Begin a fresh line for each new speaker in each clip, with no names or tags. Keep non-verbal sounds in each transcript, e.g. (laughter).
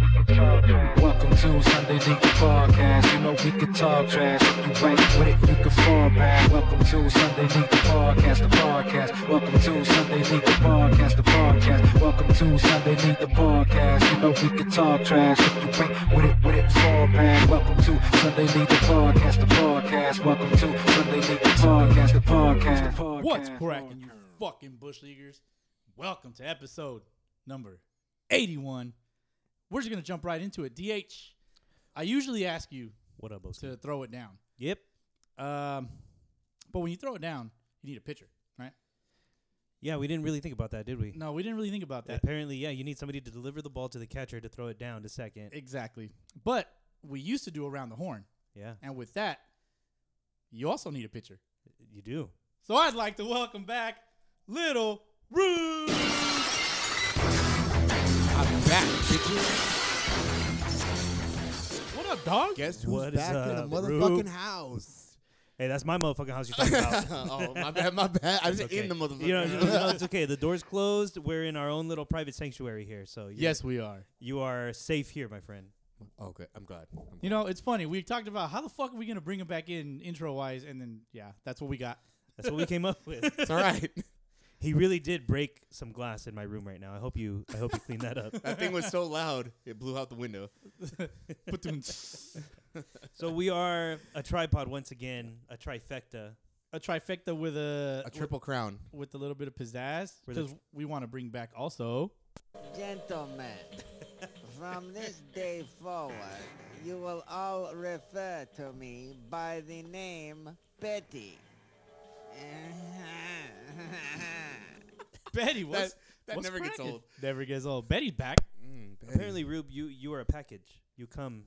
Welcome to Sunday League Podcast. You know we can talk trash. If you ain't with it, you can fall back. Welcome to Sunday League Podcast, the podcast. Welcome to Sunday League Podcast, the podcast. Welcome to Sunday League Podcast. You know we can talk trash. If you ain't with it, with it, fall back. Welcome to Sunday League Podcast, the podcast. Welcome to Sunday League Podcast, the podcast. the podcast.
What's cracking, you fucking bush leaguers? Welcome to episode number 81. We're just gonna jump right into it. DH, I usually ask you
What up, Boski?
to throw it down,
Yep.
um, but when you throw it down, you need a pitcher, right?
Yeah, we didn't really think about that, did we?
No, we didn't really think about that
Apparently, yeah, you need somebody to deliver the ball to the catcher to throw it down to second.
exactly. But we used to do around the horn,
yeah,
and with that, you also need a pitcher.
you do.
So I'd like to welcome back Little Rude.
I'm back, bitches.
What up, dog?
Guess who's
What is
back in the
up,
motherfucking
Rube?
house? (laughs)
Hey, that's my motherfucking house you're talking about.
oh, my bad, my bad. I
It's
was
okay.
in the motherfucking
You know, you know, it's okay. The door's closed. We're in our own little private sanctuary here, so you,
Yes, we are.
you are safe here, my friend.
(laughs) Okay, I'm glad. I'm
You know, it's funny. We talked about how the fuck are we gonna bring him back in intro wise, and then yeah, that's what we got.
That's what we came up with.
(laughs) It's all right.
He really did break some glass in my room right now. I hope you, I hope you clean that up.
that thing was so loud, it blew out the window. (laughs)
a
So we are a tripod once again, a trifecta.
trifecta with a,
A triple crown.
with, with a little bit of pizzazz
With a
because we want to bring back also. (laughs)
Gentlemen, from this day forward, you will all refer to me by the name Betty.
Betty was
that
what's
never gets
cracking?
old.
Never gets old. Betty's back.
Mm, Betty.
Apparently, Rube, you you are a package. You come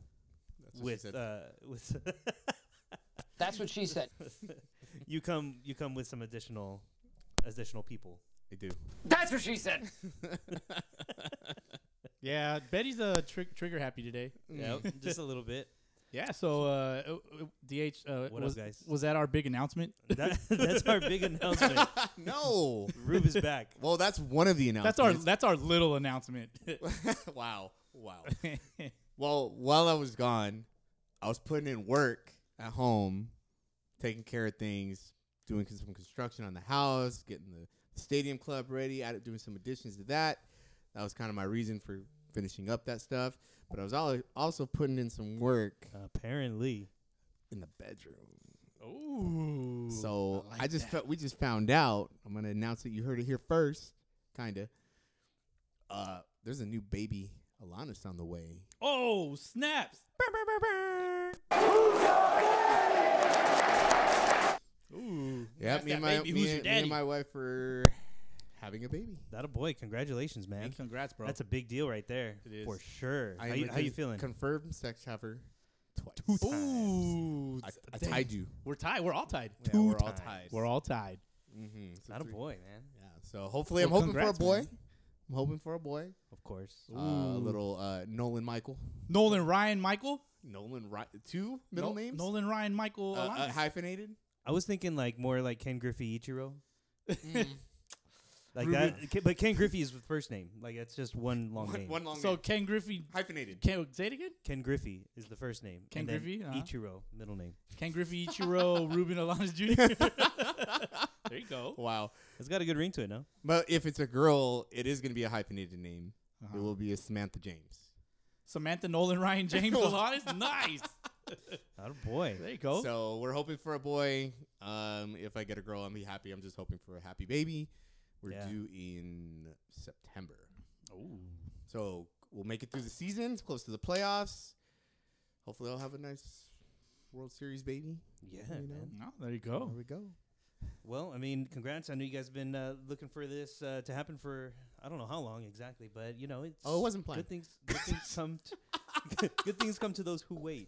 That's what she
with
said.
uh with (laughs)
That's what she said.
you come you come with some additional additional people.
I do.
That's what she said.
Yeah, Betty's uh, tri- trigger happy today.
Yeah, just a little bit.
Yeah, so uh, uh, uh, DH uh,
What up,
was,
guys?
was that our big announcement?
That, that's our (laughs) big announcement.
(laughs) no.
Rube is back.
Well, that's one of the
That's our
announcements.
that's our little announcement. (laughs)
That's our. (laughs) wow. Wow. Well, while I was gone, I was putting in work at home, taking care of things, doing cons- some construction on the house, getting the stadium club ready, added, doing some additions to that. That was kind of my reason for finishing up that stuff. But I was al- also putting in some work
Apparently,
in the bedroom.
Ooh.
So I,
like
just
that.
felt we just found out. I'm gonna announce it. You heard it here first, kinda. Uh, there's a new baby Alanis on the way.
oh snaps. Ooh.
Yeah,
Ask
me and
that
my
baby,
me,
who's your
and, me and
daddy?
my wife were having a baby.
that a boy. Congratulations,
Hey,
man.
congrats, bro.
That's a big deal right there.
It is.
For sure.
I
how
am
you,
a
how you
con-
feeling?
Confirmed sex haver twice.
Ooh.
I, I
Dang.
tied you.
We're tied. We're all tied.
Yeah,
Two
we're all
times.
tied.
We're all tied.
Mm-hmm. So
Not a
three-
boy, man.
Yeah. So hopefully,
Well,
I'm hoping for a
congrats,
boy.
man.
I'm hoping for a boy.
Of course.
Uh, a
Ooh.
little uh, Nolan Michael.
Nolan Ryan Michael.
Nolan right two middle
No-
names.
Nolan Ryan Michael.
Uh, uh,
Alliance.
hyphenated.
I was thinking like more like Ken Griffey Ichiro.
Mm.
(laughs) Like
Ruben-
that, Ke- but Ken Griffey is the first name. Like that's just
(laughs)
one long
one,
name.
one long
so
name.
Ken Griffey.
hyphenated.
Ken, say it again.
Ken Griffey is the first name.
Ken
and then
Griffey, uh-huh.
Ichiro, middle name.
Ken Griffey,
(laughs)
Ichiro, Ruben Alanis Jr. there you go.
Wow.
It's got a good ring to it, no?
But if it's a girl, it is going to be a hyphenated name.
Uh-huh.
It will be a Samantha James.
Samantha Nolan
(laughs)
Ryan James Alanis. Nice.
Oh boy.
There you go.
So we're hoping for a boy. Um, if I get a girl, I'm be happy. I'm just hoping for a happy baby. We're
Yeah.
due in September,
Ooh.
so we'll make it through the season. It's close to the playoffs. Hopefully, I'll have a nice World Series baby.
Yeah,
You know?
man.
No, Oh, there you
There
go. (laughs)
we go.
Well, I mean, congrats. I know you guys have been uh, looking for this uh, to happen for I don't know how long exactly, but you know, it's
Oh, it wasn't planned.
Good things good things come t- (laughs) good things come to those who wait.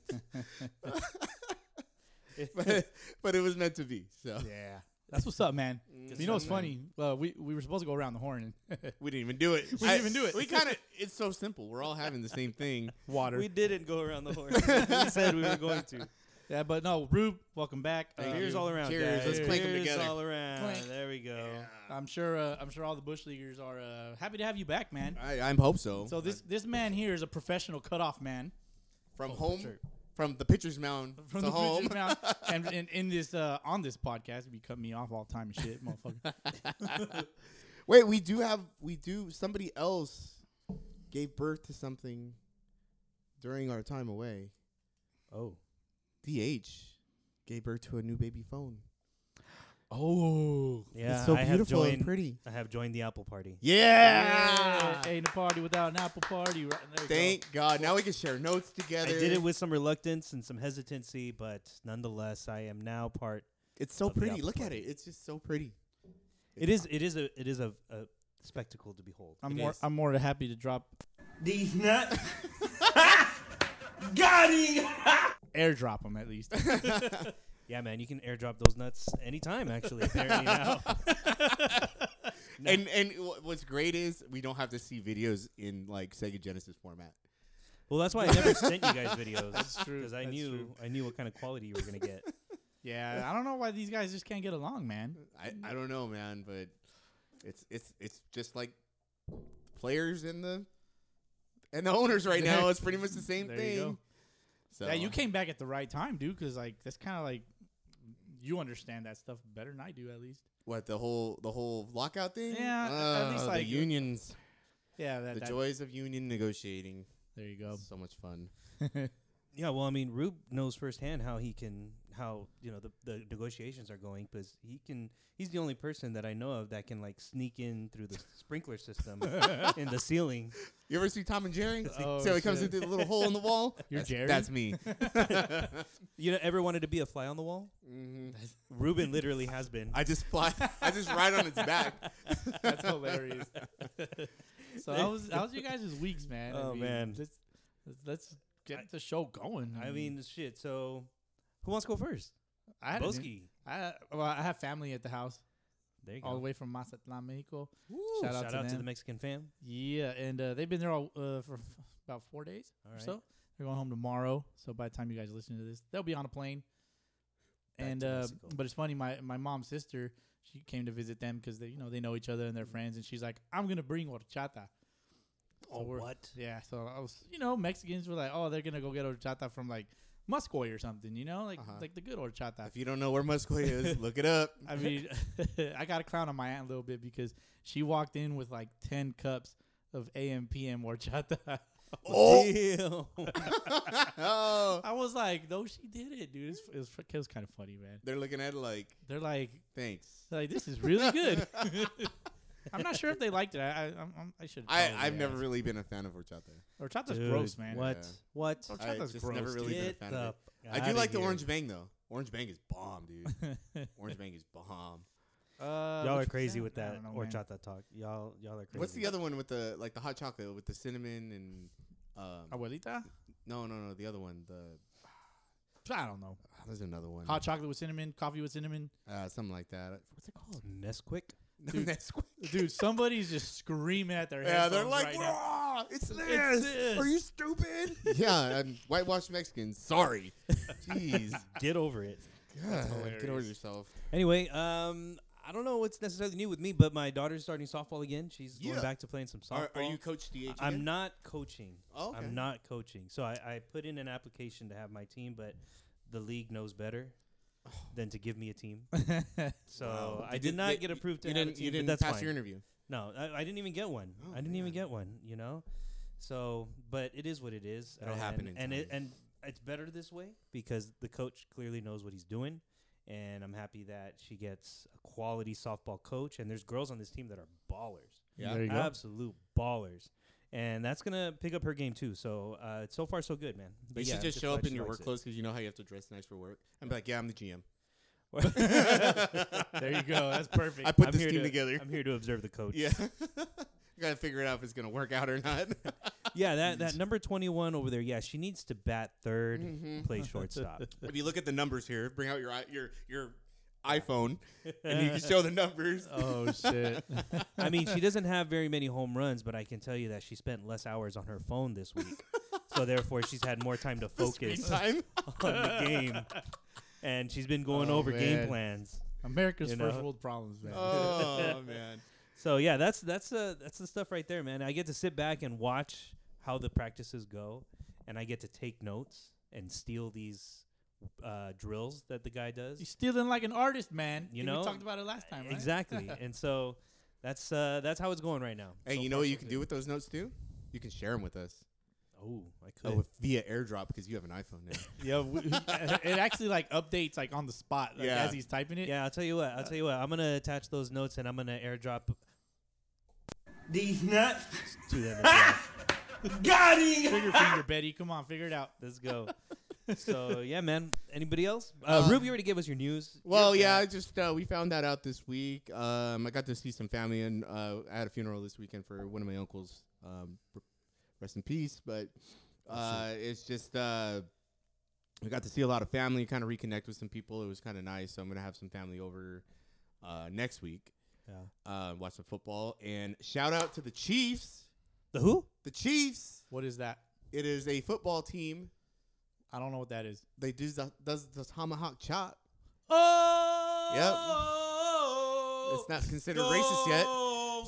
but, but it was meant to be. So
Yeah. That's what's up, man.
Mm.
You know what's funny? Uh, we we were supposed to go around the horn. (laughs)
we didn't even do it. we
didn't even do it.
We kind of. It's so simple. We're all having the same thing.
(laughs) Water.
we didn't go around the horn. we said we were going to.
Yeah, but no, Rube, welcome back. Uh,
Thank
Cheers
you.
all around.
Cheers.
guys.
Let's clink 'em
Cheers
together.
all around.
Clink.
There we go.
I'm sure. Uh, I'm sure all the bush leaguers are uh, happy to have you back, man.
I, I hope so.
So this this man here is a professional cutoff man (laughs)
from home, from the pitcher's mound
Oh, from
to
the
home.
Bridges
(laughs)
Mound, and, and in this uh, on this podcast, you cut me off all the time and shit,
(laughs)
motherfucker.
Wait, we do have we do somebody else gave birth to something during our time away.
Oh.
DH gave birth to a new baby phone.
oh,
Yeah.
it's so
I have
beautiful
joined,
and pretty.
I have joined the Apple Party.
Yeah.
ain't a party without an apple party. Right there you go.
Thank God. Now we can share notes
I
together.
did it with some reluctance and some hesitancy, but nonetheless, I am now part.
It's so
of the
pretty.
apple
Look at
party.
it. It's just so pretty.
It is. It is a. It is a, a spectacle to behold.
I'm
It
more.
is.
I'm more than happy to drop
These
(laughs)
nuts. Got him.
airdrop them at
(laughs)
least.
Yeah, man, you can airdrop those nuts anytime. Actually, apparently (laughs) now.
(laughs) And and wha- what's great is we don't have to see videos in like Sega Genesis format.
Well, that's why I never sent you guys videos. That's
true,
Because I
that's
knew
true.
I knew what kind of quality you were gonna get.
yeah, I don't know why these guys just can't get along, man.
I, I don't know, man, but it's it's it's just like players and the and the owners right now. It's pretty
(laughs)
much the same
There
thing.
you go.
So
Yeah, you came back at the right time, dude. Because like that's kind of like you understand that stuff better than I do, at least.
what the whole the whole lockout thing?
Yeah, at least,
Oh,
like,
the unions,
Yeah, that,
the
that-
joys of union negotiating.
There you
(laughs)
go.
So much fun.
Yeah, well, I mean, Rube knows firsthand how he can, how you know the, the negotiations are going because he can. He's the only person that I know of that can like sneak in through the sprinkler system in the ceiling.
You ever see Tom and
(laughs)
Jerry?
Oh,
so he comes in
shit.
through the little hole in the wall.
(laughs) You're
that's,
Jerry?
That's me.
You know, ever wanted to be a fly on the wall?
Mhm.
Ruben literally has been.
I just fly. I just ride on its back.
That's hilarious. (laughs) so how was how was you guys' weeks, man? I
Oh,
mean,
man.
let's, let's get the show going.
I mean, shit. So, who wants to go first?
I had an in-
Boski.
I well, I have family at the house
There you go.
all the way from Mazatlan, Mexico.
Woo,
Shout out to
to, the
them.
Mexican fam.
Yeah, and uh, they've been there all uh, for f- about four days
All
or
right.
so. They're going home tomorrow, so by the time you guys listen to this, they'll be on a plane.
Back
and
to
uh,
Mexico.
but it's funny, my my mom's sister she came to visit them because they you know they know each other and they're friends, and she's like, I'm gonna bring horchata. (laughs) So
Oh,
we're- (laughs)
what?
Yeah, so I was you know Mexicans were like, oh, they're gonna go get horchata from like Muscoy or something, you know, like
Uh-huh.
like the good horchata.
If you don't know where Musqueam is, look
(laughs)
it up.
I mean, I got to clown on my aunt a little bit because she walked in with like 10 cups of AM, PM horchata. (laughs)
Oh.
Damn.
(laughs) oh,
I was like, no, she did it, dude. It's, it was, fu- it was kind of funny, man.
they're looking at it like,
They're like,
thanks.
they're like this is really
(laughs)
good. I'm not sure if they liked it. I I, I'm- I'm, I should.
I, I've never really been a fan of horchata.
Horchata's gross,
Dude,
man.
What?
Yeah.
What?
Don't
I
Horchata's
just
gross,
never
dude.
really been a
Get
fan
the
of
f-
it. I do
outta
like the
here.
orange bang though. Orange bang is bomb, dude. orange bang is bomb.
Uh,
Y'all
which
are
one's
crazy with
I
that
don't know, man.
horchata talk. Y'all, y'all are crazy.
What's the other one with the like the hot chocolate with the cinnamon and
Oh.
um,
Abuelita?
no no no the other one the
I don't know.
ah, there's another one
Hot chocolate with cinnamon, coffee with cinnamon.
uh, something like that. What's it (laughs) called?
(laughs) Nesquik?
Dude, Nesquik. (laughs)
Dude, somebody's just screaming at their
Yeah,
heads.
they're like,
right now.
"Raw, it's
It's
this.
this.
Are you stupid? yeah, and whitewashed Mexicans. Sorry. Jeez.
Get over it.
God, get over
hilarious.
yourself.
Anyway, um, I don't know what's necessarily new with me, but my daughter's starting softball again. She's
Yeah.
going back to playing some softball.
Are, are you Coach DH? Again?
I'm not coaching.
Oh, okay.
I'm not coaching. So I, I put in an application to have my team, but the league knows
(sighs)
better than to give me a
(laughs)
team. So
Wow.
I did, not
they-
get approved to
Um, you
have a
didn't,
team,
You
but
didn't
that's
pass
fine.
your interview.
No, I, I didn't even get one.
Oh,
I didn't even
man.
get one. You know, so but it is what it is.
That'll
and,
happen in
and it,
time.
and it's better this way because the coach clearly knows what he's doing, and I'm happy that she gets a quality softball coach. And there's girls on this team that are ballers,
Yeah.
There you go.
absolute ballers. And that's gonna pick up her game too. So uh, so far so good, man.
But
But
you
yeah,
should
I'm
just show
glad
up in
she
your
likes
work
it. (laughs)
clothes because you know how you have to dress nice for work. I'm like, yeah, I'm the GM.
There you go. (laughs) That's perfect.
I put
I'm
this
here
team
to-
together.
I'm here to observe the coach.
(laughs) yeah, (laughs) gotta figure it out if it's gonna work out or not. (laughs)
yeah. That that number 21 over there. Yeah, she needs to bat 3rd
Mm-hmm.
play
(laughs)
shortstop.
if you look at the numbers here, bring out your i- your your (laughs) iPhone and you can show the (laughs) numbers.
oh shit.
I mean, she doesn't have very many home runs, but I can tell you that she spent less hours on her phone this week. so therefore she's had more time to focus (laughs) on
(laughs) Time?
the game, and she's been going
Oh,
over
man.
game plans.
(laughs) America's
You
first
know?
world problems, man.
oh (laughs) man.
So yeah, that's that's uh, that's the stuff right there, man. I get to sit back and watch how the practices go, and I get to take notes and steal these uh, drills that the guy does.
He's stealing like an artist, man.
You
Think
know?
we talked about it last time, right?
(laughs)
Exactly, and so that's uh, that's how it's going right now.
Hey,
So
you know
far,
what
so
you can
good.
do with those notes too? You can share them with us.
Oh, I
Oh,
could.
with- via AirDrop because you have an iPhone now.
Yeah, we, (laughs) it actually like updates like on the spot like,
Yeah.
as he's typing (laughs) it.
Yeah, I'll tell you what. I'll tell you what. I'm gonna attach those notes and I'm gonna airdrop
These nuts.
to them. As well.
Got it.
Trigger finger, Betty. Come on, figure it out.
Let's go. so yeah, man. Anybody else? Uh,
Um,
Ruby already gave us your news.
Well, yeah, I just uh, we found that out this week. Um, I got to see some family, and uh, I had a funeral this weekend for one of my uncles. Um, r- rest in peace. But uh, it's just uh, I got to see a lot of family, kind of reconnect with some people. It was kind of nice. So I'm gonna have some family over uh, next week.
Yeah.
Uh, watch some football, and shout out to the Chiefs.
The who?
The Chiefs.
What is that?
It is a football team.
I don't know what that is.
They do the, does the tomahawk chop.
Oh.
It's not considered racist yet.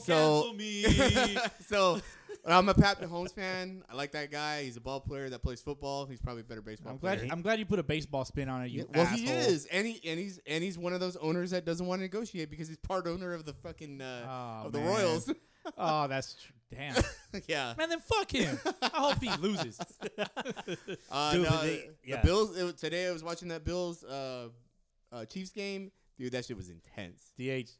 Cancel
So- (laughs) so I'm a Pat Mahomes fan. I like that guy. He's a ball player that plays football. He's probably a better baseball
I'm
player.
glad. I'm glad you put a baseball spin on it. You
well,
asshole.
he is, and he and he's and he's one of those owners that doesn't want to negotiate because he's part owner of the fucking uh,
Oh,
of the
man.
Royals.
(laughs)
(laughs)
Oh, that's tr- damn.
yeah,
Man, then fuck him. I hope he
(laughs)
loses.
uh,
Dude,
no,
but they-
the
yeah.
Bills. It, was- today I was watching that Bills uh, uh, Chiefs game. Dude, that shit was intense.
DH,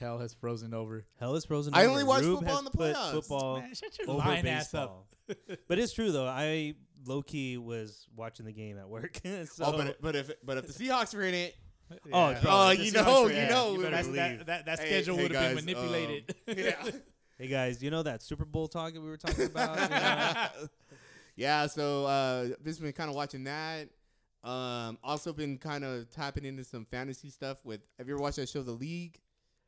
hell has frozen over.
Hell is frozen.
I
over.
only watch
Rube
football
has
in the
put
playoffs.
Football
Man, shut your
Oh, over
lying ass up.
baseball. but it's true though. I low key was watching the game at work. (laughs) so,
oh, but but if but if the Seahawks were
(laughs)
in it,
Oh, bro,
oh,
if the
you
Seahawks
know,
were-
you
yeah,
know,
you
we-
better
That's-
believe.
that, that, that
Hey,
schedule
hey,
would have
guys,
been manipulated.
um, (laughs) yeah.
(laughs) Hey guys, you know that Super Bowl talk that we were talking about? You
(laughs)
know?
Uh-huh. Yeah, so uh just been kind of watching that. Um also been kind of tapping into some fantasy stuff with have you ever watched that show The League?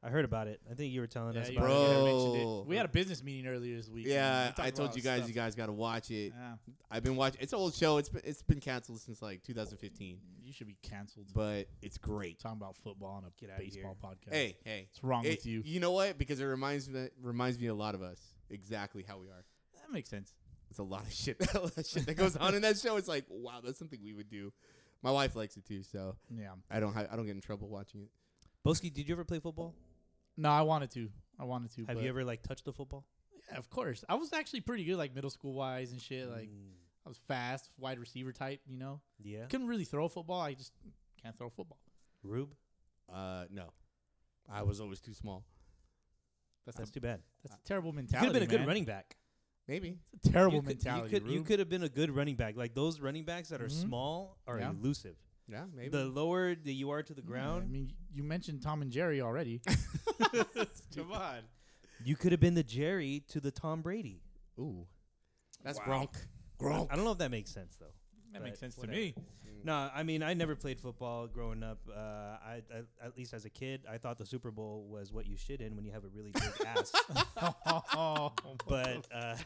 I heard about it. I think you were telling
Yeah,
us
you
about
Bro.
it.
already mentioned
Bro.
it. We had a business meeting earlier this week. man.
Yeah,
We talked
I told
about
you guys
stuff.
you guys got to watch it.
Yeah,
I've been watching it's an old show. It's been, it's been canceled since like 2015,
you should be canceled.
but it's great.
talking about football on a
Get outta
baseball podcast.
Hey, hey.
what's wrong
It-
with you?
You know what? Because it reminds me reminds me a lot of us. Exactly how we are.
That makes sense.
It's a lot of shit, (laughs) a lot of shit that goes on in that show. It's like, wow, that's something we would do. My wife likes it too, so
Yeah.
I don't ha- I don't get in trouble watching it.
Boski, did you ever play football?
No, I wanted to. I wanted to.
Have
but
you ever like touched the football?
Yeah, of course. I was actually pretty good, like middle school wise and shit.
Mm.
Like I was fast, wide receiver type. You know,
yeah.
couldn't really throw football. I just can't throw football.
Rube.
Uh, no, I was always too small. Um,
That's
That's
a,
too bad.
that's a terrible
You could
mentality.
have been a good
man.
running back.
Maybe
It's a terrible
You could, you,
mentality.
could, you
Rube.
could have been a good running back. Like those running backs that are
Mhm.
small are
Yeah.
elusive.
yeah, maybe.
The lower that you are to the
Yeah,
ground,
I mean, you mentioned Tom and Jerry already.
(laughs)
Come on.
you could have been the Jerry to the Tom Brady.
Ooh, that's Gronk. Gronk.
I don't know if that makes sense though.
(laughs) That
But
makes sense
whatever.
to
(laughs)
me. (laughs)
No, I mean I never played football growing up. Uh, I, I at least as a kid, I thought the Super Bowl was what you shit in when you have a really big ass.
oh,
(laughs) But uh,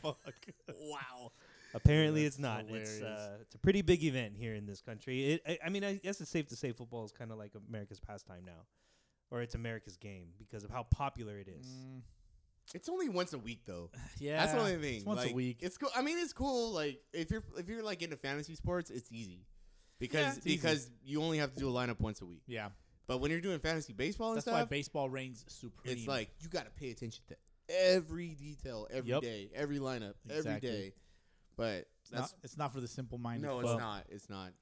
Wow.
apparently,
That's
it's not.
hilarious.
It's uh, it's a pretty big event here in this country. It, I, I mean, I guess it's safe to say football is kind of like America's pastime now, or it's America's game because of how popular it is.
Mm,
It's only once a week though.
yeah.
that's the only thing.
It's once
like,
a week.
It's cool. I mean, it's cool. Like if you're if you're like into fantasy sports, it's easy
Yeah,
because
it's easy.
because you only have to do a lineup once a week.
yeah.
But when you're doing fantasy baseball and
That's why
stuff,
baseball reigns supreme.
it's like you got to pay attention to every detail, every day,
Yep.
every lineup, every
Exactly.
day. But
it's not,
that's
it's not for the simple minded.
no, it's
Well-
not. It's not.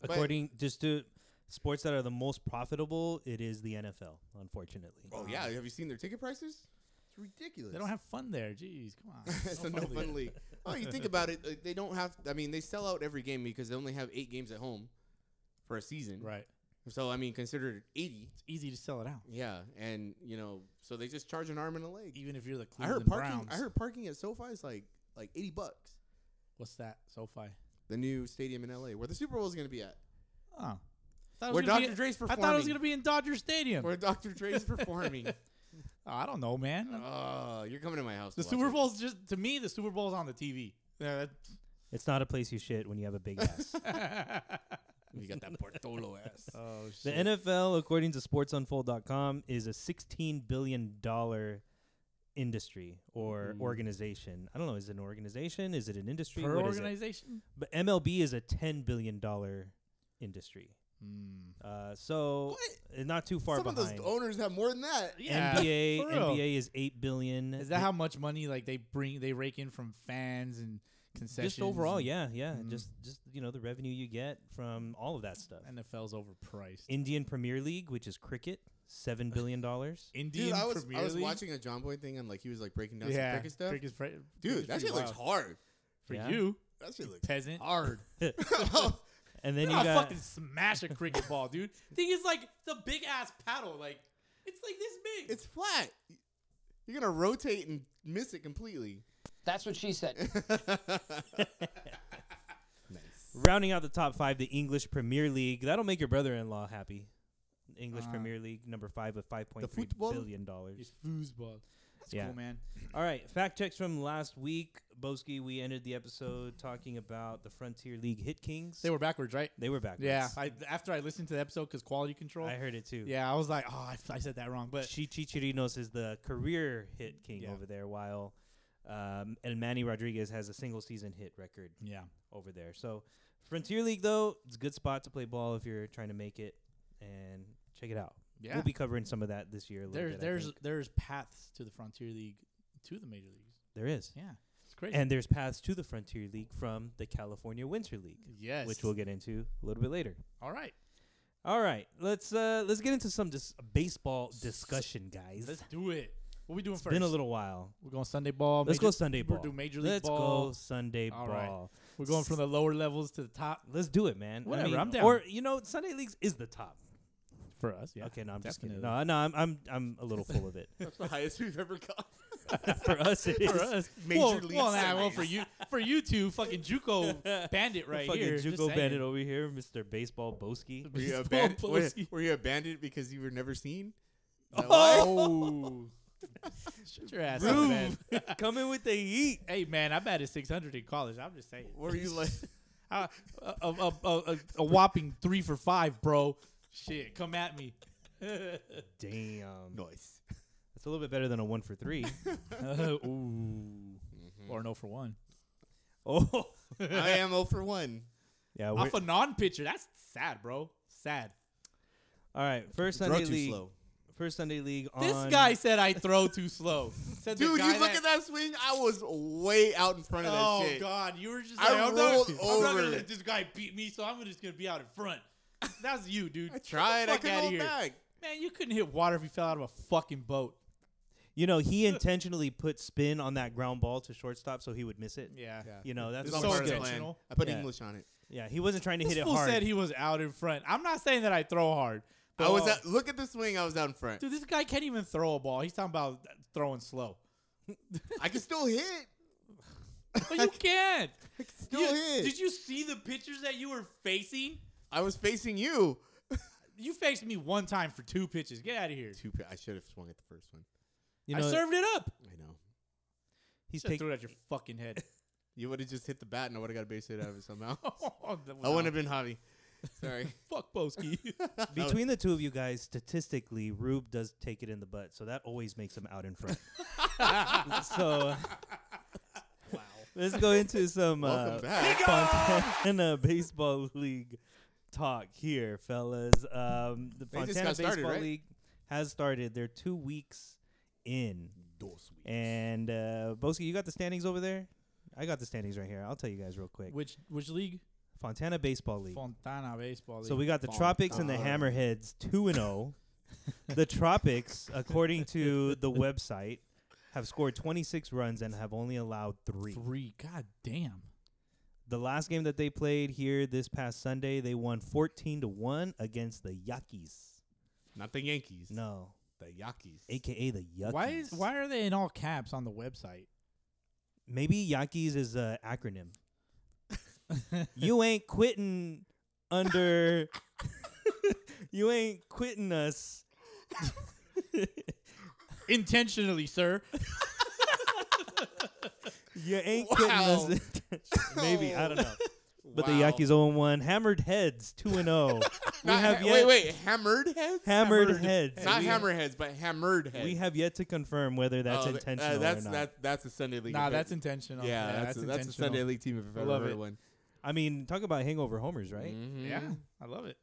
But-
According just to sports that are the most profitable, it is the NFL. Unfortunately,
Oh yeah, have you seen their ticket prices? It's ridiculous.
They don't have fun there. Jeez, come on.
(laughs) it's a (laughs) no fun league. Oh, you think about it, like, they don't have. I mean, they sell out every game because they only have eight games at home for a season.
Right.
So I mean, considered eighty.
It's easy to sell it out,
Yeah, and you know, so they just charge an arm and a leg.
even if you're the
I
Cleveland
heard parking.
Browns.
I heard parking at SoFi is like like eighty bucks.
What's that? SoFi.
The new stadium in LA, where the Super Bowl is going to be at,
Oh. Thought it was
Where
gonna
Dr. Dre's
I thought it was
performing.
going to be in Dodger Stadium.
(laughs) where Dr. Dre's performing.
Oh, I don't know, man.
Oh, you're coming to my house.
the
to watch
Super
it.
Bowl's just to me. The Super Bowl's on the TV. Yeah, that-
It's not a place you shit when you have a big ass.
(laughs)
You got that Portolo ass.
oh, shit. The NFL, according to SportsUnfold.com, is a $16 billion industry or organization. I don't know. Is it an organization? Is it an industry?
per
What is it?
organization.
But MLB is a $10 billion industry.
Hmm.
Uh, so uh, not too far
Some of those
behind.
owners have more than that.
NBA
for real.
NBA is eight billion.
Is that how much money like they bring they rake in from fans and concessions?
just overall?
and
Yeah, yeah.
Hmm.
Just just you know the revenue you get from all of that stuff.
NFL's overpriced.
Indian Premier League, which is cricket, seven
(laughs)
billion dollars.
Indian
Dude, I was
Premier
I was
League?
watching a John Boy thing and like he was like breaking down
yeah,
some cricket stuff.
Cricket's pre-
Dude,
cricket's
that
pretty
shit looks
wild.
hard.
for
Yeah.
you,
That shit looks (laughs)
peasant.
hard.
and then you
I
got
fucking smash a cricket ball, (laughs) dude. Thing is, like it's a big ass paddle, like it's (laughs) like this big.
it's flat. You're gonna rotate and miss it completely.
That's what she said.
rounding out the top five, the English Premier League. That'll make your brother-in-law happy. English
Uh.
Premier League number five with five point three
football?
billion dollars.
it's foosball. That's
Yeah.
cool, man.
All right, fact checks from last week. Boski, we ended the episode talking about the Frontier League Hit Kings.
They were backwards, right?
they were backwards.
Yeah. I, after I listened to the episode, because quality control.
I heard it too.
yeah, I was like, oh, I, I said that wrong, but
Chi Chirinos is the career hit king
Yeah.
over there, while um, El Manny Rodriguez has a single season hit record
yeah.
over there. So Frontier League, though, it's a good spot to play ball if you're trying to make it, and check it out.
Yeah.
We'll be covering some of that this year. A little
There's
bit, I
there's
think.
there's paths to the Frontier League to the major leagues.
there is,
Yeah. It's crazy.
and there's paths to the Frontier League from the California Winter League,
yes.
which we'll get into a little bit later.
All right.
All right, let's uh, let's get into some dis- baseball discussion, guys.
Let's do it. What we doing
it's
first?
been a little while.
We're going Sunday ball.
Let's
major-
go Sunday ball.
We're doing major league
Let's
ball.
go Sunday
All right.
ball.
We're going from the lower levels to the top
Let's do it, man. I
Whatever,
mean,
I'm down.
Or you know, Sunday leagues is the top.
for us. Yeah.
okay, no, I'm just kidding.
definitely.
No, no, I'm I'm I'm a little full
(laughs)
of it. (laughs)
That's the highest we've ever (laughs) got.
For us, it is.
For
(laughs)
us,
Major
well,
league
well, nah, well,
series.
for you, for you two, fucking
(laughs)
JUCO bandit right
fucking
here. just
JUCO
saying.
bandit over here, Mister Baseball
(laughs)
Boski. (laughs)
Were you,
Paul
abandoned, were,
Pelosi.
were you abandoned because you were never seen?
Oh, shut your ass up, man.
(laughs) Coming with the heat.
Hey man, I batted 600 in college. I'm just saying.
Were you like
(laughs) I- a, a, a, a, a whopping three for five, bro. Shit, come at
(laughs)
me.
Damn,
noise?
that's a little bit better than a one
(laughs)
for three.
ooh. Or no for one.
oh,
I am 0 for one.
yeah.
(laughs)
We're,
Off a non pitcher. That's sad, bro. Sad.
all right, first
Throw
Sunday
too
league.
slow.
First Sunday league. On
This guy said I throw too slow. Said the
Dude, you
guy
look at that swing. I was way out in front of that
Oh
shit.
God, you were just.
I
like, I'm not-
rolled
I'm not gonna
over.
let this guy beat me, so I'm just gonna be out in front. That's you, dude.
I tried. I
Get the fuck
couldn't
outta
hold
here.
back.
Man, you couldn't hit water if you fell out of a fucking boat.
You
(laughs)
know, he intentionally put spin on that ground ball to shortstop so he would miss it.
Yeah.
You know, that's
It's
all
all
part
part
of
of the
it.
plan.
plan.
intentional.
I put
Yeah.
English on it.
Yeah, he wasn't trying to
This
hit it
fool
hard.
said he was out in front. I'm not saying that I throw hard. But
I was
uh,
out, look at the swing. I was out in front.
Dude, this guy can't even throw a ball. He's talking about throwing slow.
I could still hit.
But
(laughs)
you can't.
Still
You-
hit.
Did you see the pictures that you were facing?
I was facing you.
You faced me one time for two pitches. Get out of here.
Two. pi- I should have swung at the first one.
you
I
know,
served it up.
I know.
he's
Just threw
taking.
it at your fucking
(laughs)
head. (laughs)
You would have just hit the bat, and I would have got a base hit out of it somehow.
Oh, that was
I
out.
wouldn't have been Javi.
(laughs)
Sorry.
Fuck
(laughs)
Boski.
Between the two of you guys, statistically, Rube does take it in the butt, so that always makes him out in
(laughs)
front. so, let's go into some uh,
Welcome back.
(laughs) Fontana Baseball League talk here, fellas. Um, the
They just
Fontana
got started,
Baseball
right?
League has started. They're two weeks in, and uh, Boski, you got the standings over there. I got the standings right here. I'll tell you guys real quick.
which which league?
Fontana Baseball League.
Fontana baseball.
So we got the Tropics and the Hammerheads 2 and 0. The Tropics, according to the website, have scored 26 runs and have only allowed 3.
three. God damn.
The last game that they played here this past Sunday, they won 14 to 1 against the Yuckies.
Not the Yankees.
No,
The Yankees.
aka the Yuckies.
Why is why are they in all caps on the website?
Maybe Yankees is a
(laughs)
acronym. you ain't quitting under. (laughs) you ain't quitting us.
Intentionally, sir.
You ain't quitting us. (laughs) Maybe I don't know. But the
Wow.
Yankees 0 1, hammered heads 2 and
(laughs)
0. we
Not
have
ha-
yet
wait, wait, hammered heads?
hammered heads.
Not
we,
hammerheads, but hammered heads.
We have yet to confirm whether that's
Oh, th- uh,
intentional
that's
or not.
that- that's a Sunday (laughs) league.
Nah,
affair.
Oh, that's intentional.
yeah, that's, a, that's a
intentional.
Sunday league team if I've
I
ever
love
heard
it.
one.
I mean, talk about hangover homers, right?
Mhm. (laughs)
Yeah, I love it.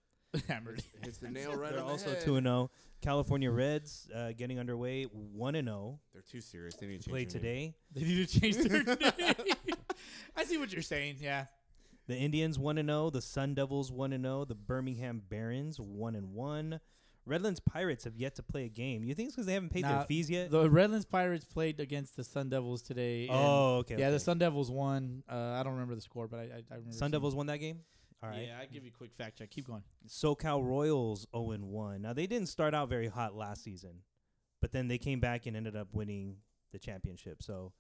Hammered.
It's the nail right
They're
on the
also
head.
2 and 0. California Reds uh, getting underway 1 and 0.
They're too serious. They need to
Play
change their name.
(laughs)
today.
They need to change
(laughs)
their name. (laughs) I see what you're saying. Yeah.
The Indians 1 and 0, the Sun Devils 1 and 0, the Birmingham Barons 1 and 1. Redlands Pirates have yet to play a game. You think it's because they haven't paid
Nah,
their fees yet?
The Redlands Pirates played against the Sun Devils today. and-
oh, okay.
yeah,
okay.
the Sun Devils won. Uh, I don't remember the score, but I, I, I remember.
Sun
seeing-
Devils won that game? All right.
Yeah, I give you a quick fact check. Keep going.
SoCal Royals 0 and 1. Now they didn't start out very hot last season, but then they came back and ended up winning the championship. So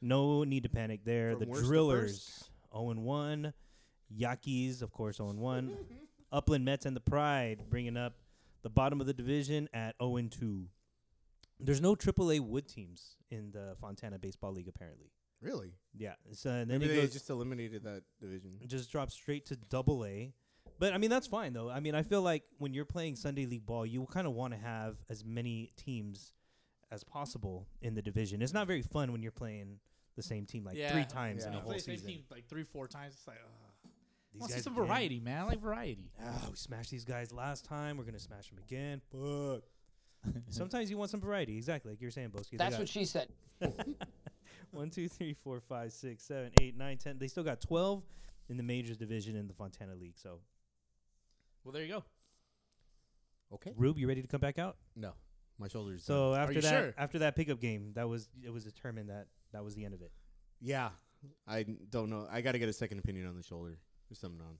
no need to panic there.
From
the
worst to
Drillers 0 and 1. Yakis, of course, 0 and
(laughs)
1. Upland Mets and the Pride bringing up the bottom of the division at 0 and 2. There's no AAA wood teams in the Fontana Baseball League apparently.
Really?
Yeah. So and then
Maybe
it
they
goes,
just eliminated that division.
just drop straight to double A. But I mean that's fine though. I mean I feel like when you're playing Sunday league ball, you kind of want to have as many teams as possible in the division. It's not very fun when you're playing the same team like three
Yeah.
times in
Yeah.
a
You
whole
Play the same
season.
team like three, four times. It's like, uh, ugh. I
These
want to see
guys
some
again.
variety, man. I like variety.
Ah, we smashed these guys last time. We're gonna smash them again. Fuck. Sometimes you want some variety, exactly like you're saying, Boski. They
That's
got
what she said.
(laughs) one, two, three, four, five, six, seven, eight, nine, ten. They still got twelve in the majors division in the Fontana League. So,
Well, there you go.
Okay.
Rube, you ready to come back out?
No, my shoulders.
So
you
after that,
sure?
after that pickup game, that was it was determined that that was the end of it.
yeah, I don't know. I got to get a second opinion on the shoulder. There's something on.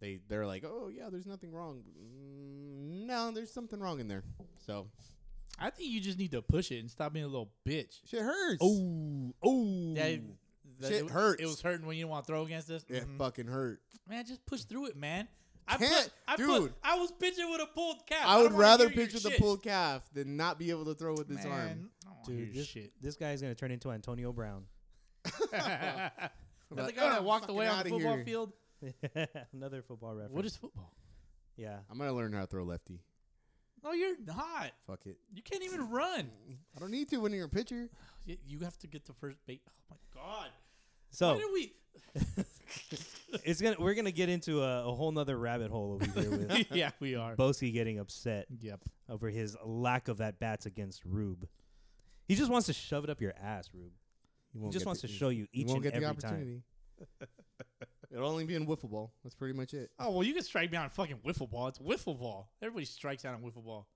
They they're like, oh yeah, there's nothing wrong. Mm, no, there's something wrong in there. So
I think you just need to push it and stop being a little bitch.
shit hurts.
Oh, oh,
Yeah, it- that-
Shit
it,
hurts.
It was hurting when you didn't want to throw against us.
it
Mhm.
fucking hurt.
Man, just push through it, man. I
Can't-
put, I
dude.
Put, I was pitching with a pulled calf.
I would
don't wanna
rather
hear your
pitch with a
shit.
pulled calf than not be able to throw with his arm.
Man, I don't wanna hear
dude,
your
this,
shit.
this guy's gonna turn into Antonio Brown. (laughs)
Now, the
Like,
guy
"Oh,
that walked
fucking
away on
outta
the football
here."
field.
Another football reference.
What is football?
yeah?
I'm gonna learn how to throw lefty.
No, you're not.
Fuck it.
You can't even run.
(laughs) I don't need to when you're a pitcher.
You you have to get the first bait. Oh my god! Why
Oh.
So
did we?
(laughs)
(laughs)
it's gonna we're gonna get into a, a whole nother rabbit hole over here
(laughs)
with (laughs)
yeah, we are.
Bosey getting upset
yep.
over his lack of at bats against Rube. He just wants to shove it up your ass, Rube.
You
He just wants to show you
You
each
won't
and
get the
every time.
opportunity. (laughs) It'll only be in wiffle ball. That's pretty much it.
Oh well, you can strike me on fucking wiffle ball. It's wiffle ball. Everybody strikes out on wiffle ball.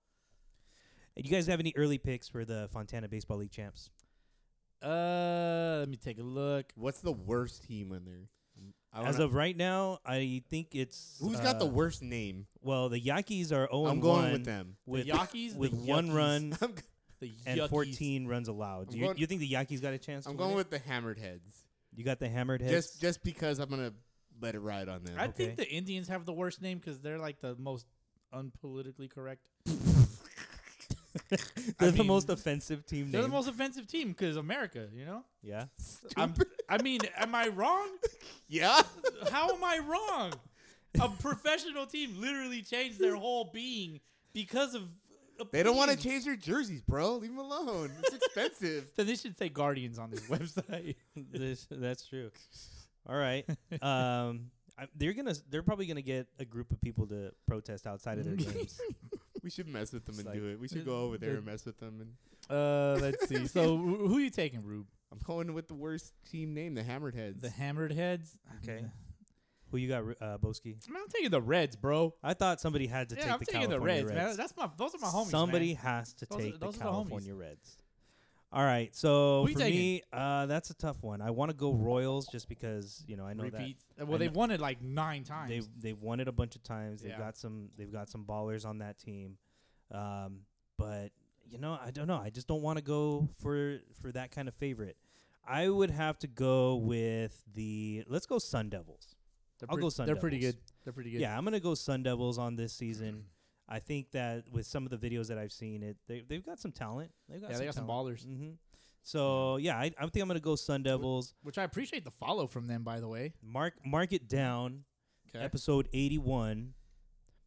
You guys have any early picks for the Fontana Baseball League champs?
Uh, let me take a look.
What's the worst team in there? I
As
wanna-
of right now, I think it's uh,
who's
who's
got the worst name?
Well, the Yankees are 0
I'm
and
going
1
with them.
With,
The Yankees,
with
the
one
Yuckies,
run
(laughs) I'm, g-
The
and
Yuckies.
14 runs allowed.
I'm
you,
going-
you think the Yankees got a chance?
I'm
to
going
win it?
with the hammered heads.
you got the hammered heads.
Just just because I'm gonna let it ride on them.
I
Okay.
think the Indians have the worst name because they're like the most unpolitically correct.
(laughs) they're
I
the
mean,
most offensive team.
They're the
name.
most offensive team because America. You know.
yeah.
I'm, I mean, am I wrong?
(laughs)
yeah.
How am I wrong? A professional team literally changed their whole being because of.
They don't want to
opinions.
change their jerseys, bro. Leave them alone.
(laughs)
It's expensive.
Then they should say Guardians on this (laughs) website.
This- that's true. All right. Um, I, they're gonna. s- They're probably gonna get a group of people to protest outside of their games.
we should mess with them
It's
and
like-
do it. We should go over there and mess with them. And
Uh, let's see.
(laughs)
So wh- who you taking, Rube?
I'm going with the worst team name, the hammered heads.
The Hammered Heads.
Okay. Who you got, Ru- uh, Boski?
I am taking the Reds, bro.
I thought somebody had to
yeah,
take
I'm
the
taking
California
the Reds,
Reds.
man. That's my. Those are my homies.
Somebody
man.
has to
Those are-
take the
those are the homies.
California Reds. All right, so
Who you
for
taking?
me, uh, that's a tough one. I want to go Royals just because you know I know
repeat. Uh,
I
Well, they've
know-
won it like nine
that
times.
they've they've won it a bunch of times. They've
Yeah.
got some they've got some ballers on that team, um, but you know I don't know. I just don't want to go for for that kind of favorite. I would have to go with the let's go Sun Devils.
They're
I'll
pre-
go Sun
They're pretty
Devils.
good. They're pretty good.
Yeah, I'm gonna go Sun Devils on
(clears throat)
this season. I think that with some of the videos that I've seen, it they they've got some talent. They've got
Yeah,
some
they got some
talent.
ballers.
Mm-hmm. So yeah, I, I think I'm gonna go Sun Devils.
Which I appreciate the follow from them, by the way.
Mark mark it down.
Okay.
Episode 81.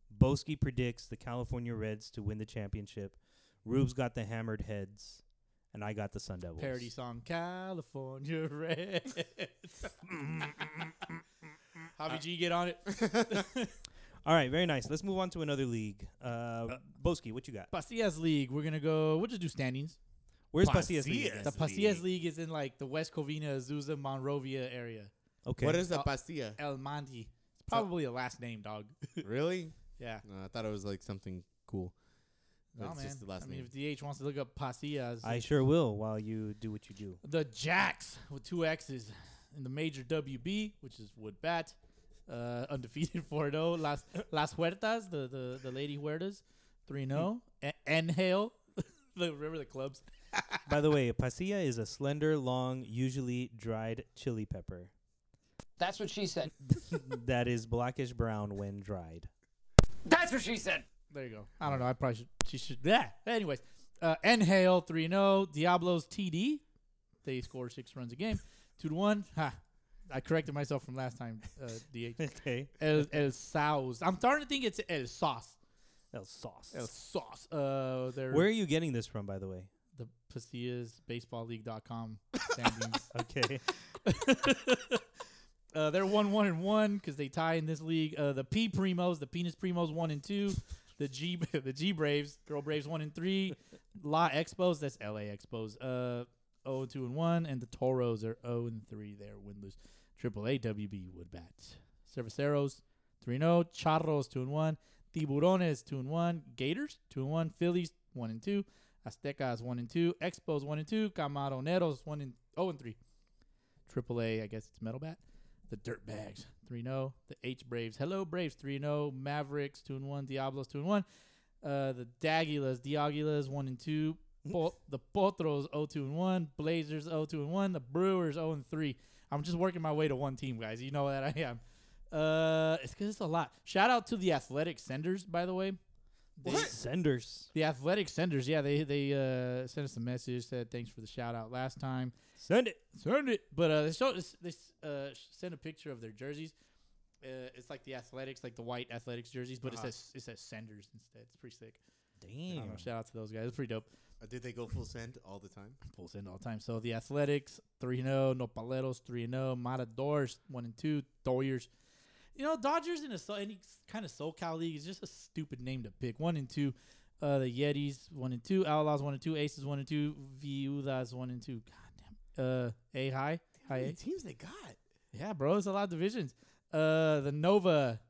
Boski predicts the California Reds to win the championship. Rube's got the hammered heads, and I got the Sun Devils.
Parody song California (laughs) Reds. Javi G, get on it.
All right, very nice. Let's move on to another league. Uh, Boski, what you got?
Pasillas League. We're gonna go. We'll just do standings.
Where's Pasillas league?
The
again?
Pasillas League is in like the West Covina, Azusa, Monrovia area.
Okay.
What is a pastilla?
El Monte. It's probably a last name, dog.
really? (laughs)
yeah.
No, I thought it was like something cool.
No,
It's
man.
just the last
I mean,
name.
if DH wants to look up Pasillas,
I sure will while you do what you do.
the Jacks with two X's in the major WB, which is Wood Bat, uh, (laughs) undefeated 4 0. Las, Las Huertas, the, the, the Lady Huertas, 3 0.
Mm-hmm.
Enhale, (laughs) the, remember the clubs?
By the way, pasilla is a slender, long, usually dried chili pepper
That's what she said.
(laughs) that is blackish brown when dried.
That's what she said.
There you go. I don't know. I probably should. She should. Yeah. Anyways, uh, Enhale 3 0. oh, Diablos TD. They score six runs a game. 2 to 1. Ha. I corrected myself from last time, uh, (laughs) DH.
Okay.
El, El Saus. I'm starting to think it's El Sauce.
That's sauce.
El Sauce. Uh, they're
Where are you getting this from, by the way?
the Pasillas Baseball League.com standings.
(laughs) Okay.
uh, they're one one and one because they tie in this league. Uh, the P Primos, the Penis Primos, one and two. The G (laughs) the G Braves, Girl Braves, one and three. La Expos, that's L A Expos. Uh, oh and two and one, and the Toros are zero and three. They're winless. Triple A WB Woodbats. Cerveceros three and zero. Charros two and one. Tiburones two and one. Gators two and one. Phillies one and two. Aztecas one and two. Expos one and two. Camaroneros one and zero and three. Triple A, I guess it's Metal Bat. The Dirtbags 3 0. The H Braves. Hello Braves 3 0. Mavericks 2 and 1. Diablos 2 and 1. Uh, the Daguilas. Diaguilas 1 and 2. Po- the Potros 0 2 and 1. Blazers 0 2 and 1. The Brewers 0 and 3. I'm just working my way to one team, guys. You know that I am. Uh, it's because it's a lot. Shout out to the Athletic Senders, by the way. They-
Senders.
The Athletic Senders, yeah, they they uh, sent us a message said thanks for the shout out last time.
Send it.
Send it. But uh, they showed us- they s- uh, sh- sent a picture of their jerseys. Uh, it's like the athletics, like the white athletics jerseys, but it says it says Senders instead. It's pretty sick. I don't
Damn.
know. Shout out to those guys. It's pretty dope.
Uh, Did they go full send all the time?
Full send all the time. So the Athletics three 0 Nopaleros three 0 Matadors one and two, Doyers. You know, Dodgers in a so, any kind of SoCal league is just a stupid name to pick. One and two, uh, the Yetis one and two, Outlaws one and two, Aces one and two, Viudas one and two. God damn. Uh, a high, high A.
teams they (laughs) got?
Yeah, bro, it's a lot of divisions. Uh, the Nova.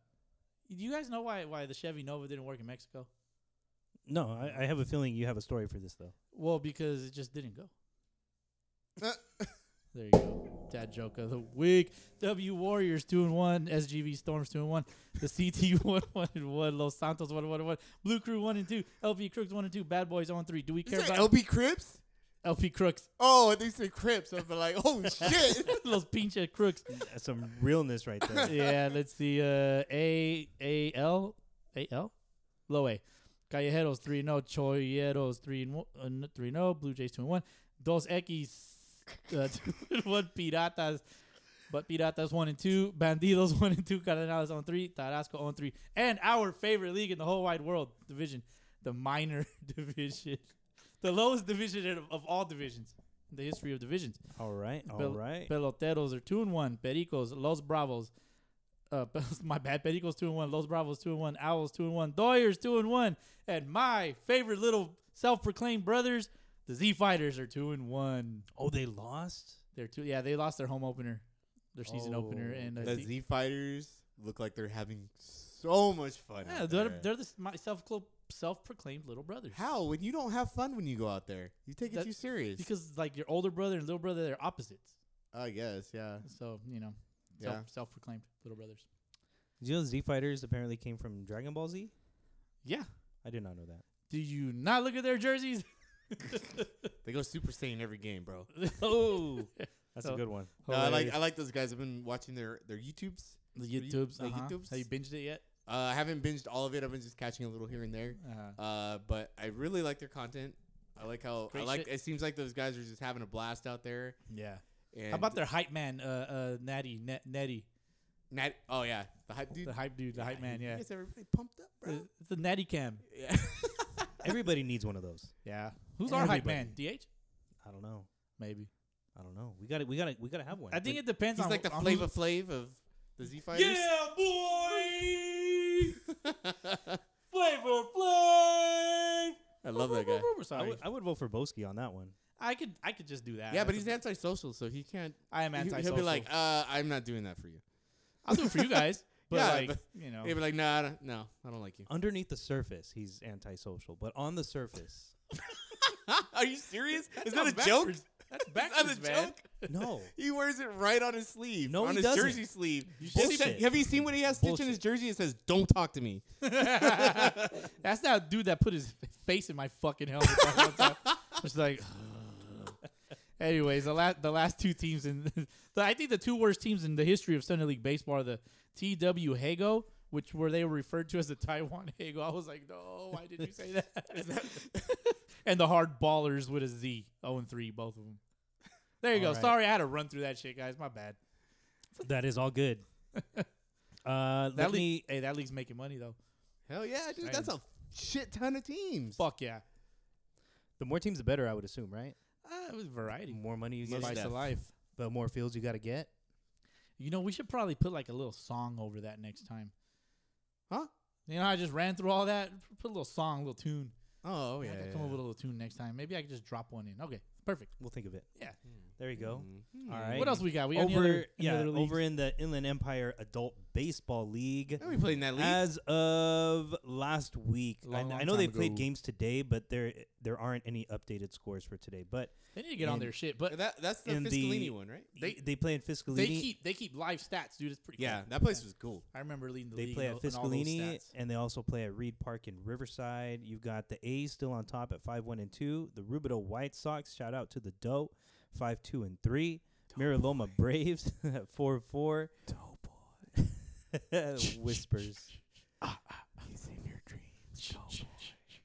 Do you guys know why why the Chevy Nova didn't work in Mexico?
No, I, I have a feeling you have a story for this though.
Well, because it just didn't go. There you go. Dad joke of the week. W Warriors two and one. SGV Storms two and one. The CT (laughs) one one and one. Los Santos one and one and one. Blue Crew one and two. LP Crooks one and two. Bad Boys on three. Do we care
Is that
about
LB Crips?
LP Crooks? (laughs)
Oh, they said Crips. I've been like, (laughs) oh shit.
Los pinche crooks.
That's some realness right
(laughs)
(laughs) there.
yeah, let's see. Uh, A A L A L, low A. Callejeros three no. Choyeros three and one, uh, n- three no. Blue Jays two and one. Dos X uh, (laughs) two and one. Piratas, but Piratas one and two. Bandidos (laughs) one and two. Cardenales on three. Tarasco on three. And our favorite league in the whole wide world division, the minor (laughs) division, the lowest division of, of all divisions. in The history of divisions.
all right. All
Pel-
right.
Peloteros are two and one. Pericos, Los Bravos. Uh, (laughs) my bad. Pericos two and one. Los Bravos two and one. Owls two and one. Doyers two and one. And my favorite little self-proclaimed brothers, the Z Fighters, are two and one.
oh, they lost?
They're two. Yeah, they lost their home opener, their season opener,
Oh,
and uh,
the
Z-
Z Fighters look like they're having so much fun.
yeah,
out
they're
there.
they're the s- my self self-proclaimed little brothers.
How? When you don't have fun when you go out there, you take it
That-
too serious.
Because like your older brother and little brother, they're opposites.
I guess, yeah.
So you know, self,
Yeah.
self-proclaimed little brothers.
Did you know Z Fighters apparently came from Dragon Ball Z?
Yeah.
I did not know that.
Do you not look at their jerseys? (laughs)
They go Super Saiyan every game, bro.
oh, that's
So-
a good one.
No, I like I like those guys. I've been watching their their YouTubes.
The
Their you-
YouTubes.
their
uh-huh.
YouTubes.
Have you binged it yet?
Uh, I haven't binged all of it. I've been just catching a little here and there.
Uh-huh.
Uh, but I really like their content. I I like how I
Great
like.
shit.
It seems like those guys are just having a blast out there.
Yeah.
And
How about their hype man, uh, uh, Natty, Net, Netty,
Nat- oh yeah, the hype dude.
the hype dude, the hype man? Yeah,
Gets everybody pumped up, bro.
The- it's the Natty Cam.
Yeah.
Everybody needs one of those.
Yeah. Who's our hype man? DH?
I don't know.
Maybe.
I don't know. We got to We got to We got to have one.
I think it depends
He's
on
like the
on who-
Flava Flav of the Z Fighters. (laughs)
Yeah, boy. Flavor
I love that guy.
I
Sorry.
would- I would vote for Boski on that one.
I could I could just do that.
Yeah, but
That's
he's antisocial, so he can't.
a- I am
he-
anti.
He'll be like, uh, "I'm not doing that for you."
I'll do it for you guys. But
(laughs) Yeah,
like,
but-
you know,
(laughs) He'll be like, "No, I don't, no, I don't like you."
Underneath the surface, he's antisocial, but on the surface,
(laughs)
Are you serious? Is
not
that a joke?
backwards. that's
Is
backwards,
that a
man.
joke?
no.
He wears it right on his sleeve.
No,
on
he
his
doesn't.
jersey sleeve. Have you,
Bullshit.
seen, have you seen what he has stitched in his
Bullshit.
jersey? It says, "Don't talk to me."
That's that dude that put his face in my fucking helmet. that one (laughs) time. It's like. (sighs) Anyways, the last the last two teams in, (laughs) the, I think the two worst teams in the history of Sunday League baseball are the T.W. Hago, which were they were referred to as the Taiwan (laughs) Hago. I was like, no, why did you say (laughs) that? and the Hard Ballers with a Z, zero and three, both of them. There you go.
All right.
Sorry, I had to run through that shit, guys. My bad.
That is
(laughs)
all good. Uh,
That
let
league,
me.
hey, that league's making money though.
Hell yeah, dude!
Damn.
That's a shit ton of teams.
Fuck yeah,
The more teams, the better. I would assume, right?
uh, it was variety,
More money you get,
spice of life.
but more fields you got to get.
You know, we should probably put like a little song over that next time.
Huh?
You know, how I just ran through all that. Put a little song, a little tune.
Oh
I
yeah,
could
yeah.
come up with a little tune next time. Maybe I could just drop one in. Okay, perfect.
We'll think of it.
Yeah.
There you go.
Hmm.
All right.
What else we got? We got any
over,
other, any
yeah,
other leagues? Oh,
over in the Inland Empire Adult Baseball League.
Yeah, we played in that league.
As of last week, I-
Long,
I,
long
know they
time
played
ago.
games today, but there there aren't any updated scores for today. But
They need to get on
in-
their shit, but
that that's the
in the-
Fiscalini one, right?
they they play in Fiscalini.
they keep they keep live stats, dude. It's pretty.
yeah,
cool.
that place was cool.
I remember leading the
they
league.
play
in
at
all- in all those
Fiscalini,
stats.
and they also play at Reed Park in Riverside. You've got the A's still on top at five one and two. The Rubidoux White Sox shout out to the Doe five two and three. Miraloma Braves (laughs) at four four. Doe boy (laughs) whispers.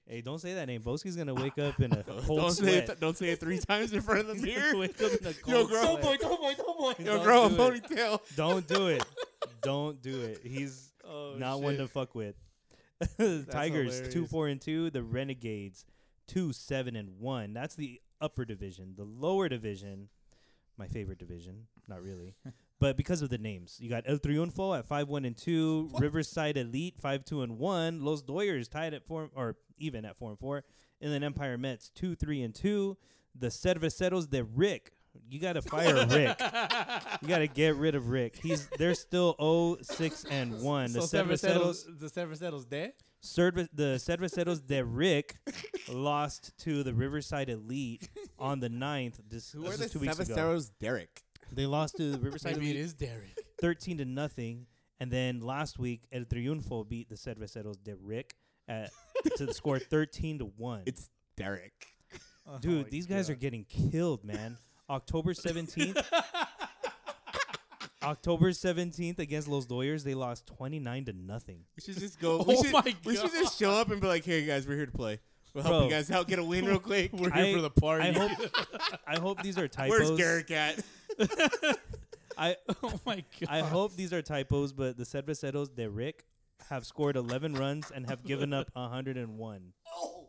Hey, don't say that name. Boski's gonna wake up in a cold
Don't say
sweat. (laughs)
it. th- don't say it three times in front of the mirror.
wake up in a
Yo,
cold
grow,
sweat.
go boy, go boy. Yo,
Don't
grow a
do it.
ponytail.
(laughs) Don't do it. Don't do it. He's not one to fuck with. (laughs) Tigers two
hilarious.
four and two. The Renegades two seven and one. That's the upper division. The lower division, my favorite division. Not really, but because of the names, you got El Triunfo at five one and two. Riverside Elite five two and one. Los Doyers tied at four or even at four and four. And then Empire Mets two three and two. The Cerveceros de Rick. You gotta fire Rick. You gotta get rid of Rick. He's they're still 06 and one. The
so
Cerveceros,
Severcetto's- the Severcetto's dead.
Cerve, the Cerveceros de Rick lost to the Riverside Elite on the 9th. This,
Who
this
are
was
the
two weeks ago.
Savasteros? Derek.
They lost to the Riverside
Maybe it
Elite
is
(laughs)
Derek.
13 to nothing. And then last week, El Triunfo beat the Cerveceros de Rick at, to the score 13 to one.
It's Derek.
Dude, these guys are getting killed, man. October 17th. October 17th against Los Doyers, they lost 29 to nothing.
We should just go. We
Oh
should,
my
We should just show up and be like, "Hey guys, we're here to play. We'll help
Bro.
you guys out, get a
(laughs)
win real quick."
We're here
I-
for the party.
I hope I hope these are typos.
Where's Derek at?
I
(laughs) oh my god. (laughs)
I hope these are typos, but the Cerveceros de Rick have scored 11 runs and have given up 101.
Oh,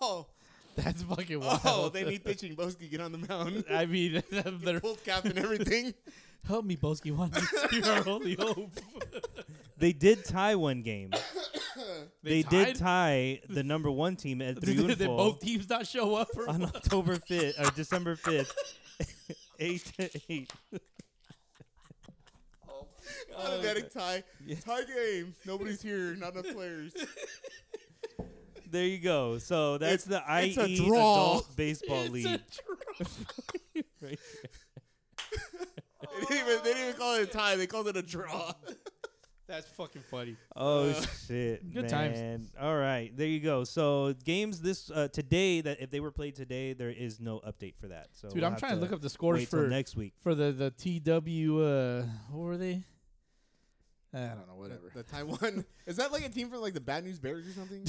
oh,
that's
(laughs)
fucking wild.
oh! They need pitching. Boski, get on the mound.
(laughs) I mean, (laughs) they're-
Pulled cap
(laughs)
and everything.
help me, Boski. One, (laughs) you're our
(laughs)
only hope.
They did tie one game.
They
They,
(laughs)
did tie the number 1 team at
Did, did
Triunfo
both teams not show up? Or (laughs)
(laughs) on October 5th or December (laughs) 5th. 8 to 8.
Not a
Oh,
Derek tie. Tie game. Nobody's here. Not enough
(laughs)
players.
There you go. So that's the IE
it's a
(laughs)
draw.
Adult Baseball
It's a
League.
draw.
Right
They didn't, even, they didn't even call it a tie. They called it a draw.
(laughs) That's fucking funny.
Oh shit,
Good
man.
times.
All right, there you go. So games this uh, today that if they were played today, there is no update for that. So
Dude,
we'll
I'm
have
trying to, look up the scores
wait till
for
next week.
for the the TW. Uh, what were they? I
(laughs)
don't know. Whatever. (laughs)
The Taiwan is that like a team from like the Bad News Bears or something?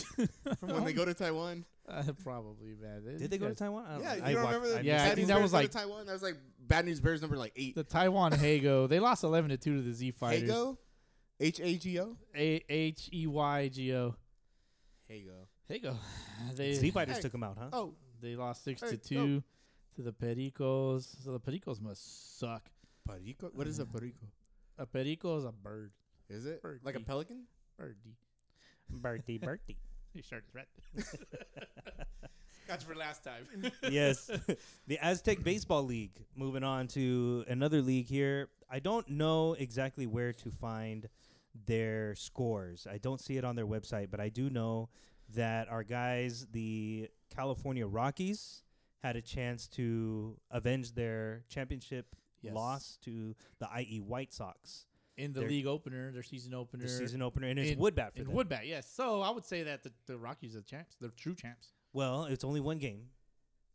from when they go to Taiwan?
(laughs) Uh, probably, man.
Did they go to
Because
Taiwan? I don't
Yeah,
know.
you
I
don't
watched-
remember the
I
Yeah, I
Bad
think
News
that
Bears
was
go to
like-
Taiwan. That was like Bad News Bears number like eight.
The Taiwan Hago. they lost 11 to 2 to the Z Fighters.
Hago, H A G O,
A- H E Y G O.
Hago.
Hago. They,
missed- Sea Fighters
Hey.
took him out, huh?
Oh,
they lost 6
Hey,
to
no.
2 to the Pericos. So the Pericos must suck.
Perico. What is a perico?
A Perico is a bird.
Mm-hmm. Is it
Birdie.
like a pelican?
Birdie.
Bertie, Bertie.
Your shirt is red. That's for last time.
(laughs)
yes. (laughs) the Aztec Baseball League. Moving on to another league here. I don't know exactly where to find their scores. I don't see it on their website, but I do know that our guys, the California Rockies, had a chance to avenge their championship
Yes.
loss to the IE White Sox.
In the
Their-
league opener, their season opener.
The season opener, and it's
in-
Woodbat for
in
them.
Woodbat, yes. So I would say that the, the Rockies are the champs. They're true champs.
well, it's only one game.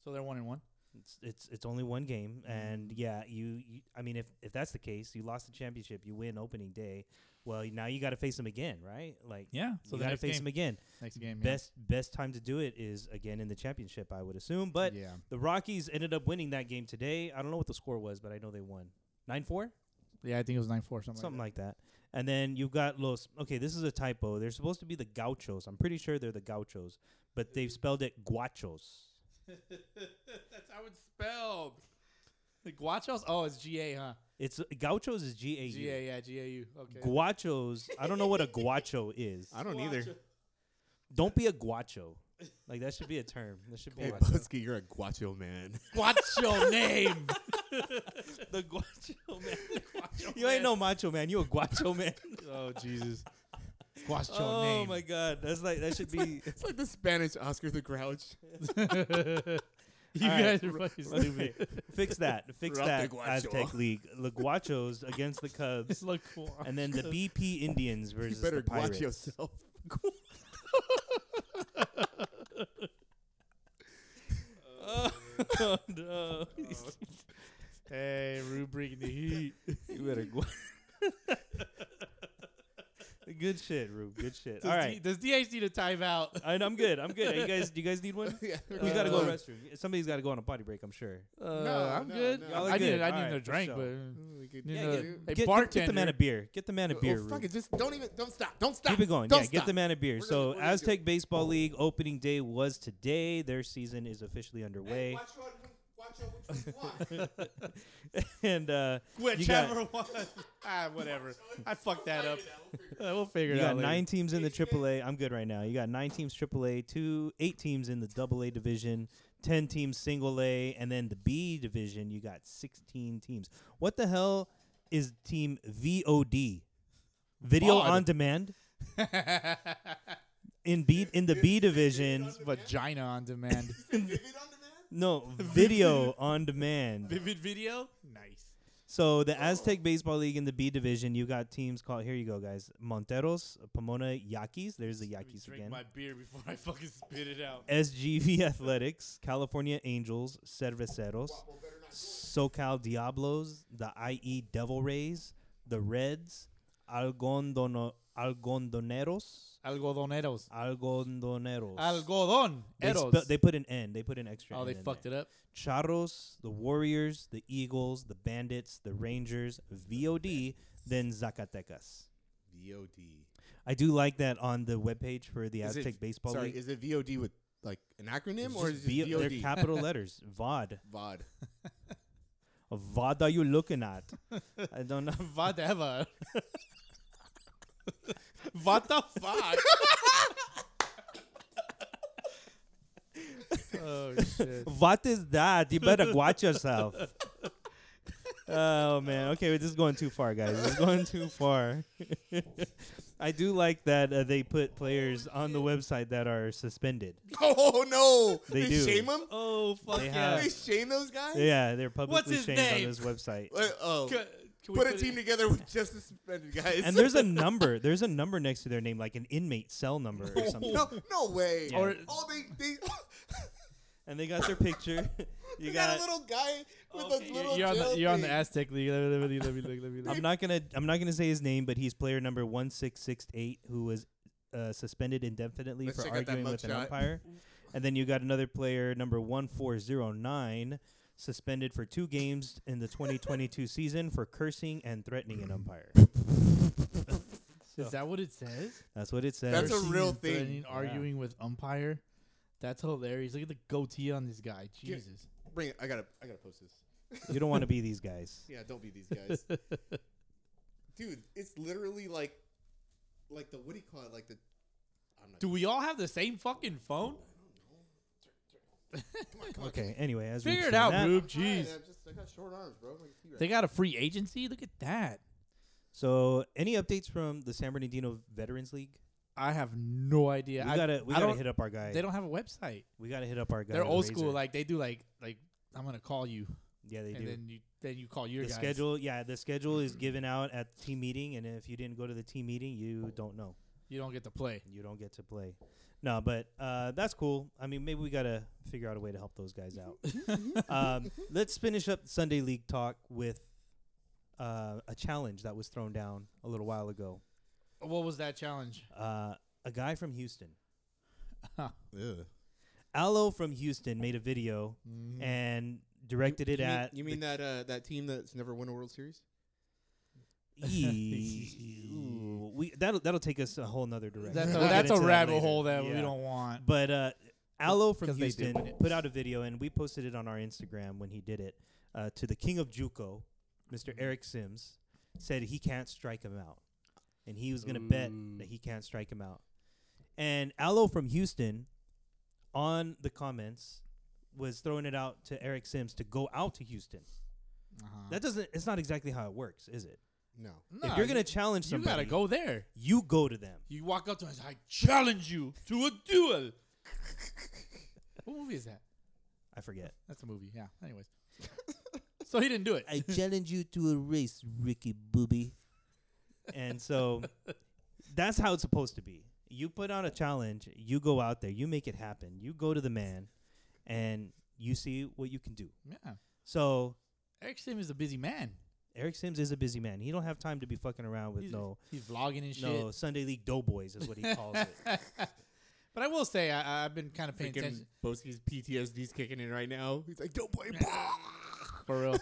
So they're one and one.
It's it's it's only one game,
Mm.
and yeah, you, you. I mean, if if that's the case, you lost the championship, you win opening day. Well, now you got to face them again, right? Like,
Yeah. So
so
the
you got to
next
face
game-
them again.
Next game. yeah.
Best best time to do it is again in the championship, I would assume. But
yeah.
the Rockies ended up winning that game today. I don't know what the score was, but I know they won nine four,
Yeah, I think it was nine four something.
something
like
like that. And then you've got Los. Okay, this is a typo. They're supposed to be the Gauchos. I'm pretty sure they're the Gauchos, but
Mm-hmm.
they've spelled it Guachos.
That's how it's spelled. The Guachos? Oh, it's G A, huh?
It's Gauchos is G A U.
G A, yeah, G A U. Okay.
Guachos. I don't know what a guacho is.
(laughs) I don't either.
Don't be a guacho. Like that should be a term. That should be
Hey,
a-
Butsky, you're a guacho man.
(laughs)
Guacho name.
the guacho man. you ain't no macho man. You a guacho
(laughs)
man.
(laughs) oh Jesus!
Guacho
oh
name.
my god, that's like that should be.
(laughs) It's like the Spanish Oscar the Grouch.
you
All right. (laughs)
guys are fucking stupid.
Fix
(laughs)
that. Fix
Rough
that.
the guacho.
Aztec League. The guachos against the Cubs,
Look cool.
and
(laughs)
then the BP Indians
You
versus
better
the Pirates.
(laughs)
guacho yourself.
oh no.
Hey, Rue bringing the heat.
(laughs) you better
(laughs)
guacho. Good shit, Rube. Good shit.
Does
All right. Uh,
D- does DH need a timeout?
I, I'm good. I'm good. You guys, do you guys need one?
yeah,
Who's got to go
Uh,
to the restroom? Somebody's got to go on a potty break. I'm sure.
Uh,
No,
I'm
no,
good.
no.
Y'all are
I
good.
need, I
All
need
right,
a
for
drink,
sure.
but
We could,
you
Yeah,
know,
get-
Uh, a
Get, get-
bartender.
get the man a beer. Get the man a
Oh,
beer.
fuck
Rube.
it, just don't even, don't stop, don't stop.
Keep it going.
Don't
yeah, get
stop.
the man a beer.
We're gonna-
so
we're gonna do
Aztec Baseball League opening day was today. Their season is officially
Hey,
underway.
watch what, watch what which one you (laughs) want.
(laughs) and uh, you got,
Whichever one. (laughs) ah, whatever. I fucked that up. Uh, (laughs) we'll figure
you
it out.
got
later.
nine teams in the AAA. I'm good right now. You got nine teams AAA, two eight teams in the AA division, ten teams single A, and then the B division. You got 16 teams. What the hell is team VOD? Video
VOD.
on demand. in B in the B division.
Vagina on demand.
No, video on demand.
(laughs) Vivid video? Nice.
So the Aztec Baseball League in the B division, you got teams called here you go guys. Monteros, Pomona Yaquis, there's the
Let me
Yaquis
drink
again.
my beer before I fucking spit it out.
SGV (laughs) Athletics, California Angels, Cerveceros, SoCal Diablos, the IE Devil Rays, the Reds, Algondono, Algondoneros,
Algodoneros.
Algondoneros.
Algodon.
they, spe- they put an N. They put an extra.
oh, they
N in
fucked
there.
it up.
Charros, the Warriors, the Eagles, the Bandits, the Rangers, VOD, then Zacatecas.
VOD.
I do like that on the webpage for the
Is it-
Aztec Baseball
Sorry,
League.
is it VOD with like an acronym
It's
or
just
is it
VO- They're
VOD? (laughs)
capital letters. VOD.
VOD.
VOD are you looking at? I don't know.
(laughs) Whatever. what the
(laughs)
fuck? oh, shit.
What is that? You better watch yourself. oh man. Okay, this is going too far, guys. This is going too far. (laughs) I do like that uh, they put players on the website that are suspended.
(laughs) Oh no!
They do.
shame them.
Oh, fuck
They
yeah.
They shame those guys.
Yeah, they're publicly
his
shamed on
name?
this website.
Uh, oh,
Can- can we
put a
it-
team together with just the suspended guys.
And
(laughs)
there's a number. There's a number next to their name, like an inmate cell number or something.
(laughs) no, no way.
Yeah. Or-
oh, they they. (laughs)
And they got their picture. (laughs) You
they
got.
got, a little guy with
Okay,
a little.
you're, on the,
gel
you're on the
thing.
Aztec League. Let me, let me, let me, let me, let me, let me.
I'm not gonna. I'm not gonna say his name, but he's player number one six six eight, who was uh, suspended indefinitely
Let's
for
check out that
arguing with an
mugshot.
umpire. And then you got another player, number 1409, suspended for two games in the
(laughs)
2022 season for cursing and threatening an umpire.
Is that what it says?
That's what it says.
That's a
Cursing
real
and
thing.
threatening, Arguing with umpire. That's hilarious. Look at the goatee on this guy.
Give-
Jesus.
Bring it. I gotta. I gotta post this.
you don't want to be these guys.
(laughs) Yeah, don't be these
(laughs)
guys, dude. It's literally like, like the what do you call it? Like the. I'm not.
Do we all have the same fucking phone?
Okay. Anyway, as
Figure
we've
it
seen
out,
that-
Rube.
Hi,
Jeez.
I just I got short arms, bro. My feet are-
They got a free agency? Look at that.
So, any updates from the San Bernardino Veterans League?
I have no idea.
we
I,
gotta we
I
gotta
don't-
hit up our guy.
They don't have a website.
we gotta hit up our guy.
They're
with
old
Razor.
school. Like they do. Like like I'm gonna call you,
yeah, they
and
do.
then you then you call your
the
guys.
schedule, yeah, the schedule
Mm-hmm.
is given out at the team meeting, and if you didn't go to the team meeting, you don't know.
You don't get to play.
You don't get to play. No, but uh, that's cool. I mean, maybe we gotta figure out a way to help those guys
Mm-hmm.
out. (laughs) um, let's finish up Sunday League talk with uh, a challenge that was thrown down a little while ago.
What was that challenge?
Uh, a guy from Houston,
Ugh.
Aloe from Houston, made a video and directed it
Mm-hmm. you
at
Mean, you mean that uh, that team that's never won a World Series?
Eee. Ooh, we that'll that'll take us a whole nother direction.
That's a,
We'll get
that's a
into that
rabbit
later.
hole that we
Yeah.
don't want.
But uh, Aloe from
'Cause they do
Houston
win it.
put out a video, and we posted it on our Instagram when he did it uh, to the king of JUCO,
Mm-hmm.
Mr. Eric Sims, said he can't strike him out, and he was going to bet
Mm.
that he can't strike him out. And Aloe from Houston, on the comments, was throwing it out to Eric Sims to go out to Houston.
Uh-huh.
That doesn't. It's not exactly how it works, is it?
No.
Nah,
if you're gonna
you-
challenge
you
somebody,
gotta go there.
You go to them.
You walk up to him. and say, I challenge you to a duel. what movie is that?
I forget.
That's a movie. Yeah. Anyways, so he didn't do it.
(laughs) I challenge you to a race, Ricky Booby. And so that's how it's supposed to be. You put out a challenge, you go out there, you make it happen. You go to the man and you see what you can do.
yeah.
So
Eric Sim is a busy man.
Eric Sims is a busy man. He don't have time to be fucking around with
He's,
no
he's vlogging and shit.
no Sunday League Doughboys
(laughs)
is what he calls it.
But I will say I, I've been kind of paying
Freaking
attention
Boski's PTSD's kicking in right now. He's like, don't play.
for real.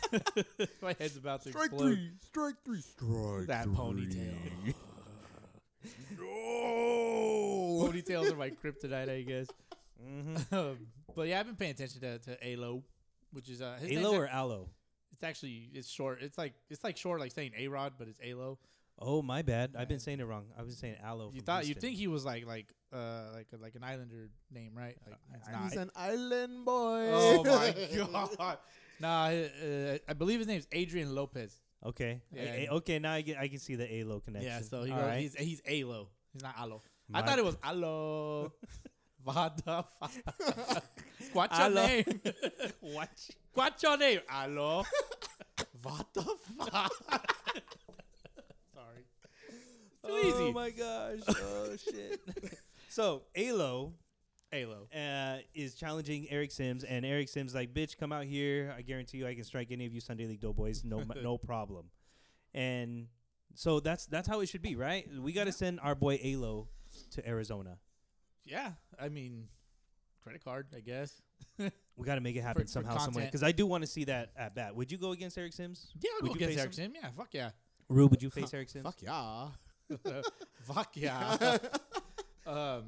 (laughs) My head's about to
strike
explode.
three, strike three, strike.
That
three.
ponytail.
(laughs) no.
Ponytails are my kryptonite, I guess. (laughs)
Mm-hmm.
Um, but yeah, I've been paying attention to, to Alo, which is uh, his name's
Alo
ac-
or Aloe?
it's actually it's short. It's like it's like short, like saying A Rod, but it's Alo.
Oh my bad. I've been saying it wrong. I've been saying Aloe.
You
from
thought you
Houston.
think he was like like uh like like an Islander name, right? Like, it's not.
He's an island boy.
oh my
(laughs)
god! Nah, uh, I believe his name's Adrian Lopez.
Okay.
Yeah,
A- a-
and-
okay, now I get I can see the Alo connection.
Yeah, so he
All
goes,
right.
he's he's Alo. He's not Alo. I
My-
thought it was (laughs) Alo. What the fuck? What's your (laughs)
Alo.
name? what? What's your name? Alo. (laughs) what the fuck? Sorry. It's too
Oh
easy. (laughs)
my gosh. Oh shit. so Alo
Alo.
uh, is challenging Eric Sims, and Eric Sims is like, "Bitch, come out here. I guarantee you, I can strike any of you Sunday League Doughboys. No,
(laughs)
no problem." And so that's that's how it should be, right? We got to send our boy Alo to Arizona.
Yeah, I mean, credit card, I guess.
We got to make it happen
for
somehow, some way.
content.
Because I do want to see that at bat. Would you go against Eric Sims?
Yeah, I'll
Would
go
you
against
face
Eric Sim. Yeah, fuck yeah.
Rube, would you face Eric Sims?
Fuck yeah.
(laughs) fuck
(laughs)
yeah. (laughs) um,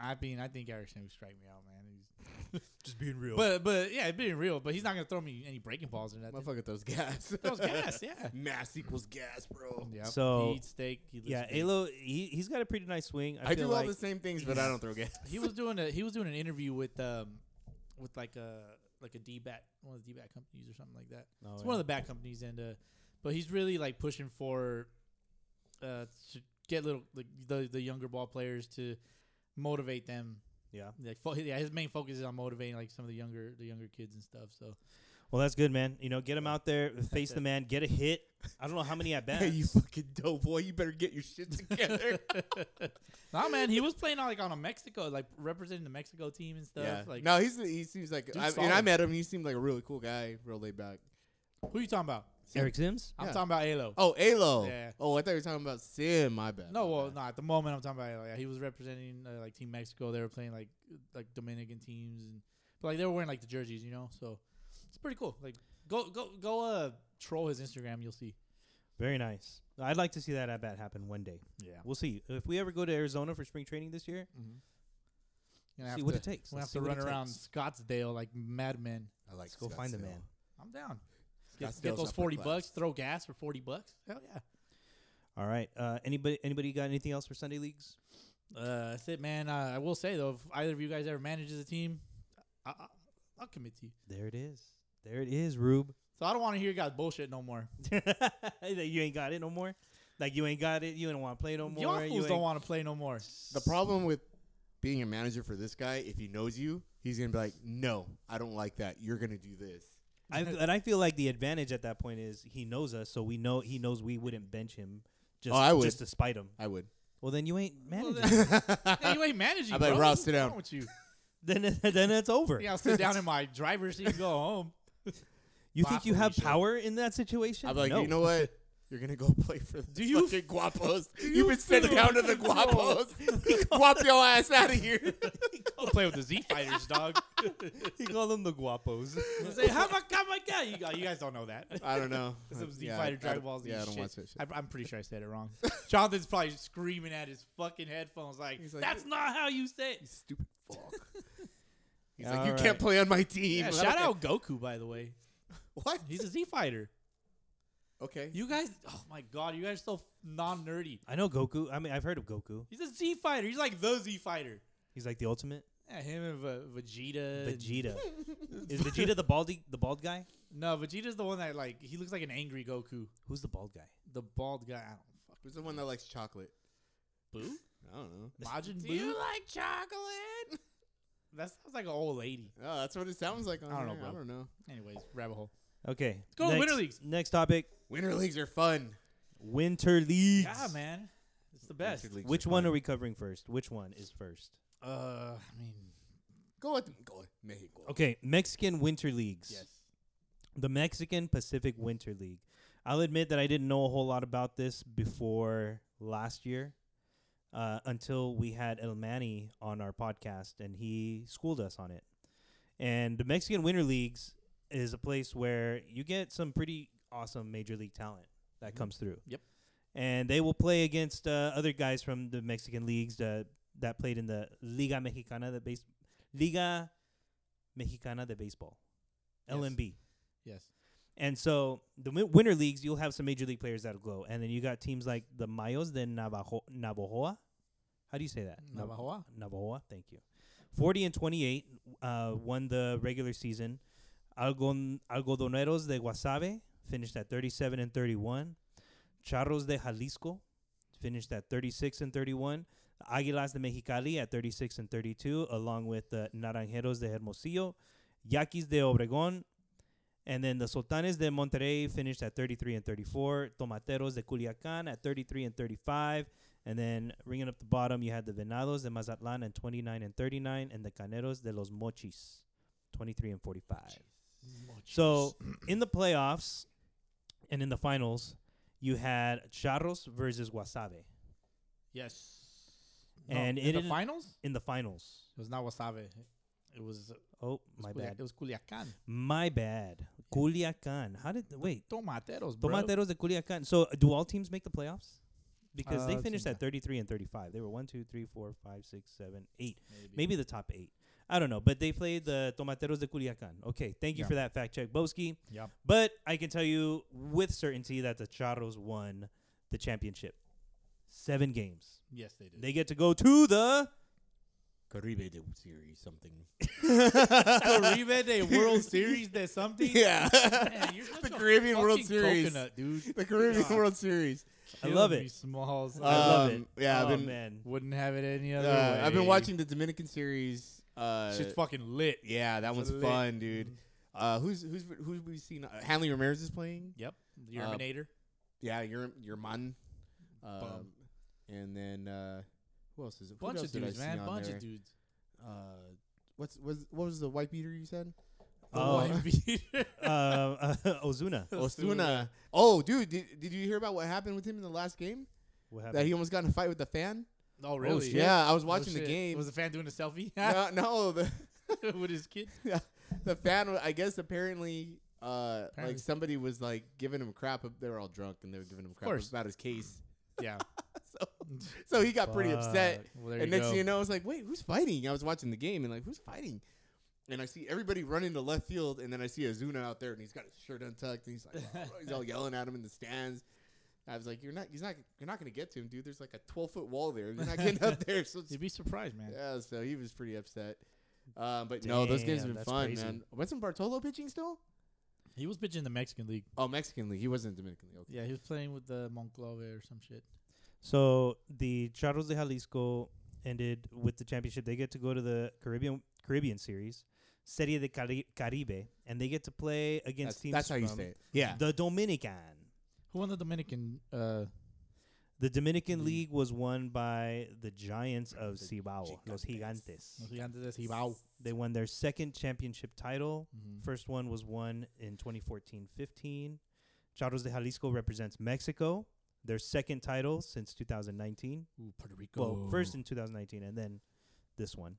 I mean, I think Eric Sim would strike me out, man. He's,
(laughs) Just being real.
but but yeah, it's being real. But he's not gonna throw me any breaking balls or nothing.
Motherfucker
(laughs)
throws gas.
Throws
(laughs)
gas, yeah.
Mass equals gas, bro.
Yeah.
So-
he eats steak. He lives
yeah,
steak.
Alo, he he's got a pretty nice swing. I,
I,
feel
do
like
all the same things, but I don't throw gas.
He was doing a he was doing an interview with um with like a like a D bat one of the D bat companies or something like that.
Oh,
it's one
yeah.
of the bat companies, and uh, but he's really like pushing for uh to get little like the the younger ball players to motivate them.
Yeah.
Like fo- yeah, his main focus is on motivating like some of the younger the younger kids and stuff.
(laughs)
So
Well, that's good, man. You know, get him out there, face the man, get a hit. I don't know how
(laughs)
many at bats.
Hey, (laughs)
(laughs)
you fucking dope boy. You better get your shit together.
nah, man, he was playing like on a Mexico like representing the Mexico team and stuff.
yeah.
Like
no, he's he seems like. I, and I
solid.
met him. He seemed like a really cool guy, real laid back.
who you talking about?
Eric Sims.
I'm
Yeah.
talking about Alo.
Oh, Alo.
Yeah.
Oh, I thought you were talking about Sim. My bad.
No,
my
well,
bad.
no. At the moment, I'm talking about Alo. Yeah, he was representing uh, like Team Mexico. They were playing like like Dominican teams, and but like they were wearing like the jerseys, you know. So it's pretty cool. Like go go go uh troll his Instagram. You'll see.
Very nice. I'd like to see that at bat happen one day.
Yeah.
We'll see if we ever go to Arizona for spring training this year.
Gonna
see
have
what
to-
it takes.
We'll
Let's
have
see
to
what
run
it
around
takes.
Scottsdale like madmen.
I like
Let's go find the
Scottsdale.
man.
I'm down.
Scottsdale's
Get, get those
upper
forty
class.
bucks. Throw gas for forty bucks. Hell yeah.
All right. Uh, anybody? Anybody got anything else for Sunday leagues?
Uh, that's it, man. Uh, I will say though, if either of you guys ever manages a team, I, I, I'll commit to you.
There it is. There it is, Rube. (laughs)
So I don't want to hear you guys bullshit no more.
that you ain't got it no more. Like you ain't got it. You don't want to play no more.
Y'all
you
fools
ain't- (laughs)
don't want to play no (laughs) more.
The problem with being a manager for this guy, if he knows you, he's gonna be like, "No, I don't like that. You're gonna do this."
I, and I feel like the advantage at that point is he knows us, so we know he knows we wouldn't bench him. Just,
Oh, I would.
just to spite him.
I would. (laughs)
Well, then you ain't managing.
Yeah, you ain't managing.
I bet
bro.
Ross, sit
What's
down.
wrong with you? (laughs)
then it- (laughs) then it's over.
Yeah, I'll sit down in my driver's seat and go home.
You think you have
Boffo, we should-
power in that situation?
I'd be like,
no.
"You know what? You're gonna go (laughs) play for the
Do you
fucking
(laughs)
guapos.
you
You've been sent
feel-
down to the
(laughs)
guapos. (laughs) Guap your ass out of here."
I'll play with the Z Fighters, (laughs) dog.
(laughs) he called them the guapos.
Say, how my god, my god. You, guys- you guys don't know that. (laughs)
I don't know.
Some Z
Yeah,
Fighter
I- I
Dragon
don't-
Ball Z
Yeah, I
shit.
don't watch that shit.
I, am pretty sure I said it (laughs) wrong. Jonathan's probably screaming at his fucking headphones like,
like,
that's not how you say it.
Stupid fuck. He's like,
All
"You
right.
can't play on my team."
Yeah,
I
shout
don't
out Goku, by the way.
care. What?
He's a Z Fighter.
Okay.
You guys, oh my god, you guys are so non nerdy.
I know Goku. I mean, I've heard of Goku.
He's a Z Fighter. He's like the Z Fighter.
He's like the ultimate
Yeah, him and v- Vegeta. and-
Vegeta. Is Vegeta the baldy, the bald guy?
No, Vegeta's the one that like he looks like an angry Goku.
Who's the bald guy?
The bald guy. I (laughs) don't
Who's the one that likes chocolate?
fuck. Boo?
I don't know.
Majin
Do
Buu?
you like chocolate?
(laughs) That sounds like an old lady.
Oh, that's what it sounds like. On
I don't know,
here.
bro.
I don't know.
Anyways, rabbit hole.
Okay. Let's
go,
next,
Winter Leagues.
Next topic:
Winter leagues are fun.
Winter leagues.
Yeah, man. It's the best.
Winter leagues
Which
are
one
fun.
are we covering first? Which one is first?
Uh, I mean,
Go with go with Mexico.
Okay, Mexican Winter Leagues.
yes.
The Mexican Pacific Winter League. I'll admit that I didn't know a whole lot about this before last year uh, until we had El Manny on our podcast and he schooled us on it. And the Mexican Winter Leagues is a place where you get some pretty awesome major league talent that comes through.
Mm-hmm. Yep.
And they will play against uh, other guys from the Mexican leagues that, that played in the Liga Mexicana de base Liga Mexicana de Baseball.
Yes.
LMB.
Yes.
And so the win- winter leagues, you'll have some major league players that'll go, and then you got teams like the Mayos de Navajo Navajoa. How do you say that? Nav-
Navajoa.
Navajoa. Thank you. Forty and twenty-eight uh, won the regular season. Algon- Algodoneros de Guasave finished at thirty-seven and thirty-one. Charros de Jalisco finished at thirty-six and thirty-one. Aguilas de Mexicali at thirty-six and thirty-two, along with the Naranjeros de Hermosillo, Yaquis de Obregón, and then the Sultanes de Monterrey finished at 33 and 34. Tomateros de Culiacan at 33 and 35. And then ringing up the bottom, you had the Venados de Mazatlan at 29 and 39. And the Caneros de los Mochis, 23 and 45. So in the playoffs and in the finals, you had Charros versus Wasabe.
Yes.
And
in
it
the
is-
finals,
In the finals.
it was not Wasabe. It was, it
Oh,
was
my
Culia-
bad.
It was Culiacan.
My bad. Culiacan. How did. Wait.
Tomateros, bro.
Tomateros de Culiacan. So, do all teams make the playoffs? Because
Uh,
they
it
finished
seems
at 33 and 35. They were one, two, three, four, five, six, seven, eight.
Maybe.
Maybe the top 8. I don't know, but they played the Tomateros de Culiacan. Okay, thank you
Yeah.
for that fact check, Boski.
Yep.
But I can tell you with certainty that the Charros won the championship. 7 games.
Yes, they did.
They get to go to the
Caribe de series something.
(laughs) Caribe (laughs) de World Series that something.
(laughs) Yeah.
Man, you're such
the
a
Caribbean World
fucking
Series.
coconut, (laughs) dude.
The Caribbean
God.
World Series.
I
Kill
love
me,
it.
Smalls. Uh,
I love it.
Um, yeah, I've
oh,
been-
man. (laughs)
Wouldn't have it any other
Uh,
way.
I've been watching the Dominican series. Uh,
Shit's fucking lit.
yeah, that one's
lit.
fun, dude.
Mm-hmm.
Uh, who's who's who's we seen? Uh, Hanley Ramirez is playing.
Yep. The
Uh,
Terminator.
Yeah, your your man. Um,
Bum.
and then uh, who else is it? Who
bunch
else
of
did I
dudes,
see
man.
on
Bunch
there?
of dudes.
Uh, what's was what was the white beater you said?
The
Oh.
(laughs)
white (laughs) beater.
uh, uh, (laughs) Ozuna.
Osuna. Oh, dude, did, did you hear about what happened with him in the last game?
What
That
happened?
he almost got in a fight with the fan?
oh really?
shit. Yeah, I was watching the
shit.
game. (laughs)
Was the fan doing a selfie
no, no, the,
(laughs)
(laughs)
with his kid?
the fan, wa- I guess apparently, uh,
Apparently.
like somebody was like giving him crap. They were all drunk and they were giving him crap
course.
about his case.
Yeah.
So he got pretty upset.
Fuck.
Well, there
and
you
next
go.
thing you know, I was like, wait, who's fighting? I was watching the game and like, who's fighting? And I see everybody running to left field, and then I see Azuna out there, and he's got his shirt untucked, and he's like,
(laughs)
"Oh," he's all yelling at him in the stands. I was like, you're not, he's not, you're not gonna get to him, dude. There's like a 12 foot wall there. You're not
(laughs)
getting up there. So it's-
You'd be surprised, man.
(laughs) yeah, so he was pretty upset. Uh, but no, those games
Damn,
have been
that's
fun,
crazy.
man. Wasn't Bartolo pitching still?
He was pitching in the Mexican League.
Oh, Mexican League. He wasn't Dominican League. Okay.
Yeah, he was playing with the Monclova or some shit.
So the Charros de Jalisco ended with the championship. They get to go to the Caribbean Caribbean Series, Serie de Cari- Caribe, and they get to play against
That's,
teams.
that's how you
from
say it. Yeah.
The Dominican.
Who won the Dominican? Uh,
The Dominican
Mm-hmm.
League was won by the Giants of Cibao, Los
Los
Gigantes.
Gigantes de Cibao.
They won their second championship title.
Mm-hmm.
Mhm.
First one was won in 2014-15. Charros de Jalisco represents Mexico, their second title since 2019.
Ooh, Puerto Rico.
well, first in 2019 and then this one.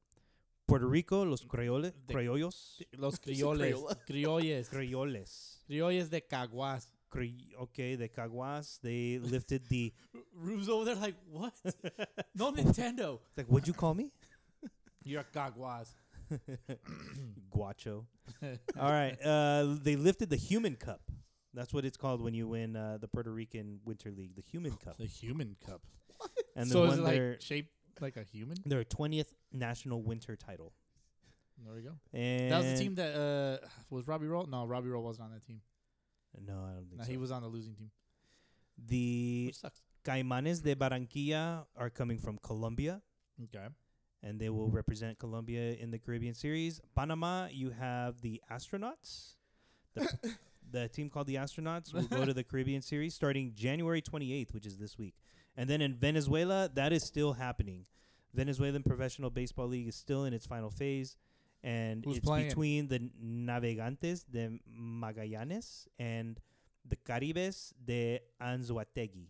Puerto Rico, Los Creole,
They-
Criollos,
(laughs) Los Crioles. (laughs) Criolles.
Criolles.
Criolles de Caguas.
Cri- okay, the Caguas, (laughs) they lifted the.
Rube's over there like, what? (laughs) no Nintendo.
It's like, what'd you call me?
You're a Caguas.
Hmm. (laughs) Guacho. All right. Uh, they lifted the Human Cup. That's what it's called when you win uh, the Puerto Rican Winter League, the Human Cup.
The human cup.
And
so
they
is
won
it
their,
like shaped like a human?
their 20th national winter title.
There we go.
And
that was the team that uh, was Robbie Roll. No, Robbie Roll wasn't on that team.
No, I don't think
No,
so.
he was on the losing team,
the
which sucks.
Caimanes de Barranquilla are coming from Colombia.
Okay.
and they will represent Colombia in the Caribbean Series. Panama, you have the Astronauts. The,
(laughs)
the team called the Astronauts will go to the Caribbean Series starting January 28th, which is this week. And then in Venezuela, that is still happening. Venezuelan Professional Baseball League is still in its final phase. And
Who's
it's
playing?
between the Navegantes de Magallanes and the Caribes de Anzuategui.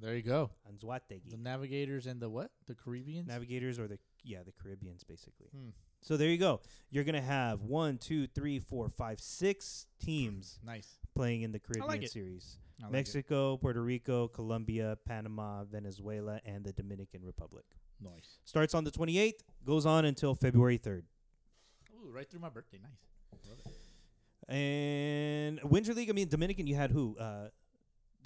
There you go.
Anzuategui.
The Navigators and the what? The Caribbeans?
Navigators or the yeah the Caribbeans basically.
Hmm.
So there you go. You're gonna have one, two, three, four, five, six teams
nice.
playing in the Caribbean
it.
series:
I like it.
Mexico, Puerto Rico, Colombia, Panama, Venezuela, and the Dominican Republic.
Nice.
Starts on the 28th, goes on until February 3rd.
Ooh, right through my birthday. Nice.
And Winter League, I mean Dominican, you had who? Uh,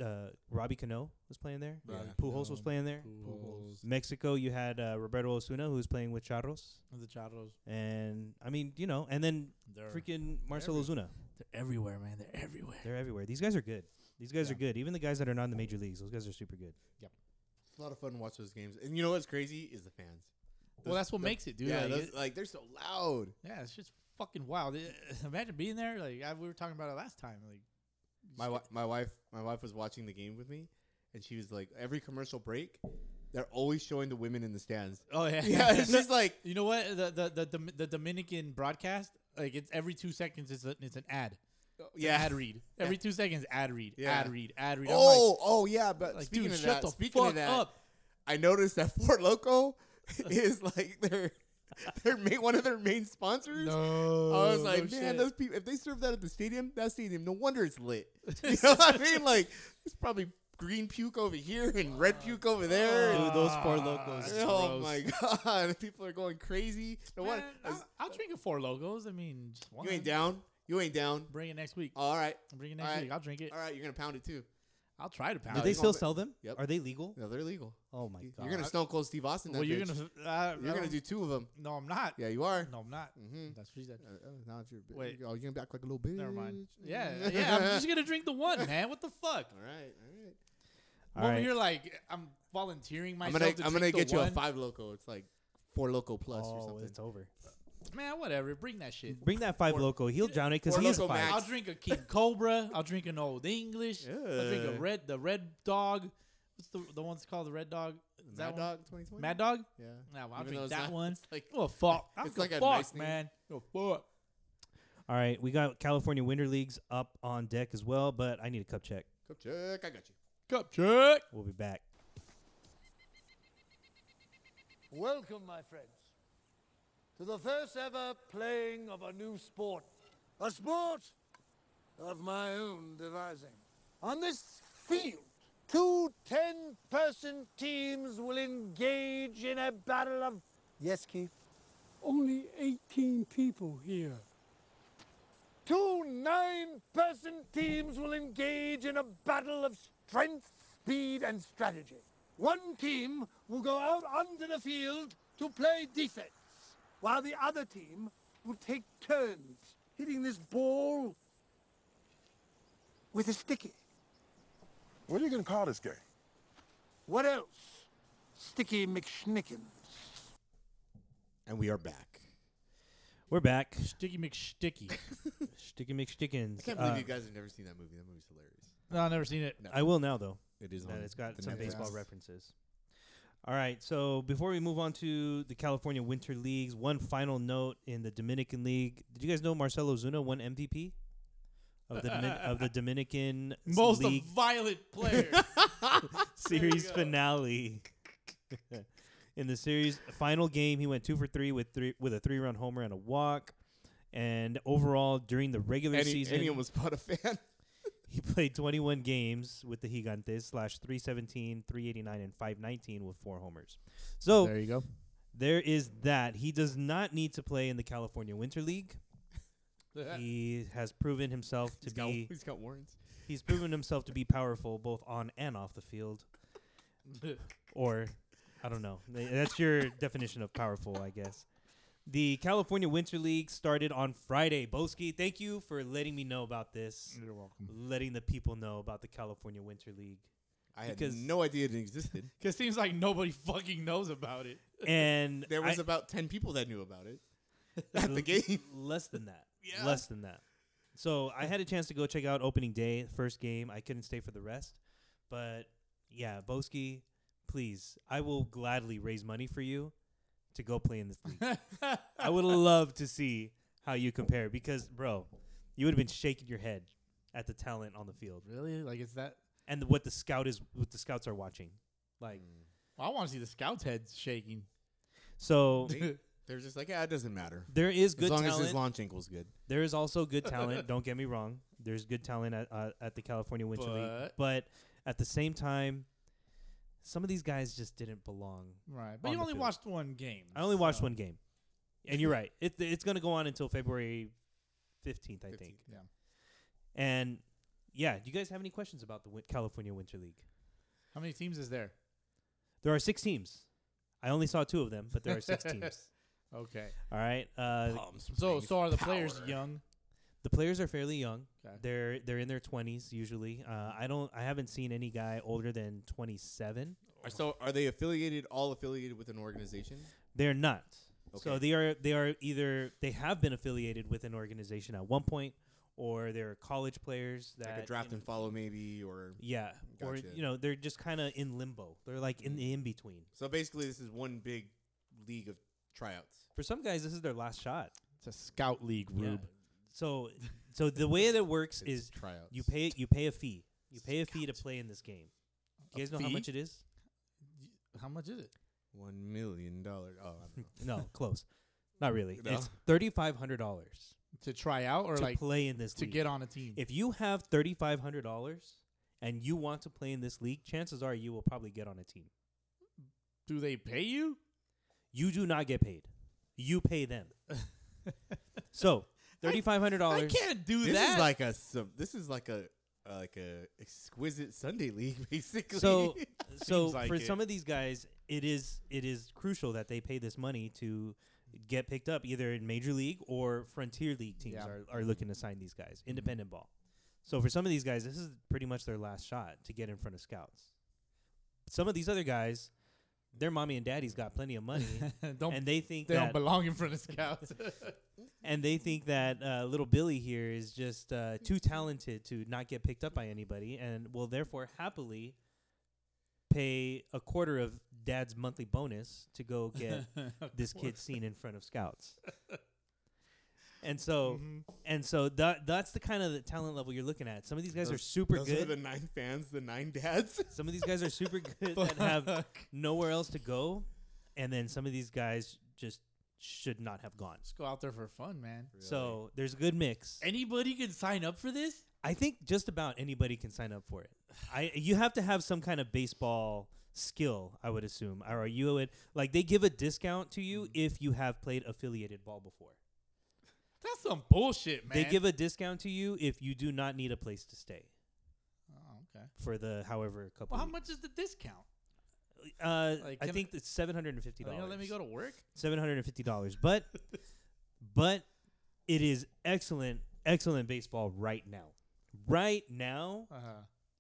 uh, Robbie Cano was playing there.
Yeah. Robbie
Pujols was
Cano,
playing there.
Pujols.
Mexico, you had uh, Roberto Osuna, who was playing with Charros.
The Charros.
And I mean, you know, and then
They're,
freaking Marcelo Zuna.
they're everywhere, man. They're everywhere.
They're everywhere. These guys are good. These guys
Yeah.
are good. Even the guys that are not in the major leagues, those guys are super good.
It's a lot of fun to watch those games. And you know what's crazy is the fans.
well,
Those-
that's what
the-
makes it, dude.
yeah,
Like,
those-
it-
like they're so loud.
Yeah, it's just fucking wild. It- (laughs) imagine being there. Like I, we were talking about it last time. Like
My wi- my wife my wife was watching the game with me, and she was like, every commercial break, they're always showing the women in the stands.
oh (laughs) yeah,
Yeah, (laughs) it's
(laughs)
just like
you know what the the the, Dom- the Dominican broadcast like it's every two seconds it's a, it's an ad. It's an
Oh, yeah.
ad
(laughs)
read every two seconds. Ad read.
Yeah.
Ad read. Ad read. I'm
Oh, oh yeah. But
like, like
speaking
dude,
of
shut
that,
the
speaking
fuck
of that,
up.
I noticed that (laughs) Fort Loco is like their (laughs) their main one of their main sponsors.
No,
I was
no
like, man,
shit.
those people, if they serve that at the stadium, that stadium, no wonder it's lit.
(laughs)
You know what I mean? Like, it's probably green puke over here and red puke over there. and-
Dude, those four locos.
that's
oh
gross.
my God. (laughs) People are going crazy. No wonder.
Man, I'll, I'll drink it four logos. I mean, just one.
You ain't down. You ain't down.
Bring it next week.
All right.
Bring it next
alright.
week. I'll drink it.
All right. You're going to pound it too.
I'll try to pound
Do
No,
it.
they
you
still
gonna-
sell them?
Yep.
Are they legal?
No, they're illegal.
Oh my god.
You're going to Stone Cold Steve Austin that
well, you're
bitch.
gonna. Uh,
You're
I
gonna
don't-
do two of them.
No, I'm not.
Yeah, you are.
No, I'm not.
Mm-hmm.
That's what she said.
Uh, uh, now if you're,
Wait.
Oh, you're going to act like a little bitch.
Never mind.
Mm-hmm.
Yeah, yeah. I'm just gonna drink the one, man. What the fuck?
(laughs) All right. (laughs) All right.
I'm
All
over
right.
here like I'm volunteering
I'm
myself.
gonna
to
I'm gonna
drink
get
the
you a
one.
five loco. It's like four loco plus or
Oh,
something.
it's over.
Man, whatever. Bring that shit.
Bring that five
Four-
loco. He'll drown it because
four
he's
Loco
five.
Max.
I'll drink a King Cobra. I'll drink an Old English. I'll drink a
Ugh.
red the Red Dog. What's the the one's called the Red Dog? Is
Mad
that one?
Dog 2020.
Mad Dog.
Yeah.
No, I'll
Even though
drink
it's
that
not-
one.
It's like
Oh fuck! (laughs)
It's
It's
like
like
a
fuck,
nice name.
man. Oh fuck!
All right, we got California Winter Leagues up on deck as well, but I need a cup check.
Cup check. uh, I got you.
Cup check.
We'll be back.
Welcome, my friends, to the first ever playing of a new sport. A sport of my own devising. On this field, two 10 person teams will engage in a battle of. Yes, Keith?
Only 18 people here.
Two nine person teams will engage in a battle of strength, speed, and strategy. One team will go out onto the field to play defense, while the other team will take turns hitting this ball with a sticky.
What are you going to call this game?
What else? Sticky McSchnickens.
And we are back.
We're back.
Sticky McSticky. (laughs)
Sticky McStickens.
I can't
Uh,
believe you guys have never seen that movie. That movie's hilarious.
no, I've never seen it.
Uh, I will now though.
It is.
that it's got
the
some
Netflix.
baseball references. All right, so before we move on to the California Winter Leagues, one final note in the Dominican League. Did you guys know Marcelo Zuna won MVP of the Domin- of the Dominican
Most (laughs)
League
violent (laughs) player.
series finale? (laughs) in the series final game, he went two for three with three with a three run homer and a walk. And overall, during the regular
Any,
season,
anyone was but a (laughs) fan.
He played 21 games with the Gigantes slash 317, 389, and 519 with four homers. So
you go.
there is that. He does not need to play in the California Winter League.
(laughs)
he has proven himself to
(laughs) He's got,
be
he's got warrants.
(laughs) he's proven himself to be powerful both on and off the field. or I don't know. Th- That's your definition of powerful, I guess. The California Winter League started on Friday. Boski, thank you for letting me know about this
You're welcome.
letting the people know about the California Winter League.
I had
Because-
no idea it existed.
Because seems like nobody fucking knows about it.
And
There was
I-
about ten people that knew about it
(laughs)
(laughs) at the game.
less than that.
(laughs) Yeah.
Less than that. So I had a chance to go check out opening day, first game. I couldn't stay for the rest. But yeah, Boski, please, I will gladly raise money for you to go play in this league.
(laughs)
I would love to see how you compare because, bro, you would have been shaking your head at the talent on the field
Really? Like, it's that?
and what the scout is what the scouts are watching. Like
Mm.
I want to see the scouts' heads shaking.
so
They're just like, yeah, it doesn't matter.
there is
as
good
long
talent.
as his launch ankle's good.
There is also
(laughs)
good talent. don't get me wrong. There's good talent at, uh, at the California Winter League,
But-
but at the same time, some of these guys just didn't belong.
Right.
On
But you
the
only
field.
watched one game.
I only watched
so-
one game, and you're right. It, it's going to go on until February fifteenth, I think.
Yeah.
And yeah, do you guys have any questions about the win- California Winter League?
How many teams is there?
There are six teams. I only saw two of them, but there
(laughs)
are six teams.
Okay.
All right. Uh,
So, so are the players young?
The players are fairly young.
'Kay.
They're they're in their twenties usually. Uh, I don't I haven't seen any guy older than twenty seven.
Are- So are they affiliated? All affiliated with an organization?
They're not. So
Okay.
they are they are either they have been affiliated with an organization at one point, or they're college players that
like a draft
you know-
and follow maybe, or
Yeah, or
Gotcha. Mm.
you know they're just kind of in limbo. They're like in the in between.
so basically this is one big league of tryouts.
For some guys, this is their last shot.
It's a scout league,
Yeah.
Rube.
So so the way that works
(laughs) It's
is
tryouts.
you pay you pay a fee. You pay a fee to play in this game.
A
You guys know how
fee?
much it is?
How much is it?
one million dollars. Oh, I
(laughs)
don't know.
No, close. Not really.
No.
It's thirty five hundred dollars
To try out or
to
like
play in this
to
league.
get on a team?
if you have thirty five hundred dollars and you want to play in this league, chances are you will probably get on a team.
Do they pay you?
You do not get paid. You pay
(laughs)
them. so thirty five hundred
I
dollars.
can't do
this
that.
is like a sub, this is like a uh, like a exquisite Sunday league (laughs) basically.
So so
Seems like
for
it.
some of these guys, it is it is crucial that they pay this money to get picked up either in major league or frontier league teams
Yeah.
are, are looking to sign these guys independent ball so for some of these guys this is pretty much their last shot to get in front of scouts some of these other guys their mommy and daddy's got plenty of money
(laughs) don't
and they think
they
that
don't belong in front of scouts. (laughs)
and they think that uh, little Billy here is just uh, too talented to not get picked up by anybody, and will therefore happily pay a quarter of Dad's monthly
(laughs)
bonus to go get this kid seen in front of scouts. and so
Mm-hmm.
and so that that's the kind of the talent level you're looking at. Some of these guys are super
those
good.
Are the nine fans, the nine dads.
(laughs) Some of these guys are
(laughs)
super good
(laughs)
that have nowhere else to go, and then some of these guys just should not have gone.
Just go out there for fun, man.
So there's a good mix.
Anybody can sign up for this.
I think just about anybody can sign up for it. I you have to have some kind of baseball skill, I would assume, or you would like they give a discount to
Mm.
you if you have played affiliated ball before.
That's some bullshit, man.
They give a discount to you if you do not need a place to stay
Oh, okay.
for the however couple.
Well, how
weeks.
much is the discount?
Uh,
Like,
I
can-
think it's seven hundred and fifty
Are you
dollars.
gonna let me go to work?
Seven hundred and fifty dollars,
(laughs)
but but it is excellent, excellent baseball right now, right now,
(laughs)
Uh-huh.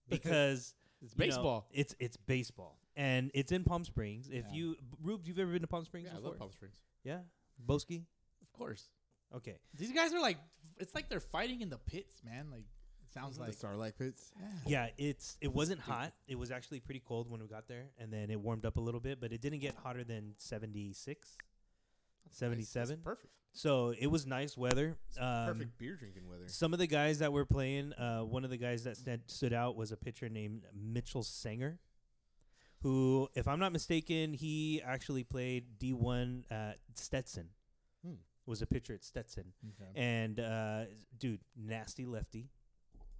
because
It's
you know,
baseball.
it's it's baseball, and it's in Palm Springs. If
Yeah.
you Rubes, you've ever been to Palm Springs?
Yeah, I
before?
love Palm Springs.
Yeah, Boski.
Of course.
Okay,
These guys are like, it's like they're fighting in the pits, man. Like, it sounds like.
the Starlight Pits.
yeah, it's it wasn't hot. It was actually pretty cold when we got there, and then it warmed up a little bit, but it didn't get hotter than seventy six.
Nice. That's
77
Perfect.
so it was nice weather um,
Perfect beer drinking weather.
Some of the guys that were playing, uh, one of the guys that stand, stood out was a pitcher named Mitchell Sanger, who, if I'm not mistaken, he actually played D1 at Stetson.
Hmm.
Was a pitcher at Stetson, and uh, dude, nasty lefty,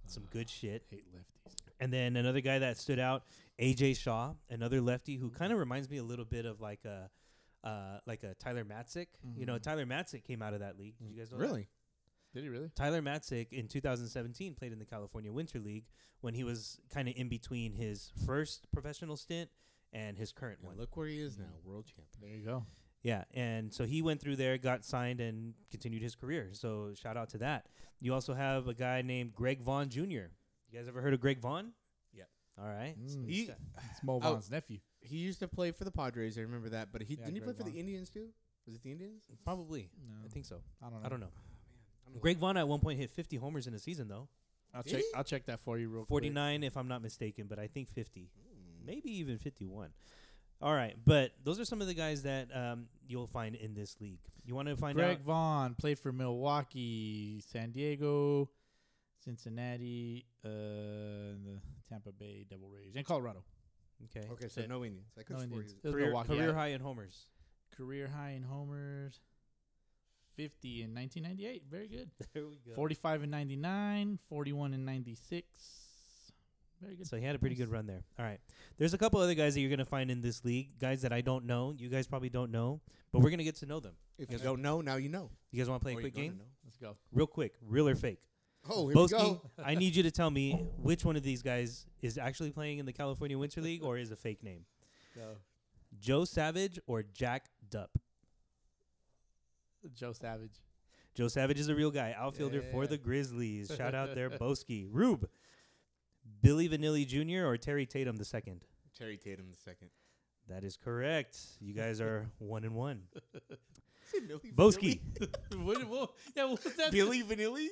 some
Ah.
good shit.
Hate lefties.
And then another guy that stood out, AJ Shaw, another lefty who kind
Hmm.
of reminds me a little bit of like a. Uh, like a Tyler Matzik, you know Tyler Matzik came out of that league. Did you guys know that?
Mm-hmm. Really?
Did he really?
Tyler Matzik in 2017 played in the California Winter League when he was kind of in between his first professional stint and his current
And
one.
look where Mm. he is now, world champion.
There you go.
Yeah, and so he went through there, got signed, and continued his career. So shout out to that. You also have a guy named Greg Vaughn Jr. You guys ever heard of Greg Vaughn?
Yep.
All right. So
He-
he's-
(sighs)
It's Mo
Oh.
Vaughn's nephew.
He used to play for the Padres. I remember that. But he
Yeah,
didn't he play
Greg
for the
Vaughn.
Indians too? Was it the Indians?
probably.
No,
I think so.
I don't know.
Oh, I don't know. Greg Vaughn at one point hit 50 homers in a season, though.
I'll
Did
check.
he?
I'll check that for you real quick.
49 if I'm not mistaken, but I think 50. Maybe even 51. All right, but those are some of the guys that um, you'll find in this league. You want to find
Greg
out
Vaughn played for Milwaukee, San Diego, Cincinnati, uh, and the Tampa Bay Devil Rays, and Colorado.
okay.
Okay, so
it.
no Indians. I could
No
swear
Indians.
he
It was
Career,
Milwaukee.
career
Yeah.
high in homers.
Career high in homers, 50 in 1998. Very good.
There we go.
45 in 99, 41 in 96. Very good.
So he had a pretty good run there. All right. There's a couple other guys that you're going to find in this league, guys that I don't know. You guys probably don't know, but we're going to get to know them.
If you don't know, now you know.
You guys want to play
Or
a
Oh, you
quick
gonna
game?
know.
Let's go.
Real quick, real or fake?
Oh, here we
Boski,
go.
I need you to tell me which one of these guys is actually playing in the California Winter League or is a fake name. Joe Savage or Jack Dupp?
Joe Savage. (laughs)
Joe Savage is a real guy, outfielder for the
(laughs)
Grizzlies. Shout out there, Boski. Rube, Billy Vanilli Jr. or Terry Tatum the second?
Terry Tatum the second.
That is correct. You guys are
(laughs)
one and one.
Billy
Boski,
what, what, yeah, what's that?
(laughs) Billy Vanilli.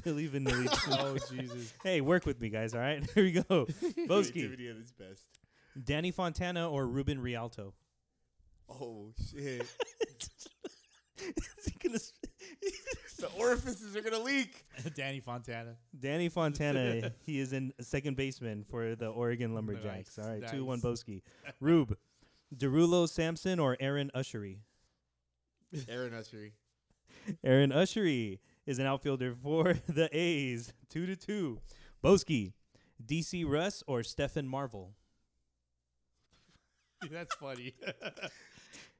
(laughs) Billy Vanilli.
(laughs)
Jr.
Oh, Jesus.
hey, work with me, guys. All right, (laughs) here we go. Boski,
Creativity at its best.
Danny Fontana or Ruben Rialto?
Oh shit!
(laughs) Is he gonna s- (laughs)
the orifices are gonna leak.
(laughs) Danny Fontana. (laughs)
Danny Fontana, he is in second baseman for the Oregon Lumberjacks.
Nice,
All right, two one
nice. (laughs)
Boski. Rube, Derulo Sampson or Aaron Ushery?
Aaron Ushery.
Aaron Ushery is an outfielder for (laughs) the A's. Two to two. Boski, DC Russ or Stefan Marvel?
That's funny. (laughs)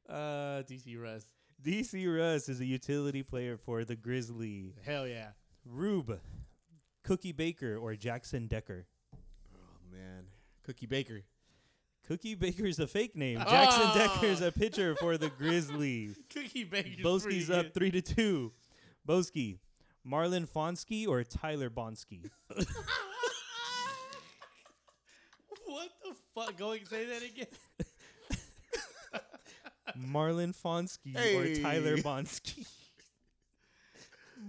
uh, DC Russ.
DC Russ is a utility player for the Grizzly.
Hell yeah.
Rube, Cookie Baker or Jackson Decker?
Oh man, Cookie Baker.
Cookie Baker is a fake name. Jackson
Oh.
Ah.
Decker is a pitcher for the
(laughs)
Grizzlies.
Cookie Baker's
Boski's up three to two. Boski, Marlon Fonsky or Tyler Bonsky?
(laughs) What the fuck? Go and say that again. (laughs)
Marlon Fonsky or Tyler
Hey.
(laughs) Bonsky?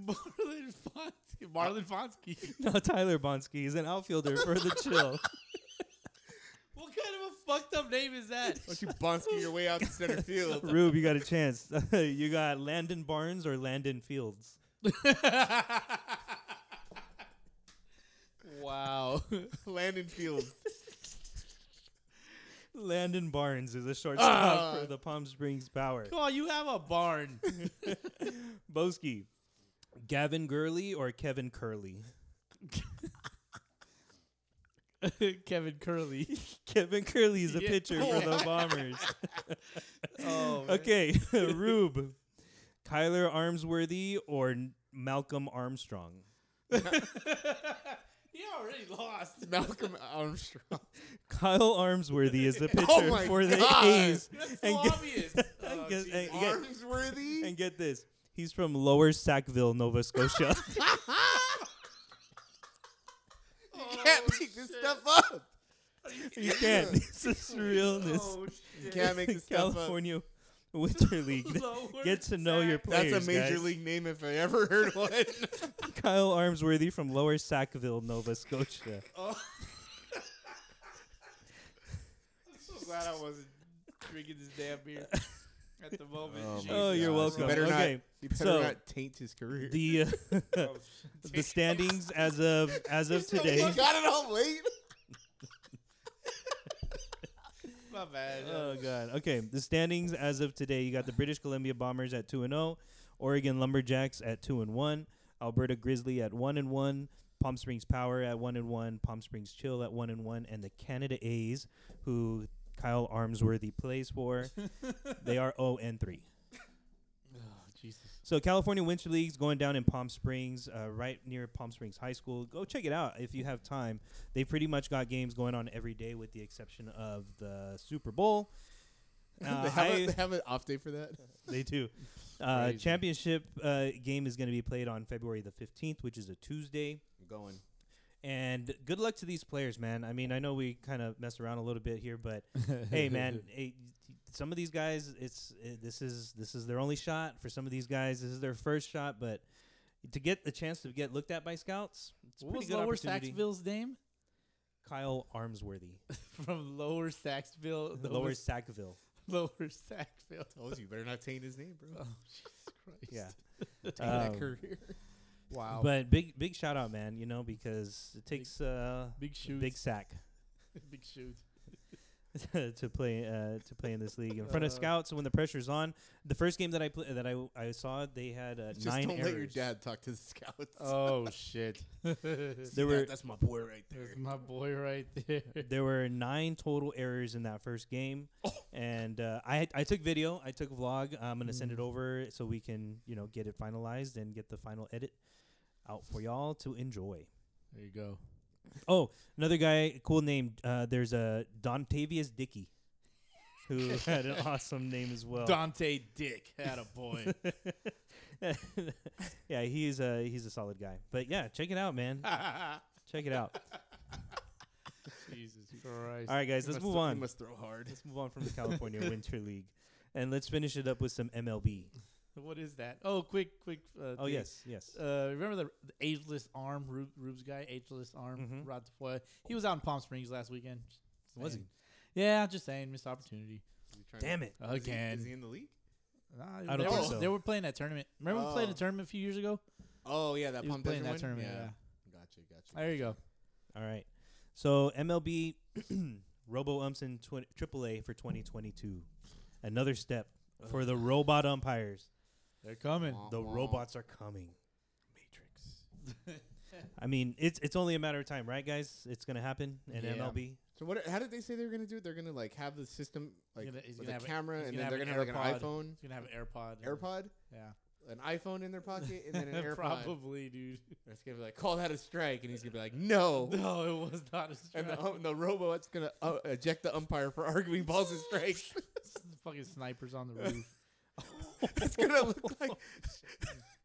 Marlon Fonsky. Marlon Fonsky.
No, Tyler Bonsky is an outfielder for the Chill.
(laughs) What kind of a fucked up name is
(laughs)
that?
Don't you Bonsky your way out to center field?
Rube, you got a chance. (laughs) you got Landon Barnes or Landon Fields.
wow, (laughs) Landon Fields.
Landon Barnes is a shortstop
Ah.
for the Palm Springs Power.
Come on, you have a barn.
Boski, Gavin Gurley or Kevin Curley? (laughs)
Kevin Curley.
Kevin Curley is a
Yeah.
pitcher for
(laughs)
the Bombers.
Oh, man.
okay, (laughs) Rube, Kyler Armsworthy or N- Malcolm Armstrong?
(laughs) He already lost.
Malcolm Armstrong.
Kyle Armsworthy
(laughs)
is the pitcher
Oh my
for the
God.
A's.
That's so
and get- (laughs)
obvious.
and
Oh,
get-
geez.
and get-
(laughs) Armsworthy.
(laughs) and get this. He's from Lower Sackville,
(laughs)
Nova Scotia. (laughs)
You can't make this stuff up.
you can't. This is realness.
Oh,
You can't make this stuff up.
California Winter League.
(laughs) Lower
(laughs) Get to know your
Sack-
players.
That's a major
guys.
league name if I ever heard
(laughs)
one. (laughs)
Kyle Armsworthy from Lower Sackville, Nova Scotia.
so glad I wasn't drinking this damn
(laughs)
beer at the moment.
Oh, my
Oh, you're
gosh.
welcome.
You better
okay.
not. You better
so-
not taint his career.
The uh, (laughs) the standings as of as of today.
You got it all late.
My bad.
Oh god. Okay, the standings as of today. You got the British Columbia Bombers at 2 and 0, Oregon Lumberjacks at 2 and 1, Alberta Grizzly at 1 and 1, Palm Springs Power at 1 and 1, Palm Springs Chill at 1 and 1, and the Canada A's who Kyle Armsworthy plays for. they are 0 and 3.
Jesus.
So California Winter League's going down in Palm Springs, uh, right near Palm Springs High School. Go check it out if you have time. They pretty much got games going on every day, with the exception of the Super Bowl. Uh,
(laughs) (laughs) they, have a-
I-
they have an off day for that.
(laughs) they
(laughs)
do. Uh,
Crazy.
championship uh, game is going to be played on February the 15th, which is a Tuesday.
I'm going.
And good luck to these players, man. I mean, I know we kind of mess around a little bit here, but
(laughs)
hey, man, eh, some of these guys, it's eh, this is this is their only shot. For some of these guys, this is their first shot, but to get the chance to get looked at by scouts, it's a
What
pretty
was
good
Lower
opportunity.
Saxville's name?
Kyle
(laughs)
Armsworthy,
From Lower Saxville.
Lower
Nova-
Sackville.
Lower Saxville.
Told Oh, you, you better not taint his name, bro.
Oh, Jesus Christ.
Yeah.
Taint that
Um,
career. Wow.
But big big shout out, man. You know because it takes uh,
Big shoot.
big
(laughs)
sack. (laughs)
big shoot.
to play uh, to play in this league in front
Uh.
of scouts when the pressure's on. The first game that I pl- that I, I saw they had uh,
Just
nine
don't
errors.
let your dad talk to the scouts.
Oh shit. There's
There were
(laughs) that's my boy right there.
my boy right there.
there were nine total errors in that first
(laughs)
game,
Oh.
and uh, I I took video, I took vlog. I'm gonna send it
Mm.
over so we can you know get it finalized and get the final edit out for y'all to enjoy.
There you go.
Oh, another guy, cool name. Uh, there's a Dontavius Dickey,
(laughs)
who had an awesome name as well.
Dante Dick had a
(laughs)
boy.
yeah, he's a he's a solid guy. But yeah, check it out,
(laughs)
man. check it out.
Jesus Christ.
All right, guys,
He
let's
must
move
throw-
on.
He must throw hard.
Let's move on from the
(laughs)
California Winter League, and let's finish it up with some MLB.
What is that? Oh, quick, quick. Uh,
Oh
thing.
yes, yes.
Uh, remember the, the ageless arm, Rube, Rube's guy, ageless arm,
Mhm.
Rod Tafoya. He was out in Palm Springs last weekend. Just
Was
saying. Yeah, just saying, missed opportunity
Is he trying to-
Damn it.
is he-
again.
Is he in the league?
Nah,
I don't
they
think
were,
so.
They were playing that tournament. Remember we played a
Oh.
tournament a few years ago?
Oh yeah, that
He was
Palm
playing
Desert
that
one?
tournament. Yeah.
Gotcha, gotcha.
There you go.
All right. So MLB (clears throat) Robo Umps in twen- AAA for 2022. Another step for the robot umpires.
They're coming.
Wah,
The
wah.
robots are coming.
Matrix.
(laughs)
I mean, it's it's only a matter of time, right, guys? It's gonna happen in
Yeah.
MLB.
So what? How did they say they were gonna do it? They're gonna like have the system like
gonna- he's
with
gonna
a
have a-
camera,
he's
and
gonna
then they're
have
gonna have
an
like an iPhone,
He's gonna have an AirPod. and-
AirPod,
Yeah.
an iPhone in their pocket, (laughs)
(laughs)
and then an AirPod.
Probably, dude. (laughs)
It's gonna be like call that a strike, and he's gonna be like no.
No, it was not a strike.
And the, um, the robot's gonna uh, eject the umpire for arguing balls and strikes.
(laughs) Fucking snipers on the roof.
it's (laughs) gonna look like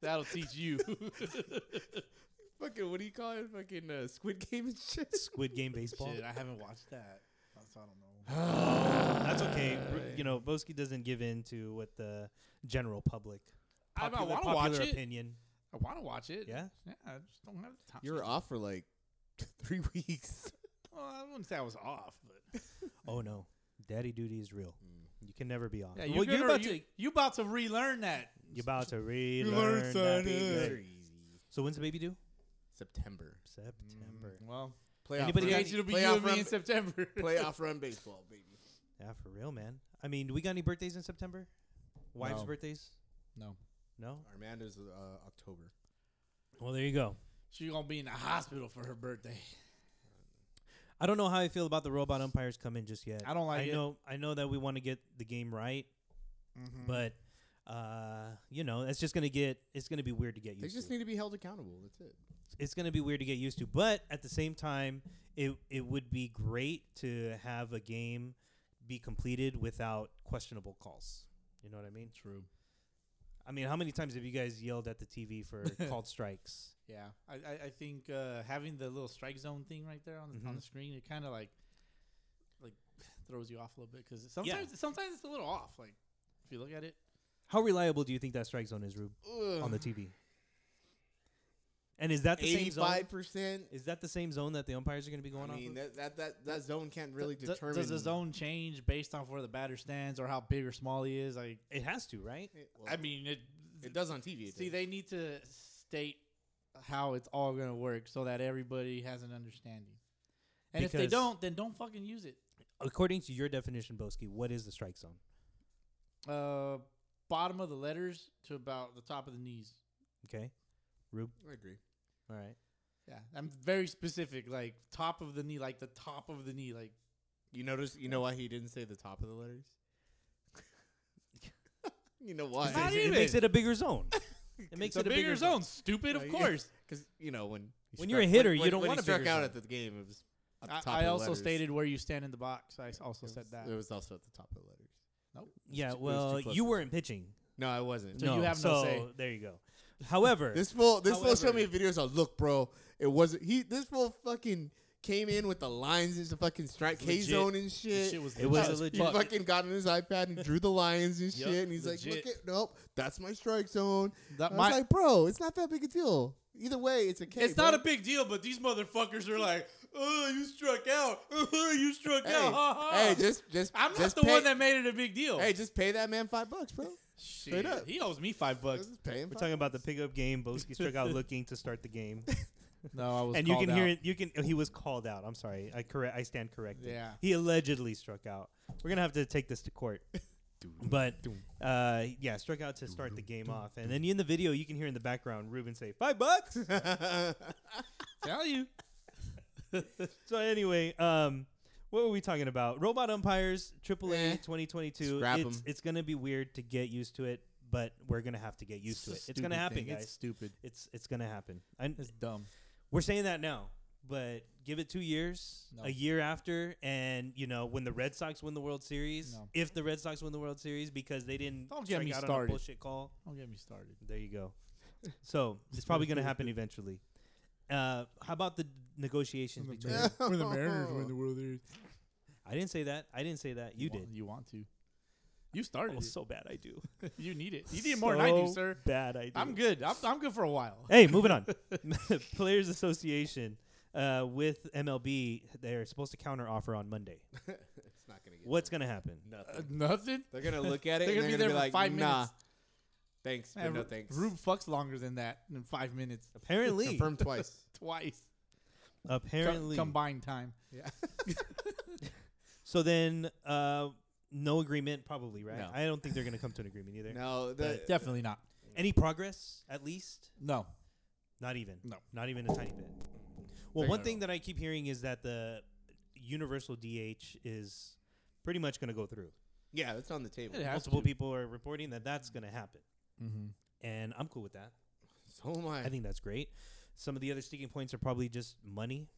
That'll teach
(laughs)
you.
fucking what do you call it? Fucking uh, Squid Game and shit.
Squid Game baseball.
Shit, I haven't watched that. That's, I don't know.
That's okay. Ru- you know, Boski doesn't give in to what the general public
I- I
popular,
wanna
popular
watch it.
opinion.
I want to watch it.
Yeah.
Yeah, I just don't have the time.
You were off for like three weeks.
Well, I wouldn't say I was off, but
Oh no, daddy duty is real. You can never be off.
Mm. yeah, you're,
Well, you're
gonna-
about
you,
to
you about to relearn that.
you're
(laughs)
about to
learn
relearn that
something.
being
These
great.
are easy.
So when's the baby due?
September.
September.
Well,
Playoff
Anybody
run,
got
it'll be you
playoff
and me
run-
E in September. (laughs)
playoff run baseball, baby.
Yeah, for real, man. I mean, do we got any birthdays in September? Wives'
No.
birthdays?
No,
No.
Armando's uh, October.
Well, there you go.
she's gonna be in the hospital for her birthday.
I don't know how I feel about the robot umpires coming just yet.
I don't like
I
it.
know. I know that we want to get the game right,
Mm-hmm.
but uh, you know, it's just gonna get. It's gonna be weird to get used.
They just
to.
need to be held accountable. That's it.
it's gonna be weird to get used to. But at the same time, it it would be great to have a game be completed without questionable calls. You know what I mean?
True.
I mean, how many times have you guys yelled at the TV for called strikes?
Yeah, I I, I think uh, having the little strike zone thing right there on the on the screen, it kind of like like throws you off a little bit because sometimes sometimes it's a little off. Like if you look at it,
How reliable do you think that strike zone is, Rube, on the TV? And is that the same zone?
Eighty-five percent.
Is that the same zone that the umpires are going to be
I
going
mean,
off? Of?
that, that that that zone can't really
D-
determine.
does the zone change based off where the batter stands or how big or small he is? Like
It has to, right?
It-
I
well,
mean, it,
it does on TV. it
see
does.
they need to state how it's all gonna work so that everybody has an understanding. And if they
Because-
don't, then don't fucking use it.
According to your definition, Boski, what is the strike zone?
Uh, bottom of the letters to about the top of the knees.
Okay,
I agree.
all right.
Yeah, I'm very specific. Like top of the knee, like the top of the knee, like
You notice? You know why he didn't say the top of the letters? (laughs) you know why?
It's not
It-
even.
It makes it a bigger
(laughs)
zone. It makes
it's a
it a
bigger zone. Stupid,
No,
of
you-
course.
(laughs) Because you know when he
When you're a
struck-
hitter,
when-
you
when-
don't
when
want a
he
bigger
struck out
zone.
at the game. It was at the
I,
top
I
of the
also
letters.
stated where you stand in the box. I also said that.
It was also at the top of the letters.
Yeah,
too- it was too
well,
close
you
to-
weren't pitching.
No, I wasn't.
So you have no say.
There you go. However,
This fool, this fool showed
However-
me videos of look, bro. It wasn't he. This fool fucking came in with the lines into fucking strike K
Legit.
zone and shit.
This shit was
It was
legit.
a
He
legit-
fucking got on his iPad and drew the lines
(laughs)
and
Yup,
shit, and he's like,
legit.
"Look at nope, that's my strike zone."
That
I
my-
was like, "Bro, it's not that big a deal. Either way, it's a K."
it's
bro.
not a big deal, but these motherfuckers are like, "Oh, you struck out. (laughs) Oh, you struck
Hey,
out." Ha, ha.
hey, just just
(laughs) I'm not
just
the
pay-
one that made it a big deal.
Hey, just pay that man five bucks, bro.
Shit,
up.
he owes me five bucks.
Just pay him.
we're
five
talking about the pickup game. Boski struck
(laughs)
out looking to start the game,
No, I was.
and you
called
can hear
out.
it. You can. He was called out. I'm sorry. I correct. I stand corrected.
Yeah.
He allegedly struck out. We're gonna have to take this
(laughs)
to court. But uh, yeah, struck out to start the game off, and then in the video you can hear in the background Ruben say
(laughs)
five bucks.
Tell you.
so anyway, um, what were we talking about? Robot umpires, AAA
Eh.
2022.
Scrap
it's,
'em.
it's gonna be weird to get used to it, but we're gonna have to get used to it. It's gonna happen, guys.
It's stupid.
It's it's gonna happen. I,
It's dumb.
we're saying that now, but give it two years,
No.
a year after, and you know when the Red Sox win the World Series,
No.
if the Red Sox win the World Series because they didn't
Don't get
strike
me
out on a
started.
bullshit call.
Don't get me started.
There you go. So it's probably gonna happen eventually. Uh, how about the negotiations between?
(laughs) When the Mariners win the World Series,
I didn't say that. I didn't say that. You
want-
did.
You want to? You started.
Oh,
it.
so bad I do.
(laughs) You need it. You need it more than I do,
So
sir.
Bad I do.
I'm good. I'm, I'm good for a while.
(laughs)
Hey, moving on. (laughs) Players Association uh, with MLB, they're supposed to counter offer on Monday.
(laughs) It's not gonna get
What's gonna happen?
Uh,
nothing.
nothing.
They're gonna look at it.
They're
and
gonna be there for
like,
five
nah,
minutes.
Thanks, but
Man,
no
Eh, Ru-
thanks.
Rube fucks longer than that in five minutes.
Apparently,
Confirmed twice.
Twice. Co-
apparently.
combined time.
so then, uh, no agreement, probably, right?
No.
I don't think they're gonna come to an agreement either.
No, the,
Definitely not.
Any progress, at least?
No.
Not even.
No.
Not even a tiny bit. Well,
They're
one
gonna-
thing that I keep hearing is that the universal DH is pretty much gonna go through.
yeah, that's on the table.
It has
Multiple
to.
people are reporting that that's gonna happen,
Mm-hmm.
and I'm cool with that.
So am I.
I think that's great. Some of the other sticking points are probably just money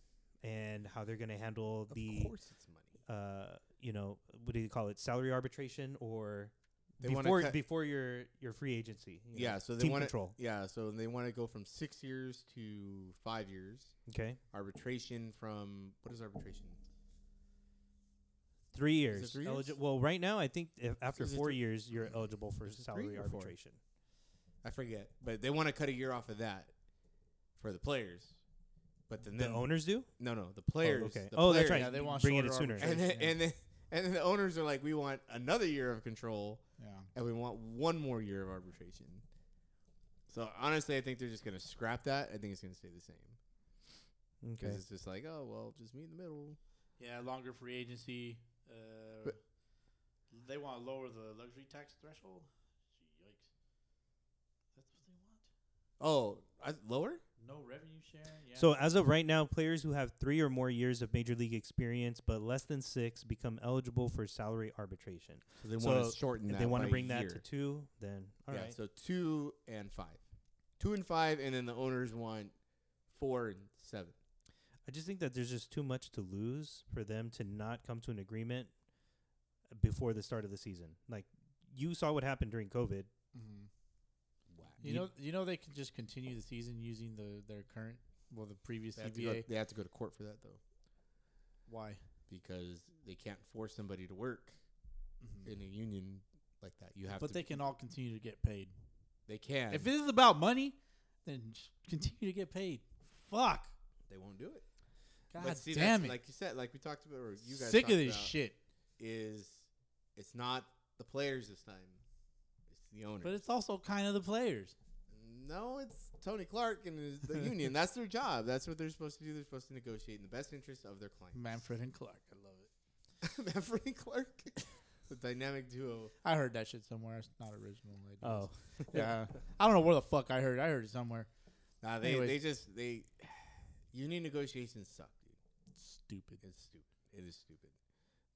and how they're going to handle
of
the,
course, it's money.
uh, you know, what do you call it, salary arbitration or
They wanna
before
cut-
before your your free agency. you know,
Yeah, so they
team
want
control.
Yeah, so they want to go from six years to five years.
Okay,
Arbitration from what is arbitration?
three years.
three
Eligi-
years?
Well, right now I think if after
Is it
four
three-
years you're eligible for
Is it three
salary
or four?
arbitration.
I forget, but they want to cut a year off of that for the players. But then
The owners do? Oh,
No, no, the players.
okay.
the
Oh, that's
players-
right. Yeah, they want Bringing it shorter sooner.
And then,
arbitration, yeah.
and then and then the owners are like, we want another year of control.
Yeah.
And we want one more year of arbitration. So honestly, I think they're just gonna scrap that. I think it's gonna stay the same because
Okay.
it's just like, oh well, just meet in the middle.
Yeah, longer free agency. Uh,
But-
they want to lower the luxury tax threshold. Gee, yikes. That's what they want.
Oh, I, lower?
No revenue sharing. Yeah.
So as of right now, players who have three or more years of major league experience but less than six become eligible for salary arbitration.
So they wanna shorten
if They
that
wanna
by a
bring that to
year.
two. Then all
yeah.
right.
So two and five, two and five, and then the owners want four and seven.
I just think that there's just too much to lose for them to not come to an agreement before the start of the season. Like you saw what happened during COVID.
you know, you know, they can just continue the season using the their current, well, the previous
They have, to go,
CBA.
they have to go to court for that though,
Why?
because they can't force somebody to work in a union like that. You have
But
to.
they can all continue to get paid.
they can.
If it is about money, then just continue to get paid. Fuck.
they won't do it.
God
But see,
damn
that's-
it.
Like you said, like we talked about, or you guys
Sick of
talked
this
about,
shit.
Is it's not the players this time. It's the owners.
But it's also kind of the players.
No, it's Tony Clark and
(laughs)
his- the union. That's their job. That's what they're supposed to do. They're supposed to negotiate in the best interest of their client. (laughs)
Manfred and Clark. I love it.
Manfred and Clark, (laughs) the dynamic duo.
I heard that shit somewhere. It's not original. I
Oh.
guess. yeah. (laughs) I don't know where the fuck I heard. it. I heard it somewhere.
Nah, they
Anyways.
they just they union negotiations suck, dude.
Stupid.
It's stupid. It is stupid.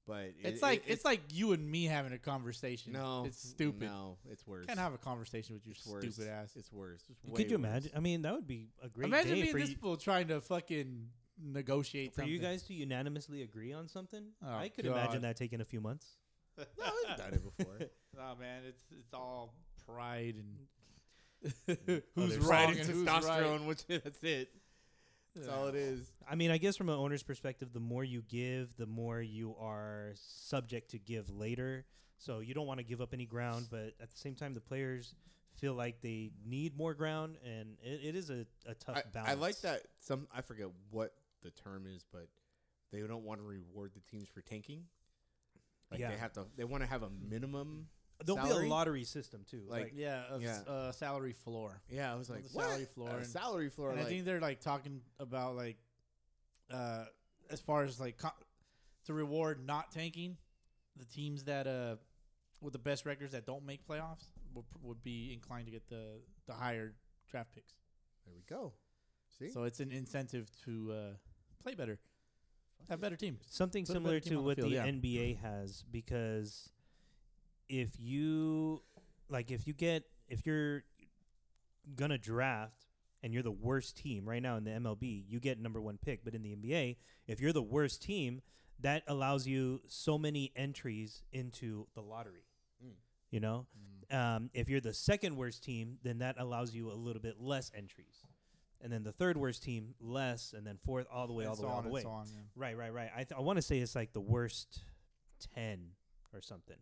But it-
It's
it-
like it's, like you and me having a conversation.
no,
it's stupid.
No, it's worse.
Can't have a conversation with your
it's worse.
stupid ass.
It's worse. It's way
Could you
worse.
imagine? I mean, that would be a great
Imagine
day
being
for
this
you,
fool trying to fucking negotiate
for
something.
you guys to unanimously agree on something.
Oh,
I could
God.
imagine that taking a few months.
No, I've done it
(laughs)
before.
Oh man, it's it's
(laughs)
all pride and who's
Other
wrong
Pride
and
and
who's right.
testosterone, which that's it. That's
Yeah.
all it is.
I mean, I guess from an owner's perspective, the more you give, the more you are subject to give later. So you don't want to give up any ground, but at the same time, the players feel like they need more ground, and it, it is a, a tough
I,
balance.
I like that. Some I forget what the term is, but they don't want to reward the teams for tanking. Like
Yeah.
they have to. They want to have a minimum.
There'll
salary.
be a lottery system too.
Like,
Like,
Yeah, a s-
Yeah.
Uh, salary floor.
Yeah, I was like
the
what?
salary floor
A
and-
salary floor.
And I
like-
think they're like talking about like, uh, as far as like co- to reward not tanking, the teams that uh with the best records that don't make playoffs would, pr- would be inclined to get the the higher draft picks.
there we go. See,
So it's an incentive to uh, play better, have better teams.
something
Put a better
similar
team
to
on the
what the,
field, yeah. Mm-hmm.
NBA has because if you like if you get if you're gonna draft and you're the worst team right now in the MLB, you get number one pick. But in the NBA, if you're the worst team, that allows you so many entries into the lottery.
Mm.
You know, um, if you're the second worst team, then that allows you a little bit less entries, and then the third worst team less, and then fourth all the way,
And
all the
so
way, all
on
the
and
way.
so on, yeah.
Right, right, right. I, th- I want to say it's like the worst ten or something.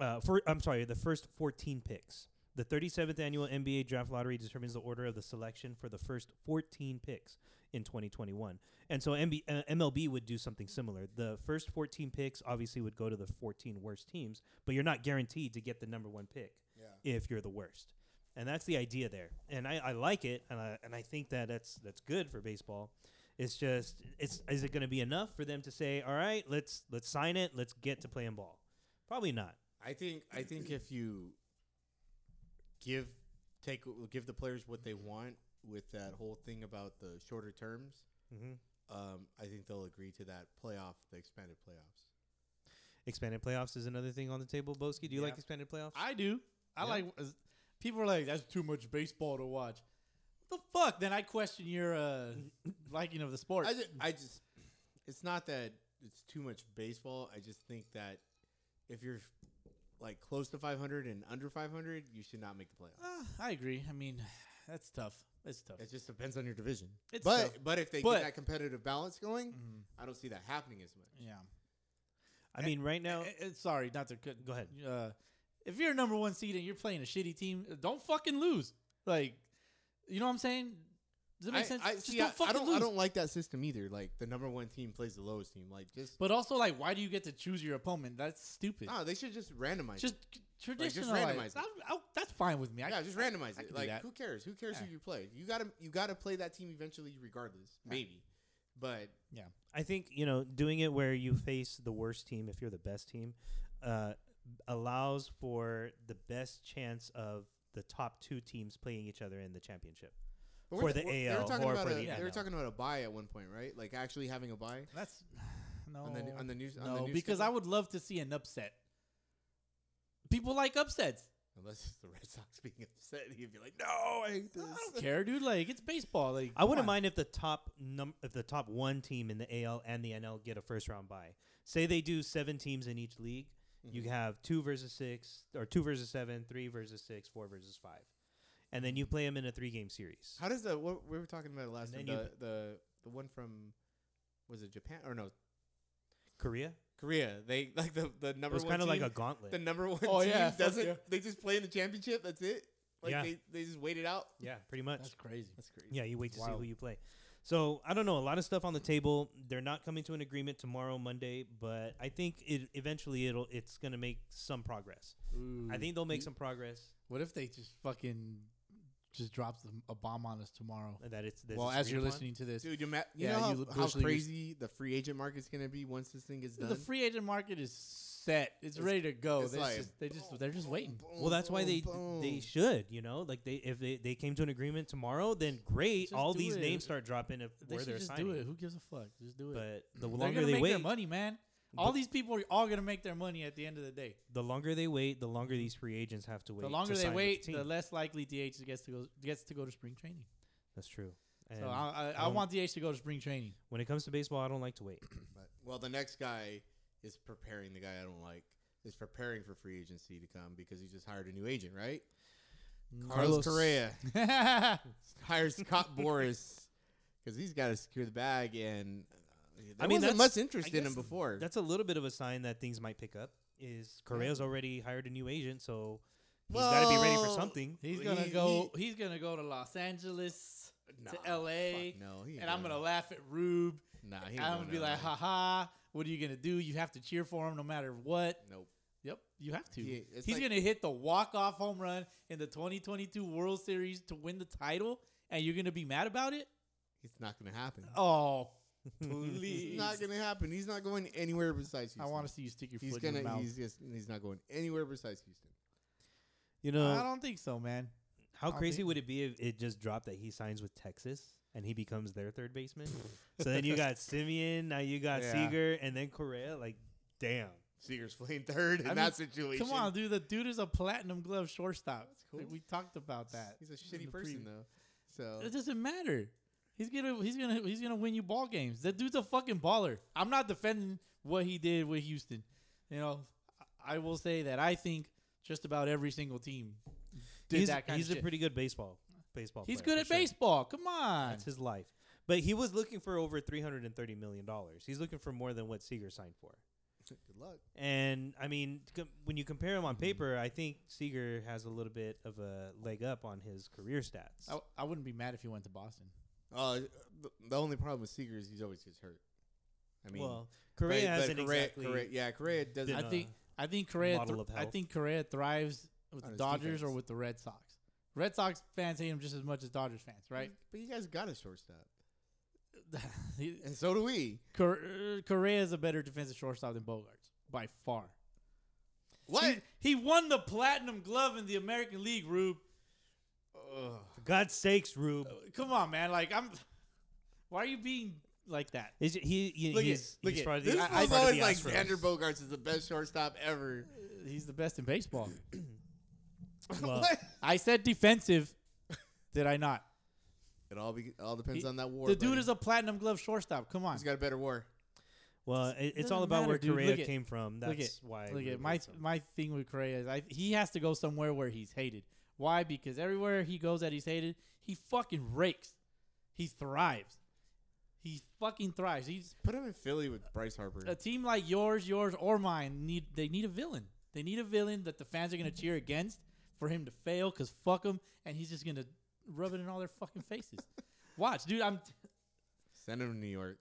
Uh, for I'm sorry, the first fourteen picks. The 37th annual NBA draft lottery determines the order of the selection for the first 14 picks in 2021. And so MB, uh, MLB would do something similar. The first 14 picks obviously would go to the 14 worst teams, but you're not guaranteed to get the number one pick if you're the worst. And that's the idea there. And I, I like it, and I, and I think that that's that's good for baseball. It's just, it's is it going to be enough for them to say, all right, let's let's sign it, let's get to playing ball? Probably not.
I think I think if you give take give the players what they want with that whole thing about the shorter terms,
Mhm.
Mm-hmm.
um, I think they'll agree to that playoff, the expanded playoffs.
Expanded playoffs is another thing on the table. Boski, do you like expanded playoffs?
I do. I like like. as- People are like, "That's too much baseball to watch." What the fuck? Then I question your
(laughs)
uh, liking of the sport.
I just, I just, it's not that it's too much baseball. I just think that if you're like close to 500 and under 500, you should not make the playoffs.
Uh, I agree. I mean, that's tough. It's tough.
It just depends on your division.
It's
but
tough.
but if they
But- Mm-hmm.
get that competitive balance going, I don't see that happening as much.
yeah.
I mean, right now,
Eh, eh, sorry, not to cut.
Go ahead.
Uh, if you're a number uh, one seed and you're playing a shitty team, don't fucking lose. Like, you know what I'm saying? Does that make
I-
sense?
I,
Just
see,
don't
I- I,
fucking
don't. I
lose.
don't like that system either. Like the number one team plays the lowest team. Like just
But also, like, why do you get to choose your opponent? That's stupid.
no, they should just randomize.
Just
it.
traditional.
Like,
like,
just randomize it.
I- I- that's fine with me. I,
yeah, just randomize
I
it.
can do
Like
that.
who cares? Who cares
Yeah.
who you play? You gotta you gotta play that team eventually, regardless. Maybe, but
yeah.
I think you know doing it where you face the worst team if you're the best team uh, allows for the best chance of the top two teams playing each other in the championship
But
for
weren't
the
they-
AL
were- they were talking
or
about
for
a,
the
They
NL.
were talking about a buy at one point, right? Like actually having a buy.
That's (sighs) no
On the new- on the news- on the
No,
news
because
schedule?
I would love to see an upset. People like
(laughs)
upsets.
Unless it's the Red Sox being upset, (laughs) he'd be like, "No, I hate this."
I don't care, dude. Like it's baseball. Like
I wouldn't
come on.
mind if the top num- if the top one team in the AL and the NL get a first round bye. Say they do seven teams in each league.
Mm-hmm.
You have two versus six, or two versus seven, three versus six, four versus five, and then you play them in a three game series.
How does the what we were talking about it last time
And
the,
then
the the one from was it Japan or no
Korea,
Korea? They like the the number
was
one
kinda like
team-
a gauntlet.
The number one
Oh,
team
yeah, fuck
(laughs) doesn't
yeah.
they just play in the championship? That's it. Like
Yeah.
they they just wait it out.
yeah, pretty much.
That's crazy.
That's crazy.
Yeah, you wait to see
Wow.
who you play. So I don't know. A lot of stuff on the table. They're not coming to an agreement tomorrow, Monday, but I think it eventually it'll it's gonna make some progress. I think they'll make some progress.
What if they just fucking just drops them- a bomb on us tomorrow?
and uh, That it's that
well,
it's
as
agreed
you're
upon.
listening to this,
Dude, you, ma- you
Yeah,
know how,
you
how
literally just-
crazy the free agent market's gonna be once this thing is done.
the free agent market is set. It's, ready to go.
it's
They
like,
just, they just they're just waiting.
Well, that's why they they should, you know, like they if they, they came to an agreement tomorrow, then great.
Just
All
do
these
it.
names start dropping of
They
where
should
they're
just do
signing.
it. Who gives a fuck? Just do it.
But the
they're
longer
gonna
they
make their
wait,
money, man. All these people are all gonna make their money at the end of the day.
the longer they wait, the longer these free agents have to wait.
The
to
longer they
sign with the
wait, the,
team.
less likely DH gets to go gets to go to spring training.
that's true. And
so I, I, I
um,
want DH to go to spring training.
(laughs)
(laughs)
when it comes to baseball, I don't
(clears throat)
like to wait.
But, well, the next guy is preparing. The guy I don't like is preparing for free agency to come because he just hired a new agent, right?
Mm.
Carlos,
Carlos-
Correa (laughs)
yeah,
hires Scott (laughs) Boris because he's got to secure the bag, and uh, there
I mean,
wasn't
that's-
much interest
I
in
guess
him before.
That's a little bit of a sign that things might pick up. Is Correa's already hired a new agent, so he's got to be ready for
Well,
something.
he's gonna
He-
go. he's gonna go to Los Angeles,
Nah,
to L.A.
fuck no, he ain't
and I'm
going
gonna laugh at Rube.
Nah, he ain't
I'm gonna
going
be
to
like,
LA.
ha ha. What are you gonna do? You have to cheer for him no matter what.
nope.
Yep, you have to.
He- it's
he's
like-
gonna hit the walk off home run in the 2022 World Series to win the title, and you're gonna be mad about it?
It's not gonna happen.
Oh,
it's
please!
not gonna happen. He's not going anywhere besides Houston.
I want to see you stick your
He's
foot in your
gonna.
mouth.
He's just. He's not going anywhere besides Houston.
You
I
know,
don't think so, man.
how
don't
crazy
think-
would it be if it just dropped that he signs with Texas and he becomes their
(laughs)
third baseman? so then you got Simeon, now you got
Yeah.
Seager, and then Correa. Like, damn.
Seager's playing third in
I mean,
that situation.
Come on,
(laughs)
dude. The dude is a platinum glove shortstop.
cool.
We talked about that.
He's a
in
shitty
the
person
preview.
though.
(laughs)
So
It doesn't matter. He's gonna he's gonna he's gonna win you ball games. That dude's a fucking baller. I'm not defending what he did with Houston. You know, I- I will say that I think just about every single team did
he's
that kind
he's
of
a
shit.
pretty good baseball baseball.
he's
player,
good
for
at
sure.
baseball. Come on.
That's his life. But he was looking for over three hundred and thirty million dollars. He's looking for more than what Seager signed for.
good luck.
And I mean, com- when you compare
Mm-hmm.
him on paper, I think Seager has a little bit of a leg up on his career stats.
I, I wouldn't be mad if he went to Boston.
Uh, the, the only problem with Seager is he's always gets hurt. I mean,
well,
but-
Correa
but
hasn't
Correa,
exactly.
Correa, yeah, Correa doesn't.
been
I
a
think I think Correa
uh, model
thr-
of
I
health.
think Correa thrives with
On
the
his
Dodgers or
defense.
with the Red Sox. Red Sox fans hate him just as much as Dodgers fans,
(laughs)
right?
but you guys got a shortstop,
He-
and so do we.
Cor- uh, Correa is a better defensive shortstop than Bogarts by far.
What?
He, he won the Platinum Glove in the American League, Rube.
For God's sakes, Rube.
Come on, man. Like I'm. Why are you being like that?
Is it- he, he-
Look at-
he's,
look
he's
at-
part of the,
this
I-
I,
part
was
of
always
the
like
Astros.
Xander Bogarts is the best shortstop ever. (laughs)
He's the best in baseball.
Well,
What?
I said defensive. Did I not?
It all be, all depends
He-
on that war.
the dude is a Platinum Glove shortstop. Come on.
He's got a better war.
well, it, it's
doesn't
all about
matter,
where
dude.
Correa
Look at-
came from. That's
look at
why.
look
Rube
at my
is so-
my thing with Correa is I, he has to go somewhere where he's hated. Why? Because everywhere he goes that he's hated, he fucking rakes. He thrives. He fucking thrives. He's
Put him in Philly with Bryce Harper.
a team like yours, yours or mine need they need a villain. They need a villain that the fans are gonna cheer against for him to fail because fuck him, and he's just gonna rub it in all their fucking faces. Watch, dude. I'm.
Send him to New York.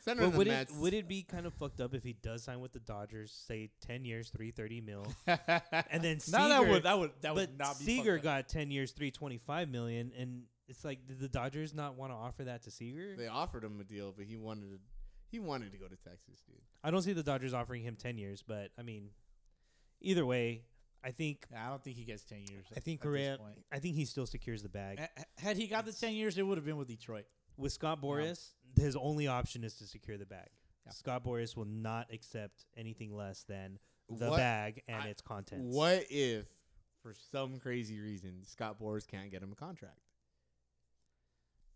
Send
But
him to the
would it
Mets.
would it be kind of fucked up if he does sign with the Dodgers, say ten years, three
(laughs)
thirty mil, and then Seager,
No, that would- that would- that would
but
not be fucked
Seager
up.
got ten years, three twenty five million, and it's like did the Dodgers not want to offer that to Seager?
they offered him a deal, but he wanted to, he wanted to go to Texas, dude.
I don't see the Dodgers offering him ten years, but I mean, either way, I think
I don't think he gets ten years.
I think
at this
Correa,
point.
I think he still secures the bag.
Eh,
Ha- Had he got the ten years, it would have been with Detroit.
with Scott Boris, his only option is to secure the bag. Scott Boris will not accept anything less than the
What-
bag and
I-
its contents.
What if, for some crazy reason, Scott Boras can't get him a contract?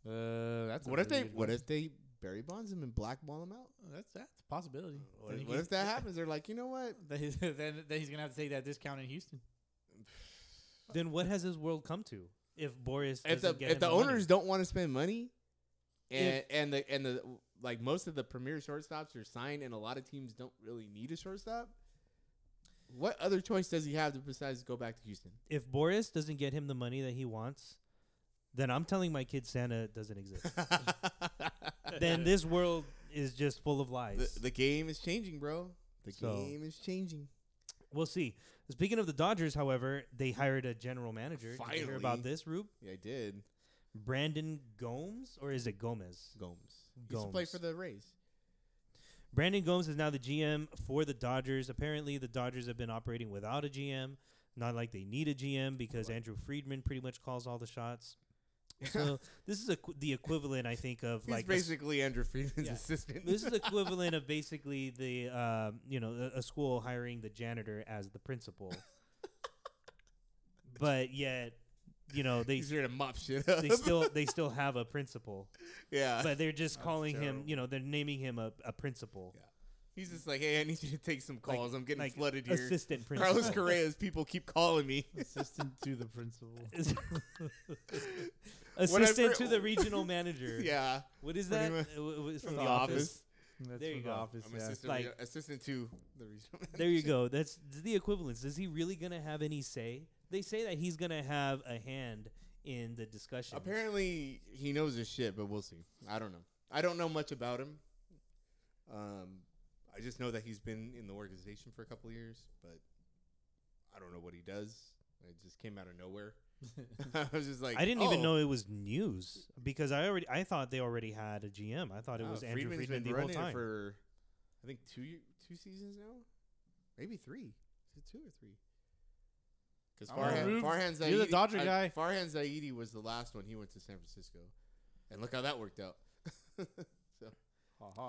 Uh, that's
what if they? What if they Barry Bonds him and blackball him out?
That's that's a possibility.
What, if- what if
(laughs)
that happens? They're like, you know what?
(laughs) then, then then he's gonna have to take that discount in Houston.
Then what has his world come to if Boris
If
doesn't
the
get
if
him
the
money?
owners don't want to spend money, and and the and the like most of the premier shortstops are signed, and a lot of teams don't really need a shortstop. What other choice does he have to besides go back to
(laughs)
Houston? (laughs)
if Boris doesn't get him the money that he wants, then I'm telling my kid Santa doesn't
(laughs)
exist. then this world is just full of lies.
The, the game is changing, bro. The
So-
game is changing.
we'll see. Speaking of the Dodgers, however, they hired a general manager. Did you hear
Finally.
about this, Rube?
Yeah, I did.
Brandon Gomes, or is it Gomez?
Gomes. He used to play for the Rays.
Brandon Gomes is now the GM for the Dodgers. Apparently, the Dodgers have been operating without a GM, not like they need a GM because Andrew Friedman pretty much calls all the shots.
(laughs)
So this is equ the equivalent, I think, of
He's
like a s-
basically Andrew Friedman's
Yeah.
assistant. (laughs)
this is equivalent of basically the um, you know a, a school hiring the janitor as the
(laughs)
principal, but yet you know they
He's here to mop shit up.
they
(laughs)
still they still have a principal,
yeah.
but they're just calling him
terrible.
you know they're naming him a, a principal.
He's just like, hey, I need you to take some calls. I'm getting
like
flooded here. (laughs)
assistant
Carlos
principal. (laughs)
Correa's people keep calling me. (laughs)
Assistant to the principal.
assistant
Whatever-
to the regional manager.
(laughs) yeah.
What is
Pretty
that?
much.
Uh, w- w- it's
From the office.
That's
There you
from
go.
Office,
I'm
yeah.
assistant,
Like-
(laughs) re- assistant to the regional. (laughs)
There you go. That's the equivalence. Is he really gonna have any say? They say that he's gonna have a hand in the discussion.
Apparently, he knows his shit, but we'll see. I don't know. I don't know much about him. Um, I just know that he's been in the organization for a couple of years, but I don't know what he does. It just came out of nowhere. (laughs) I was just like,
I didn't even
"Oh,
know it was news because I already I thought they already had a GM. I thought it
wow,
was Andrew
Friedman's
Friedman
Oh, been
the whole
running it
time.
for I think two ye- two seasons now, maybe three. Is it two or three? Because
I don't know,
Farhan,
Rube.
Farhan Zaidi,
You're the Dodger
I-
guy.
Farhan Zaidi was the last one. He went to San Francisco, and look how that worked out. (laughs) so
Uh-huh.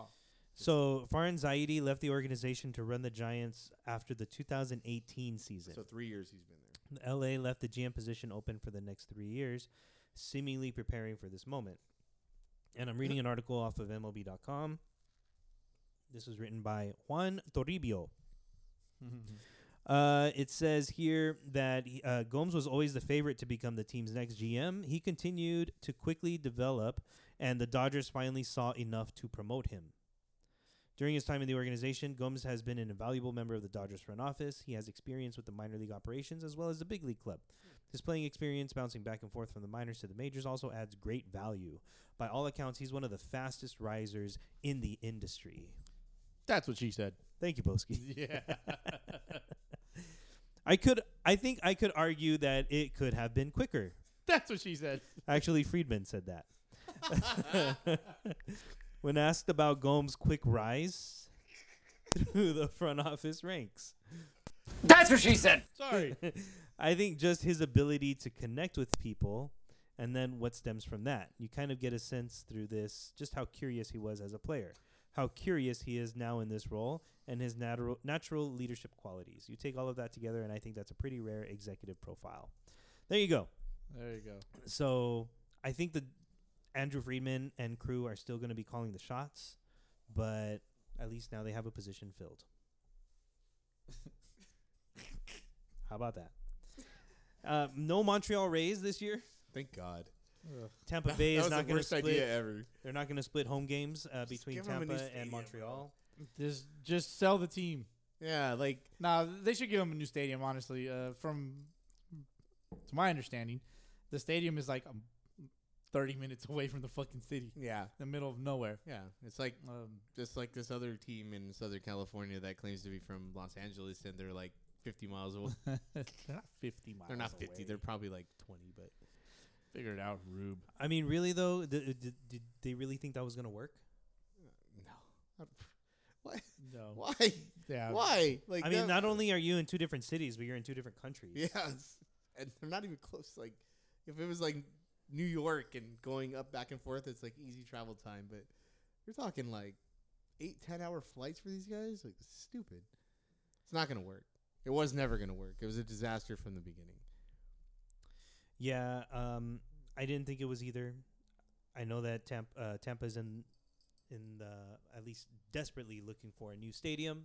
so Farhan Zaidi left the organization to run the Giants after the 2018 season.
So three years he's been there.
LA left the GM position open for the next three years, seemingly preparing for this moment. And I'm reading an article off of MLB.com. This was written by Juan Toribio. Uh, it says here that he- uh, Gomes was always the favorite to become the team's next GM. He continued to quickly develop, and the Dodgers finally saw enough to promote him. During his time in the organization, Gomes has been an invaluable member of the Dodgers front office. He has experience with the minor league operations as well as the big league club. His playing experience, bouncing back and forth from the minors to the majors, also adds great value. By all accounts, he's one of the fastest risers in the industry.
That's what she said.
Thank you, Boski.
Yeah.
(laughs) I could, I think, I could argue that it could have been quicker.
That's what she said.
Actually, Friedman said that. (laughs) when asked about Gomes' quick rise through the front office ranks,
That's what she said.
Sorry.
(laughs) I think just his ability to connect with people and then what stems from that. You kind of get a sense through this just how curious he was as a player, how curious he is now in this role, and his natural, natural leadership qualities. You take all of that together, and I think that's a pretty rare executive profile. There you go.
there you go.
So I think that Andrew Friedman and crew are still going to be calling the shots, but at least now they have a position
(laughs)
filled. How about that? Uh, no Montreal Rays this year.
Thank God. (laughs)
Tampa Bay
that
is
was
not
the
going to
worst
split.
idea ever.
They're not going to split home games uh, between
give 'em a new
Tampa
stadium,
and
bro.
Montreal.
Just just sell the team.
Yeah, like
Nah, they should give him a new stadium. Honestly, uh, from to my understanding, the stadium is like um, thirty minutes (laughs) away from the fucking city.
Yeah.
the middle of nowhere.
Yeah, it's like
Um, (laughs)
just like this other team in Southern California that claims to be from Los Angeles, and they're like 50
(laughs)
miles away.
they're not fifty miles.
they're not 50.
away.
They're probably like 20, but
figure it out, Rube.
I mean, really though, did, did, did they really think that was gonna work?
no. (laughs) Why?
No.
Why?
Yeah. (laughs)
Why? Like
I mean,
that-
not only are you in two different cities, but you're in two different countries.
(laughs) Yes, and they're not even close. Like, if it was like New York and going up back and forth, it's like easy travel time. But you're talking like eight, ten hour flights for these guys. Like, stupid. It's not gonna work. It was never gonna work. It was a disaster from the beginning.
Yeah, um, I didn't think it was either. I know that Tampa, uh, Tampa's in, in the at least desperately looking for a new stadium.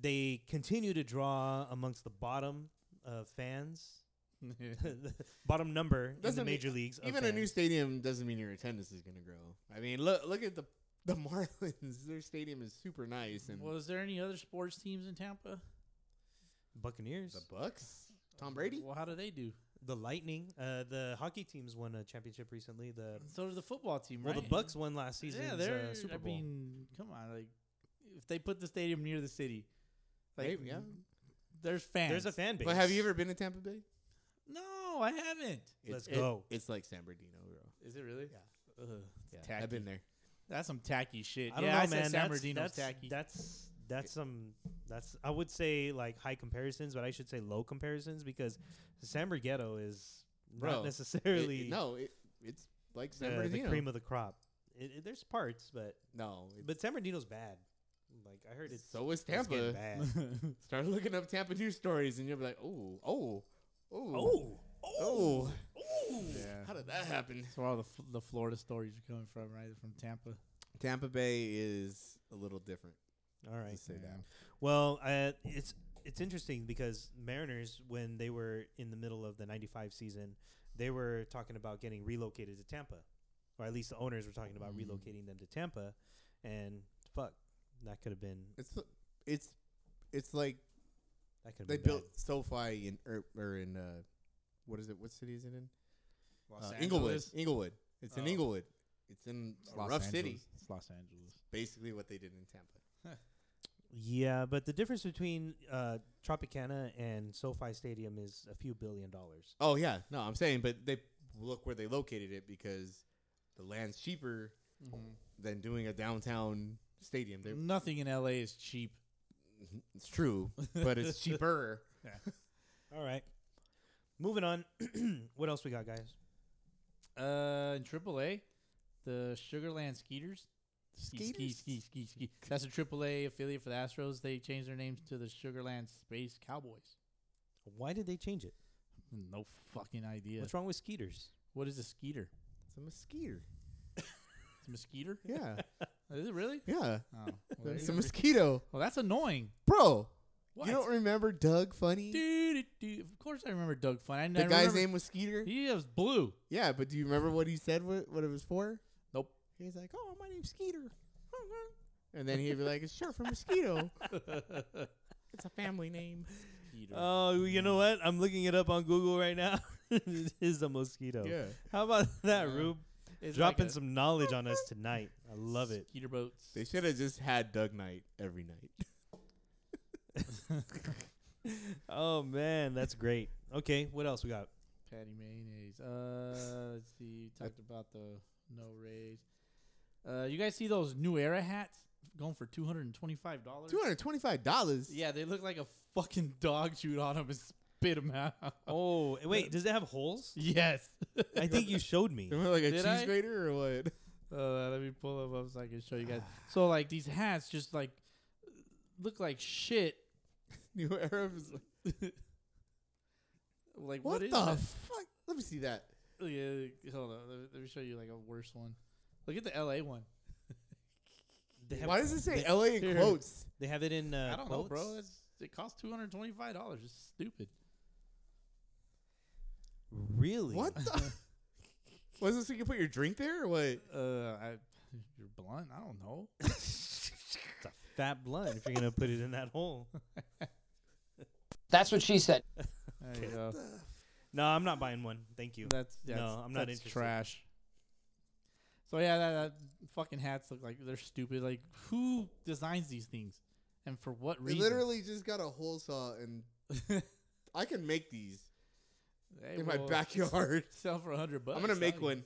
They continue to draw amongst the bottom of fans, (laughs) the bottom number in the
Doesn't mean-
major leagues. of
Even a new
fans.
stadium doesn't mean your attendance is gonna grow. I mean, look look at the the (laughs) Marlins. Their stadium is super nice, and
Well, is there any other sports teams in Tampa?
Buccaneers,
the Bucks, Tom Brady.
Well, how do they do?
the Lightning, uh, the hockey teams won a championship recently. The
So does the football team,
well,
right?
the Bucks won last season.
Yeah, they're.
uh, Super
I
Bowl.
mean, come on, like if they put the stadium near the city, like
Maybe, yeah.
there's fans.
There's a fan base.
But have you ever been to Tampa Bay?
No, I haven't.
Let's
It's- it-
go.
it's like San Bernardino, bro.
Is it really? Yeah.
Yeah, I've been there.
That's some tacky shit.
I don't
yeah,
know,
I said
man.
San
that's,
Bernardino's
that's,
tacky.
that's that's some that's I would say like high comparisons, but I should say low comparisons because San Bernardino is
Bro,
not necessarily
It- it- no, it, it's like San
the, the
Bernardino.
cream of the crop. It, it- there's parts, but
no, it's,
but San Bernardino's bad. Like I heard it's
so is
it's getting
Tampa.
bad.
(laughs)
Start looking up Tampa news stories, and you'll be like, oh, oh, oh,
oh,
oh, oh.
yeah.
How did that happen?
That's where all the F- the Florida stories are coming from, right? They're From Tampa.
Tampa Bay is a little different.
all right.
Let's say that.
Well, uh, it's it's interesting because Mariners, when they were in the middle of the '95 season, they were talking about getting relocated to Tampa, or at least the owners were talking
Mm.
about relocating them to Tampa, and fuck, that could have been
It's it's it's like
that could have
they
been
built SoFi in or, or in uh, what is it? What city is it in? Uh,
Los
Inglewood.
Angeles.
Inglewood. It's in
Oh.
Inglewood. It's in a
Los
rough
Angeles.
city.
It's Los Angeles.
Basically, what they did in Tampa.
bad. Yeah, but the difference between uh, Tropicana and SoFi Stadium is a few billion dollars.
Oh yeah, no, I'm saying, but they look where they located it because the land's cheaper
Mm-hmm.
than doing a downtown stadium. They're,
Nothing in LA is cheap.
it's true,
(laughs)
but it's cheaper.
All right, moving on. (clears throat) what else we got, guys?
Uh, in AAA, the Sugarland Skeeters. Ski, ski,
Skeeters?
ski, ski, ski. That's a AAA affiliate for the Astros. They changed their names to the Sugarland Space Cowboys.
Why did they change it?
No fucking idea.
What's wrong with Skeeters?
What is a skeeter?
It's a mosquito.
It's a mosquito?
Yeah,
Is it really?
yeah. (laughs)
Oh, well, there
it's
you
a
go.
mosquito,
Well, that's annoying.
bro.
What?
You don't remember Doug Funny?
Dude, dude, of course I remember Doug Fun. I,
the
I
guy's
remember-
name was Skeeter.
He was blue.
yeah, but do you remember what he said? What, what it was for?
Nope.
He's like, "Oh, my name's Skeeter," and then he'd be like, "It's short for mosquito.
(laughs)
it's a family name."
Oh, you know what? I'm looking it up on Google right now. (laughs) it is a mosquito.
Yeah.
How about (laughs) that, Rube?
It's like
Dropping
a
some knowledge on us tonight. I love
(laughs)
it. (laughs)
Skeeter boats.
They should have just had Doug Knight every night.
Oh man, that's great. Okay, what else we got?
Patty mayonnaise. Uh, let's see. You talked about the no raise. Uh, you guys see those new era hats going for two hundred and twenty-five dollars?
Two hundred twenty-five dollars.
Yeah, they look like a fucking dog chewed on them and spit them
(laughs)
out.
Oh, wait, does it have holes?
yes.
I think you showed me.
Am I like a
Did
cheese
I?
grater or what? (laughs)
Uh, let me pull them up so I can show you
(sighs)
guys. So like these hats just like look like shit.
New era is like,
Like
what,
what is
the
that?
fuck? Let me see that.
Oh, Yeah, hold on. Let me, let me show you like a worse one. Look at the LA one.
They have,
Why does it say LA in
Here.
(laughs) quotes?
they have it in? Uh,
I don't know,
quotes?
bro. That's, it costs two hundred twenty-five dollars. It's stupid.
really?
What the? Was it so you can put your drink there or what?
Uh, I, you're blunt. I don't
(laughs)
know.
It's a fat blunt. If you're gonna put it
(laughs)
in that hole.
That's what she said.
There you go.
No, I'm not buying one. Thank you.
That's, that's
no, I'm not
that's
interested.
Trash. So yeah, that, that fucking hats look like they're stupid. Like who designs these things, and for what
We
reason?
literally just got a hole saw and (laughs) I can make these
Hey,
in my
well,
backyard.
sell for a hundred bucks.
(laughs) I'm gonna make
huh?
one.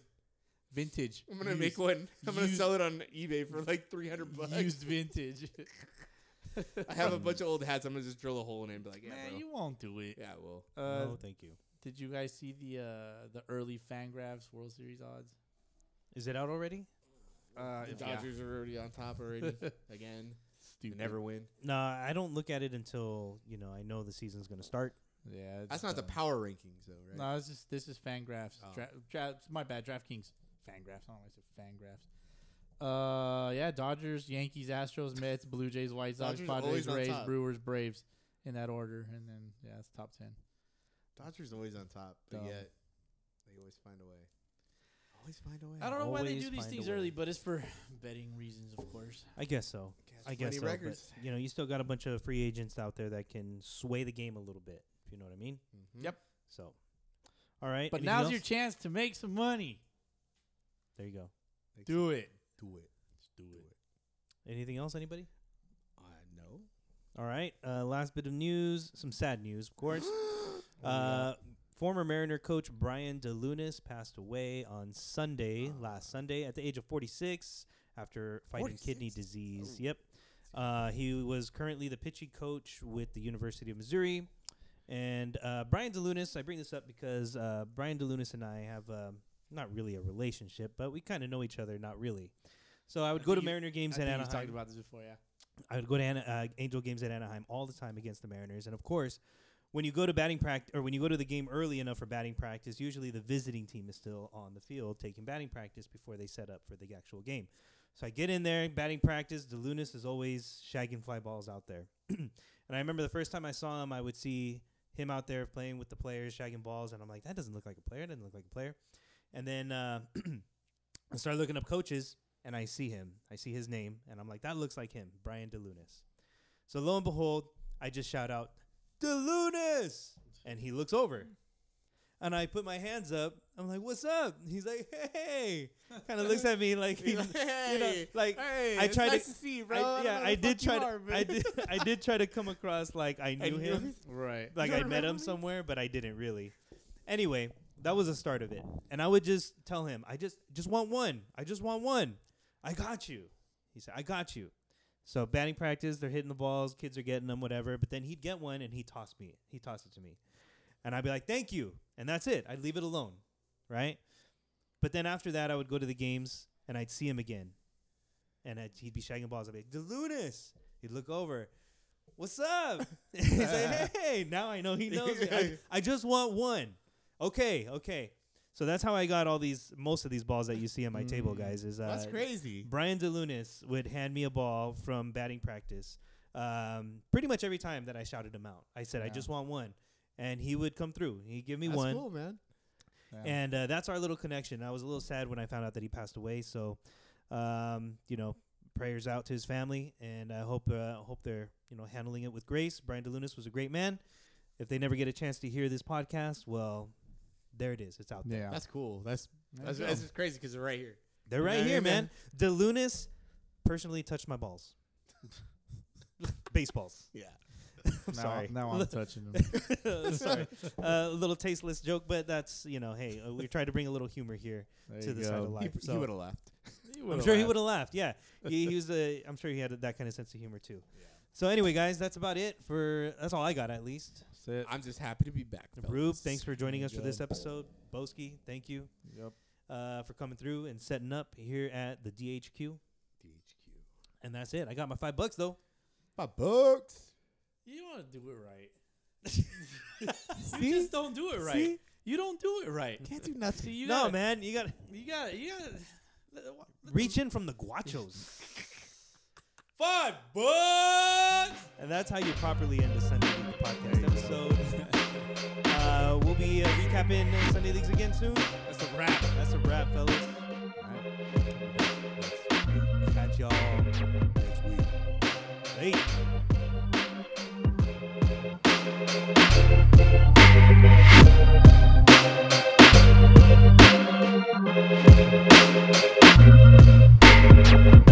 Vintage.
I'm gonna
Used-
make one. (laughs) I'm gonna
used-
sell it on eBay for like 300 bucks.
Used vintage.
(laughs) I have a bunch of old hats. I'm gonna just drill a hole in it and be like, (laughs) yeah,
Man,
bro.
you won't do it.
yeah, well,
Uh,
no, thank you.
Did you guys see the uh, the early Fangraphs World Series odds?
Is it out already?
Uh,
the
if-
Dodgers are already on top already again. You
Stupid.
never win.
No, I don't look at it until you know I know the season's gonna start.
Yeah, it's,
That's not the
uh,
power rankings though, right?
No, this is this is Fangraphs.
Oh.
Dra- dra- it's my bad. DraftKings. Fangraphs. I don't know why I said Fangraphs. Uh, yeah, Dodgers, Yankees, Astros, Mets, Blue Jays, White Sox,
Dodgers
Padres,
always on
Rays,
top.
Brewers, Braves, in that order, and then yeah, it's top ten.
Dodgers always on top, but
Dumb.
yet they always find a way. Always find a way.
I don't know why they
Always
do these
find a
things
way.
early, but it's for (laughs) betting reasons, of course.
I guess so. I guess
Catch plenty
so. But,
records.
you know, you still got a bunch of free agents out there that can sway the game a little bit. If you know what I mean.
Mhm.
Yep.
So, all right.
But
anything
now's
else?
your chance to make some money.
There you go.
Do it.
Do it. Let's do it.
Anything else? Anybody?
I know.
All right. Uh, last bit of news. Some sad news,
(gasps)
of course.
Oh,
uh, former Mariner coach Brian DeLunis passed away
(gasps)
on Sunday, last Sunday, at the age of 46 after fighting kidney
Oh.
disease. Yep. Uh, he was currently the pitching coach with the University of Missouri. And uh, Brian DeLunis, I bring this up because uh, Brian DeLunis and I have um not really a relationship, but we kind of know each other, not really. So I would go to
think you-
Mariner games
I
in
think
Anaheim.
we've talked about this before, yeah.
I would go to Ana- uh, Angel games at Anaheim all the time against the Mariners, and of course, when you go to batting practice or when you go to the game early enough for batting practice, usually the visiting team is still on the field taking batting practice before they set up for the actual game. So I get in there, batting practice. DeLunis is always shagging fly balls out there, (clears throat) and I remember the first time I saw him, I would see him out there playing with the players, shagging balls, and I'm like, that doesn't look like a player. It doesn't look like a player. And then uh, (clears throat) I start looking up coaches, and I see him. I see his name, and I'm like, that looks like him, Brian DeLunis. So lo and behold, I just shout out, DeLunis, and he looks over. And I put my hands up. I'm like, "What's up?" And he's like, "Hey," kind of looks at me
(laughs)
like, he, you know,
"Hey,
like
hey,
I
it's
tried
nice
to,
to see you, bro. I
I,
don't
yeah,
know
I
who the
did
fuck you
try. To,
are, but-
I did. (laughs) I did try to come across like
(laughs)
I knew
knew
him,
(laughs) Right.
like I met him somewhere, but I didn't really. Anyway, that was the start of it, and I would just tell him, "I just just want one. I just want one. I got you." He said, "I got you." So batting practice, they're hitting the balls, kids are getting them, whatever. But then he'd get one and he tossed me. He tossed it to me, and I'd be like, "Thank you," and that's it. I'd leave it alone, right? But then after that, I would go to the games and I'd see him again, and I'd, he'd be shagging balls. I'd be like, "Delunis." He'd look over. What's up? (laughs) He's like, hey, now I know he knows me.
(laughs)
I, I just want one. Okay, okay. So that's how I got all these, most of these balls that you see on my table, guys. Is uh,
Mm. That's crazy.
Brian DeLunis would hand me a ball from batting practice um, pretty much every time that I shouted him out. I said, I
Yeah.
just want one. And he would come through. He'd give me
That's
one.
cool, man.
And uh, that's our little connection. I was a little sad when I found out that he passed away. So, um, you know, prayers out to his family, and I hope uh, hope they're you know handling it with grace. Brian DeLunis was a great man. If they never get a chance to hear this podcast, well, there it is. It's out there.
Yeah.
That's cool. That's
There
that's,
you
that's
go.
just crazy because they're right here.
They're right
Yeah,
here,
yeah,
man. DeLunis personally touched my balls.
(laughs)
Baseballs.
Yeah.
I'm
now,
sorry.
Now (laughs) I'm touching them.
sorry. A little tasteless joke, but that's, you know, hey, uh, we tried to bring a little humor here
There
to
you
the side of
go.
life.
he
so-
would have left.
I'm sure he would have laughed. Yeah, he,
(laughs)
he was a. I'm sure he had that kind of sense of humor too. So anyway, guys, that's about it for. That's all I got at least.
That's it.
I'm just happy to be back. fellas.
Rube, thanks for joining
There
us
you
for this
go.
episode. Boski, thank you
Yep.
uh, for coming through and setting up here at the DHQ.
DHQ.
And that's it. I got my five bucks though.
My books.
You want to do it right. You just don't do it right.
See?
You don't do it right.
Can't do nothing.
See, you
no
gotta,
man,
(laughs)
you got to
You got to You got to
reach in from the guachos,
Five bucks.
and that's how you properly end a Sunday League podcast episode. (laughs) uh, we'll be uh, recapping uh, Sunday leagues again soon.
That's a wrap.
That's a wrap, fellas. Catch y'all next week. Hey.
Thank you.